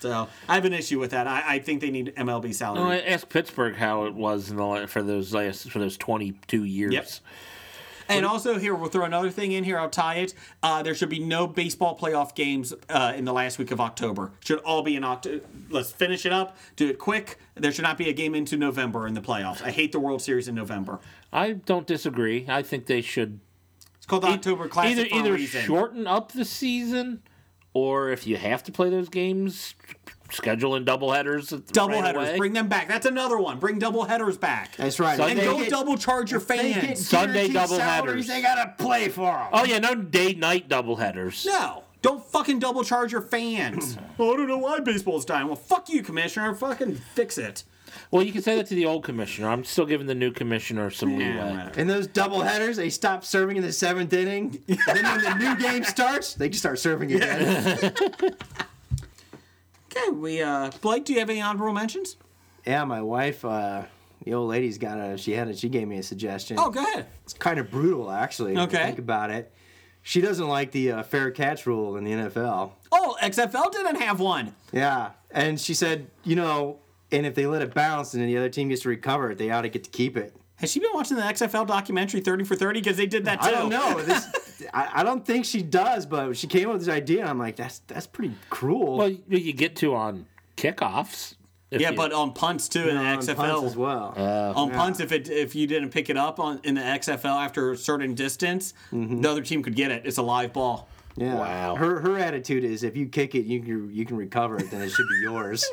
Speaker 2: So I have an issue with that. I, I think they need MLB salary.
Speaker 3: Well, Ask Pittsburgh how it was in the la- for those last for those twenty two years.
Speaker 2: Yep. And also here, we'll throw another thing in here. I'll tie it. Uh, there should be no baseball playoff games uh, in the last week of October. Should all be in October. Let's finish it up. Do it quick. There should not be a game into November in the playoffs. I hate the World Series in November.
Speaker 3: I don't disagree. I think they should
Speaker 2: It's called the October Classic
Speaker 3: either
Speaker 2: for a
Speaker 3: either
Speaker 2: reason.
Speaker 3: shorten up the season, or if you have to play those games, schedule in doubleheaders. at the
Speaker 2: double
Speaker 3: right
Speaker 2: headers.
Speaker 3: away.
Speaker 2: Bring them back. That's another one. Bring double headers back.
Speaker 6: That's right.
Speaker 3: So
Speaker 2: and
Speaker 3: they
Speaker 2: don't
Speaker 6: get-
Speaker 2: double charge your
Speaker 6: They get
Speaker 2: fans.
Speaker 3: Sunday
Speaker 6: guaranteed
Speaker 3: double headers.
Speaker 6: salaries, They gotta play for them.
Speaker 3: oh yeah, no day night doubleheaders.
Speaker 2: No. Don't fucking double charge your fans. oh, I don't know why baseball's dying. Well, fuck you, commissioner. Fucking fix it.
Speaker 3: Well, you can say that to the old commissioner. I'm still giving the new commissioner some leeway.
Speaker 6: And those double headers, they stop serving in the seventh inning. and then when the new game starts, they just start serving again.
Speaker 2: Okay, we uh Blake, do you have any honorable mentions?
Speaker 6: Yeah, my wife, uh, the old lady's got a. She had it. She gave me a suggestion.
Speaker 2: Oh, go ahead.
Speaker 6: It's kind of brutal, actually. when you
Speaker 2: Okay.
Speaker 6: Think about it. She doesn't like the uh, fair catch rule in the NFL.
Speaker 2: Oh, XFL didn't have one.
Speaker 6: Yeah, and she said, you know, and if they let it bounce and then the other team gets to recover it, they ought to get to keep it.
Speaker 2: Has she been watching the XFL documentary 30 for 30 because they did that too?
Speaker 6: I don't know. This, I, I don't think she does, but she came up with this idea, and I'm like, that's that's pretty cruel.
Speaker 3: Well, you- you get to on kickoffs. if
Speaker 2: Yeah,
Speaker 3: you-
Speaker 2: but on punts too in the
Speaker 6: on
Speaker 2: XFL
Speaker 6: punts as well.
Speaker 2: on punts if it if you didn't pick it up on in the XFL after a certain distance,
Speaker 6: Mm-hmm.
Speaker 2: the other team could get it. It's a live ball.
Speaker 6: yeah.
Speaker 3: wow.
Speaker 6: Her her attitude is if you kick it, you can you can recover it, then it should be yours.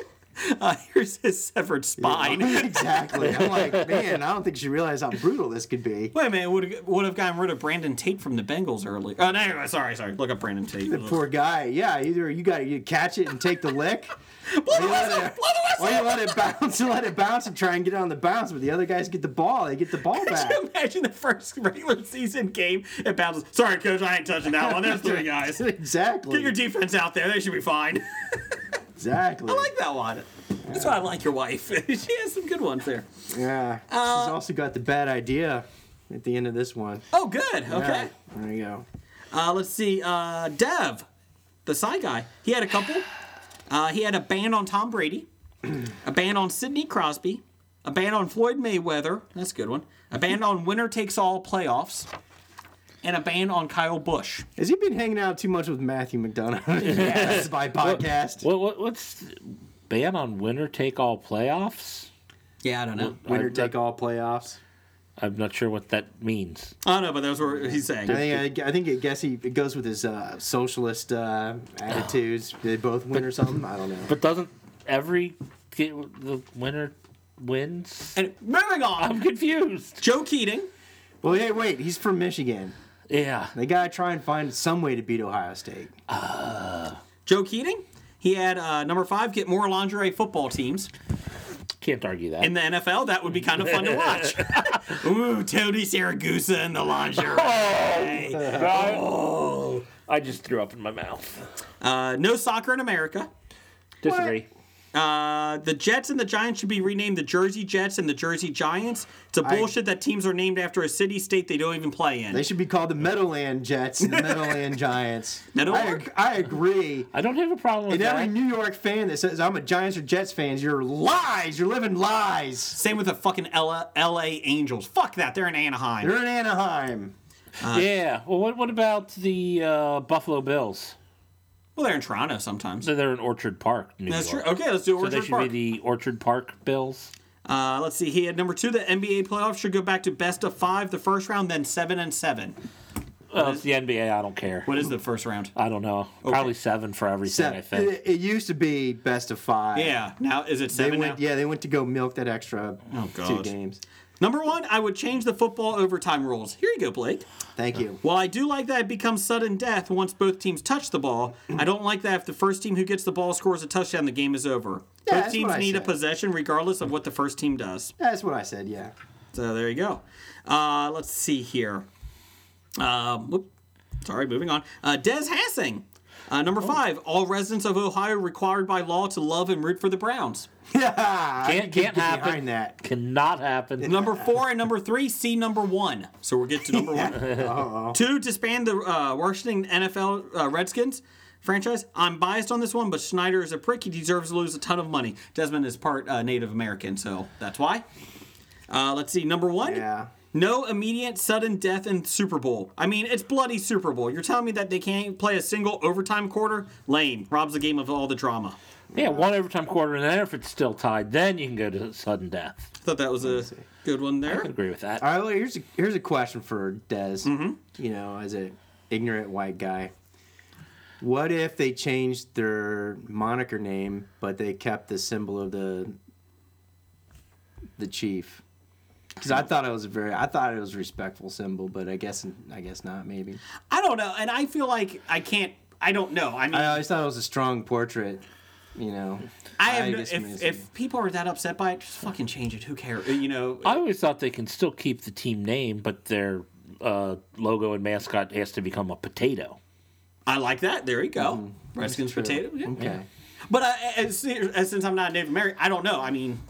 Speaker 2: Uh, here's his severed spine.
Speaker 6: exactly. I'm like, man, I don't think she realized how brutal this could be.
Speaker 2: Wait a minute, would would have gotten rid of Brandon Tate from the Bengals early. Oh, no, anyway, sorry, sorry. Look up Brandon Tate.
Speaker 6: The poor guy. Yeah, either you got to catch it and take the lick.
Speaker 2: Blow the
Speaker 6: Or you let
Speaker 2: whistle!
Speaker 6: it-
Speaker 2: Blow the whistle!
Speaker 6: Or you let it bounce and let it bounce and try and get it on the bounce, but the other guys get the ball. They get the ball
Speaker 2: Could
Speaker 6: back.
Speaker 2: you imagine the first regular season game at Bounces? Sorry, coach, I ain't touching that one. There's three guys. Get
Speaker 6: Exactly.
Speaker 2: your defense out there. They should be fine.
Speaker 6: exactly.
Speaker 2: I like that one. That's why I like your wife. she has some good ones there.
Speaker 6: yeah. She's
Speaker 2: Uh,
Speaker 6: also got the bad idea at the end of this one.
Speaker 2: Oh, good. Okay.
Speaker 6: Yeah, There you go.
Speaker 2: Uh, let's see. Uh, Dev, the Psy guy, he had a couple. Uh, he had a ban on Tom Brady, a ban on Sidney Crosby, a ban on Floyd Mayweather. That's a good one. A ban on winner takes all playoffs, and a ban on Kyle Bush.
Speaker 6: Has he been hanging out too much with Matthew McDonough? yes, by podcast.
Speaker 3: What, what, what's ban on winner take all playoffs?
Speaker 2: Yeah, I don't know.
Speaker 6: Winner take all playoffs.
Speaker 3: I'm not sure what that means.
Speaker 2: I don't know, but that's what he's saying.
Speaker 6: I think I, I think I guess he it goes with his uh, socialist uh, attitudes. They both win or something. I don't know.
Speaker 3: But doesn't every get, the winner wins?
Speaker 2: And moving on,
Speaker 3: I'm confused.
Speaker 2: Joe Keating.
Speaker 6: Well, hey, wait, he's from Michigan.
Speaker 3: Yeah.
Speaker 6: They gotta try and find some way to beat Ohio State.
Speaker 2: Joe Keating. He had uh, number five get more lingerie football teams
Speaker 3: Can't argue that.
Speaker 2: in the NFL. That would be kind of fun to watch. Ooh, Tony Saragusa and the lingerie.
Speaker 3: I just threw up in my mouth.
Speaker 2: Uh, no soccer in America.
Speaker 3: Disagree.
Speaker 2: Uh, the Jets and the Giants should be renamed the Jersey Jets and the Jersey Giants. It's a bullshit that teams are named after a city state they don't even play in.
Speaker 6: They should be called the Meadowland Jets and the Meadowland Giants.
Speaker 2: That'll
Speaker 6: I,
Speaker 2: work.
Speaker 6: I agree.
Speaker 3: I don't have a problem with
Speaker 6: And every
Speaker 3: that.
Speaker 6: New York fan that says I'm a Giants or Jets fan, you're lies. You're living lies.
Speaker 2: Same with the fucking LA, Angels. Fuck that. They're in Anaheim.
Speaker 6: You're in Anaheim.
Speaker 3: yeah. Well, what, what about the uh, Buffalo Bills?
Speaker 2: well, they're in Toronto sometimes.
Speaker 3: So they're in Orchard Park, New
Speaker 2: That's true.
Speaker 3: York.
Speaker 2: Okay, let's do
Speaker 3: So they
Speaker 2: Orchard
Speaker 3: should
Speaker 2: Park.
Speaker 3: be the Orchard Park Bills.
Speaker 2: uh, let's see. He had number two. The NBA playoffs should go back to best of five, the first round, then seven and seven.
Speaker 3: Well, it's Uh, the NBA. I don't care.
Speaker 2: What is the first round?
Speaker 3: I don't know. Probably seven for everything. I
Speaker 6: Except
Speaker 3: think.
Speaker 6: it, it used to be best of five.
Speaker 2: Yeah. Now is it
Speaker 6: They
Speaker 2: seven?
Speaker 6: went,
Speaker 2: now?
Speaker 6: yeah, they went to go milk that extra
Speaker 2: Oh,
Speaker 6: two
Speaker 2: God.
Speaker 6: games.
Speaker 2: Number one, I would change the football overtime rules. Here you go, Blake.
Speaker 6: Thank you.
Speaker 2: While I do like that it becomes sudden death once both teams touch the ball, I don't like that if the first team who gets the ball scores a touchdown, the game is over.
Speaker 6: Yeah,
Speaker 2: both
Speaker 6: that's
Speaker 2: teams
Speaker 6: what I
Speaker 2: need a
Speaker 6: said.
Speaker 2: possession regardless of what the first team does.
Speaker 6: That's what I said. Yeah.
Speaker 2: So there you go. Uh, let's see here. Um, whoop, sorry, moving on. Uh, Des Hassing. Uh, number five, all residents of Ohio required by law to love and root for the Browns.
Speaker 6: Yeah.
Speaker 3: Can't can't happen.
Speaker 6: behind that.
Speaker 3: Cannot happen.
Speaker 2: Number four and number three, see number one. So we'll get to number one. Two, disband the uh, Washington NFL uh, Redskins franchise. I'm biased on this one, but Schneider is a prick. He deserves to lose a ton of money. Desmond is part uh, Native American, so that's why. Uh, let's see, number one.
Speaker 6: Yeah.
Speaker 2: No immediate sudden death in Super Bowl. I mean, it's bloody Super Bowl. You're telling me that they can't play a single overtime quarter? Lame. Robs the game of all the drama.
Speaker 3: Yeah, one overtime quarter, and then if it's still tied, then you can go to sudden death.
Speaker 2: Thought that was a good one there.
Speaker 3: I agree with that.
Speaker 6: All right. Well, here's a, here's a question for Des.
Speaker 3: Mm-hmm.
Speaker 6: You know, as an ignorant white guy, what if they changed their moniker name, but they kept the symbol of the the chief? Because I thought it was a very, I thought it was a respectful symbol, but I guess, I guess not. Maybe
Speaker 2: I don't know, and I feel like I can't. I don't know. I mean,
Speaker 6: I always thought it was a strong portrait. You know,
Speaker 2: I have
Speaker 6: I
Speaker 2: no,
Speaker 6: guess it
Speaker 2: if,
Speaker 6: means
Speaker 2: if people are that upset by it, just fucking change it. Who cares? You know,
Speaker 3: I always thought they can still keep the team name, but their uh, logo and mascot has to become a potato.
Speaker 2: I like that. There you go.
Speaker 3: Mm-hmm.
Speaker 2: Redskins potato. Yeah.
Speaker 6: okay.
Speaker 2: But I, as, as since I'm not Native American, I don't know. I mean,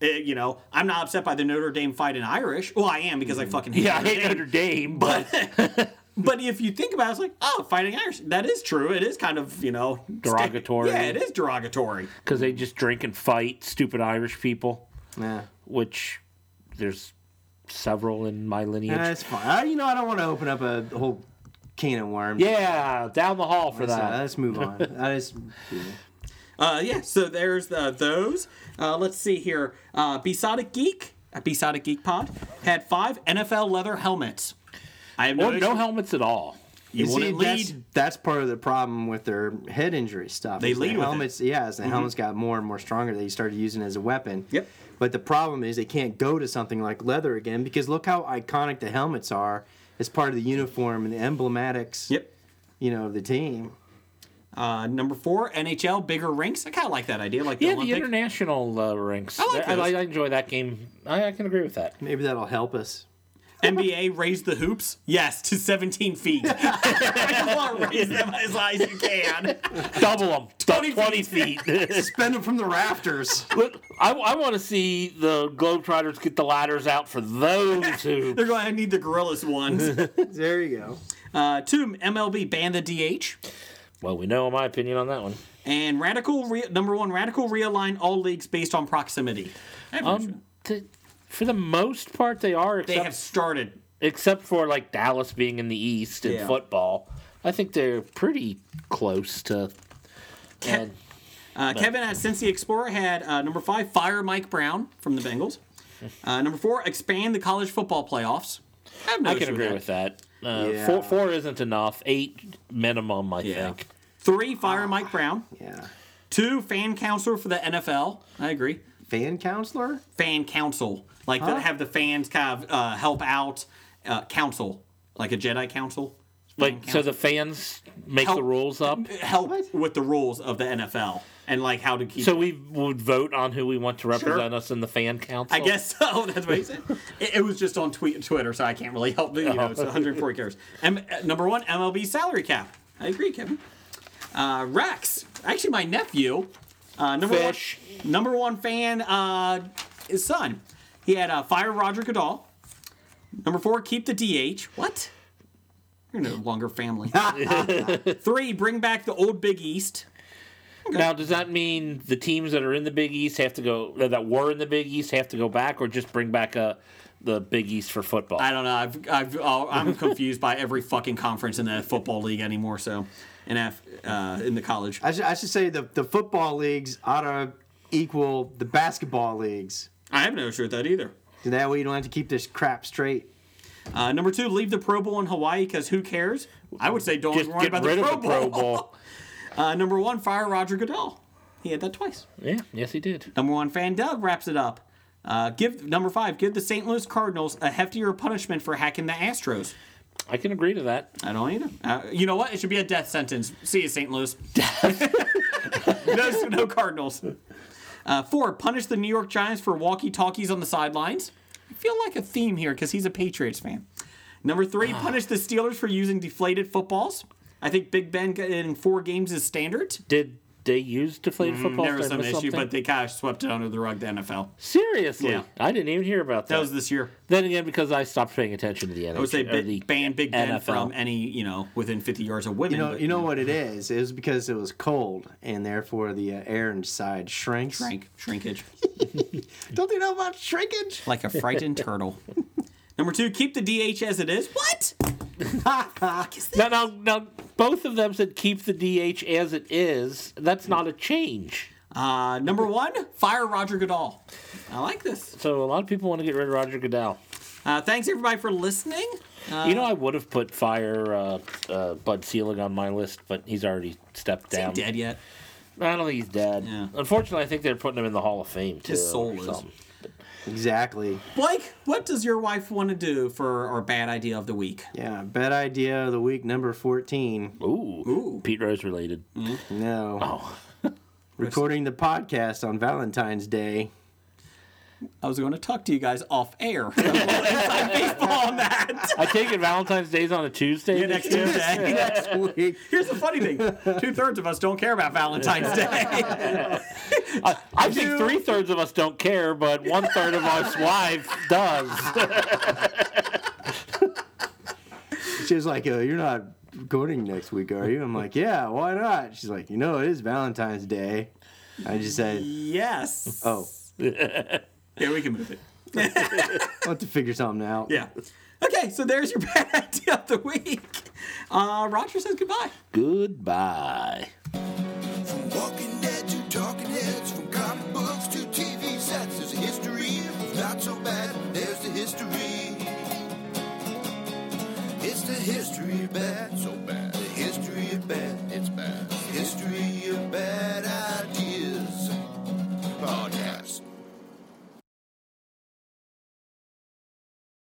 Speaker 2: eh, you know, I'm not upset by the Notre Dame fight in Irish. Well, I am because I fucking hate
Speaker 3: Mm-hmm. Yeah, I
Speaker 2: Notre
Speaker 3: hate
Speaker 2: Dame.
Speaker 3: Notre Dame, but
Speaker 2: But if you think about it, it's like, oh, fighting Irish. That is true. It is kind of, you know, sta-
Speaker 3: Derogatory.
Speaker 2: Yeah, it is derogatory.
Speaker 3: because they just drink and fight, stupid Irish people,
Speaker 6: Yeah.
Speaker 3: which there's several in my lineage.
Speaker 6: That's fine. I, you know, I don't want to open up a whole can of worms.
Speaker 3: yeah, down the hall for
Speaker 6: So
Speaker 3: that.
Speaker 6: let's move on. I just,
Speaker 2: Uh, yeah, so there's uh, those. Uh, let's see here. Uh, Besodic Geek, uh, Besodic Geek Pod, had five NFL leather helmets. I have no,
Speaker 3: Or Oh, no helmets at all.
Speaker 2: You
Speaker 6: You see,
Speaker 2: wouldn't
Speaker 6: that's,
Speaker 2: lead.
Speaker 6: that's part of the problem with their head injury stuff.
Speaker 2: They
Speaker 6: is
Speaker 2: lead with
Speaker 6: the
Speaker 2: it. Mm-hmm.
Speaker 6: helmets. Yeah, as the helmets got more and more stronger, they started using it as a weapon.
Speaker 2: Yep.
Speaker 6: But the problem is they can't go to something like leather again because look how iconic the helmets are as part of the uniform and the emblematics.
Speaker 2: Yep.
Speaker 6: You know of the team.
Speaker 2: Uh, number four, NHL bigger rinks. I kind of like that idea. Like the
Speaker 3: Yeah, the
Speaker 2: Olympics.
Speaker 3: international uh, rinks. I,
Speaker 2: like
Speaker 3: I,
Speaker 2: those.
Speaker 3: I enjoy that game. I, I can agree with that.
Speaker 6: Maybe that'll help us.
Speaker 2: NBA raise the hoops. Yes, to 17 feet. Come on, raise them as high as you can.
Speaker 3: Double them, 20, feet.
Speaker 6: Spend them from the rafters.
Speaker 3: Look, I, want to see the Globetrotters get the ladders out for those who.
Speaker 2: They're going to need the gorillas ones.
Speaker 6: there you go.
Speaker 2: Uh, two, MLB ban the DH.
Speaker 3: well, we know my opinion on that one.
Speaker 2: And radical re- number one, radical realign all leagues based on proximity.
Speaker 3: Um, t for the most part, they are,
Speaker 2: they
Speaker 3: except,
Speaker 2: have started.
Speaker 3: except for like Dallas being in the East in
Speaker 2: Yeah.
Speaker 3: football. I think they're pretty close to.
Speaker 2: Ke- uh, Kevin at Cincy Explorer had uh, number five, fire Mike Brown from the Bengals. Uh, number four, expand the college football playoffs. I, have no
Speaker 3: I
Speaker 2: issue
Speaker 3: can agree with that. Uh,
Speaker 6: Yeah.
Speaker 3: four, four isn't enough. Eight minimum, I
Speaker 2: Yeah.
Speaker 3: think.
Speaker 2: Three, fire
Speaker 3: Ah.
Speaker 2: Mike Brown.
Speaker 6: Yeah.
Speaker 2: Two, fan counselor for the NFL. I agree.
Speaker 6: Fan counselor?
Speaker 2: Fan council, like that have the fans kind of uh, help out, uh, council, like a Jedi council.
Speaker 3: Like, so the fans make
Speaker 2: Help-
Speaker 3: the rules up.
Speaker 2: help with the rules of the NFL and like how to keep.
Speaker 3: So we would vote on who we want to represent us in the fan council.
Speaker 2: I guess so. That's what he said. It, it was just on tweet, Twitter, so I can't really help. You know,
Speaker 3: Oh.
Speaker 2: it's 140 characters. M, uh, number one, MLB salary cap. I agree, Kevin. Uh, Rex, actually, my nephew, uh, number
Speaker 3: Fish.
Speaker 2: one, number one fan, uh, his son. He had uh, fire Roger Goodall. Number four, keep the DH. What? You're no longer family. Three, bring back the old Big East.
Speaker 3: Now, does that mean the teams that are in the Big East have to go that were in the Big East have to go back, or just bring back uh the Big East for football?
Speaker 2: I don't know. I've, I've, oh, I'm confused by every fucking conference in the football league anymore. So, and F, uh, in the college,
Speaker 6: I should, I should say the, the football leagues ought to equal the basketball leagues.
Speaker 2: I have no issue with that either.
Speaker 6: So that way you don't have to keep this crap straight.
Speaker 2: Uh, number two, leave the Pro Bowl in Hawaii because who cares? I would say don't
Speaker 3: Just
Speaker 2: worry
Speaker 3: get
Speaker 2: about
Speaker 3: rid
Speaker 2: the Pro
Speaker 3: of the Pro
Speaker 2: Bowl.
Speaker 3: Bowl.
Speaker 2: Uh, number one, fire Roger Goodell. He had that twice.
Speaker 3: yeah, yes, he did.
Speaker 2: Number one, fan Doug wraps it up. Uh, give number five, give the St. Louis Cardinals a heftier punishment for hacking the Astros.
Speaker 3: I can agree to that.
Speaker 2: I don't either. Uh, you know what? It should be a death sentence. See you, St. Louis. no, no Cardinals. Uh, four, punish the New York Giants for walkie talkies on the sidelines. I feel like a theme here because he's a Patriots fan. Number three, punish the Steelers for using deflated footballs. I think Big Ben got in four games is standard.
Speaker 3: Did they use deflated football?
Speaker 2: Mm, There was
Speaker 3: Did I
Speaker 2: some
Speaker 3: miss
Speaker 2: issue,
Speaker 3: something?
Speaker 2: but they kind of swept it under the rug, the NFL.
Speaker 3: seriously,
Speaker 2: Yeah.
Speaker 3: I didn't even hear about that.
Speaker 2: That was this year.
Speaker 3: then again, because I stopped paying attention to the NHL.
Speaker 2: I would say
Speaker 3: or
Speaker 2: bi-
Speaker 3: the
Speaker 2: ban Big Ben
Speaker 3: NFL.
Speaker 2: from any, you know, within 50 yards of women.
Speaker 6: You know,
Speaker 2: but-
Speaker 6: you know what it is? It was because it was cold, and therefore the uh, air inside shrinks.
Speaker 2: Shrink, shrinkage.
Speaker 6: Don't they know about shrinkage?
Speaker 2: like a frightened turtle. Number two, keep the DH as it is. What?
Speaker 3: Now, now, now, both of them said keep the DH as it is. That's not a change.
Speaker 2: Uh, number one, fire Roger Goodall. I like this.
Speaker 3: So a lot of people want to get rid of Roger Goodell.
Speaker 2: Uh, thanks everybody for listening. Uh.
Speaker 3: you know, I would have put fire uh, uh, Bud Selig on my list, but he's already stepped
Speaker 2: Is he
Speaker 3: down.
Speaker 2: dead yet?
Speaker 3: I don't think he's dead.
Speaker 2: Yeah.
Speaker 3: Unfortunately, I think they're putting him in the Hall of Fame too.
Speaker 2: His soul
Speaker 3: or
Speaker 2: is.
Speaker 3: something.
Speaker 6: Exactly.
Speaker 2: Blake, what does your wife want to do for our bad idea of the week?
Speaker 6: Yeah, bad idea of the week number 14.
Speaker 3: Ooh,
Speaker 2: Ooh. Hmm.
Speaker 3: Pete Rose related.
Speaker 6: No.
Speaker 3: Oh.
Speaker 6: Recording the podcast on Valentine's Day.
Speaker 2: I was going to talk to you guys off air. Inside baseball on that.
Speaker 3: I take it Valentine's Day's on a Tuesday.
Speaker 2: Yeah,
Speaker 3: this
Speaker 2: next
Speaker 3: year?
Speaker 2: Tuesday.
Speaker 6: Next week.
Speaker 2: Here's the funny thing: two thirds of us don't care about Valentine's Day.
Speaker 3: I, I think three thirds of us don't care, but one third of us wife does.
Speaker 6: She was like, oh, You're not recording next week, are you? I'm like, Yeah, why not? She's like, You know, it is Valentine's Day. I just said,
Speaker 2: yes.
Speaker 6: Oh,
Speaker 2: Yeah, we can move it.
Speaker 6: I'll have to figure something out.
Speaker 2: Yeah. Okay, so there's your bad idea of the week. Uh, Roger says goodbye.
Speaker 3: Goodbye.
Speaker 4: From Walking Dead to Talking Heads, from comic books to TV sets, there's a history. If not so bad, there's the history. It's the history of bad, so bad. The history of bad, it's bad. History of bad ideas. Podcast.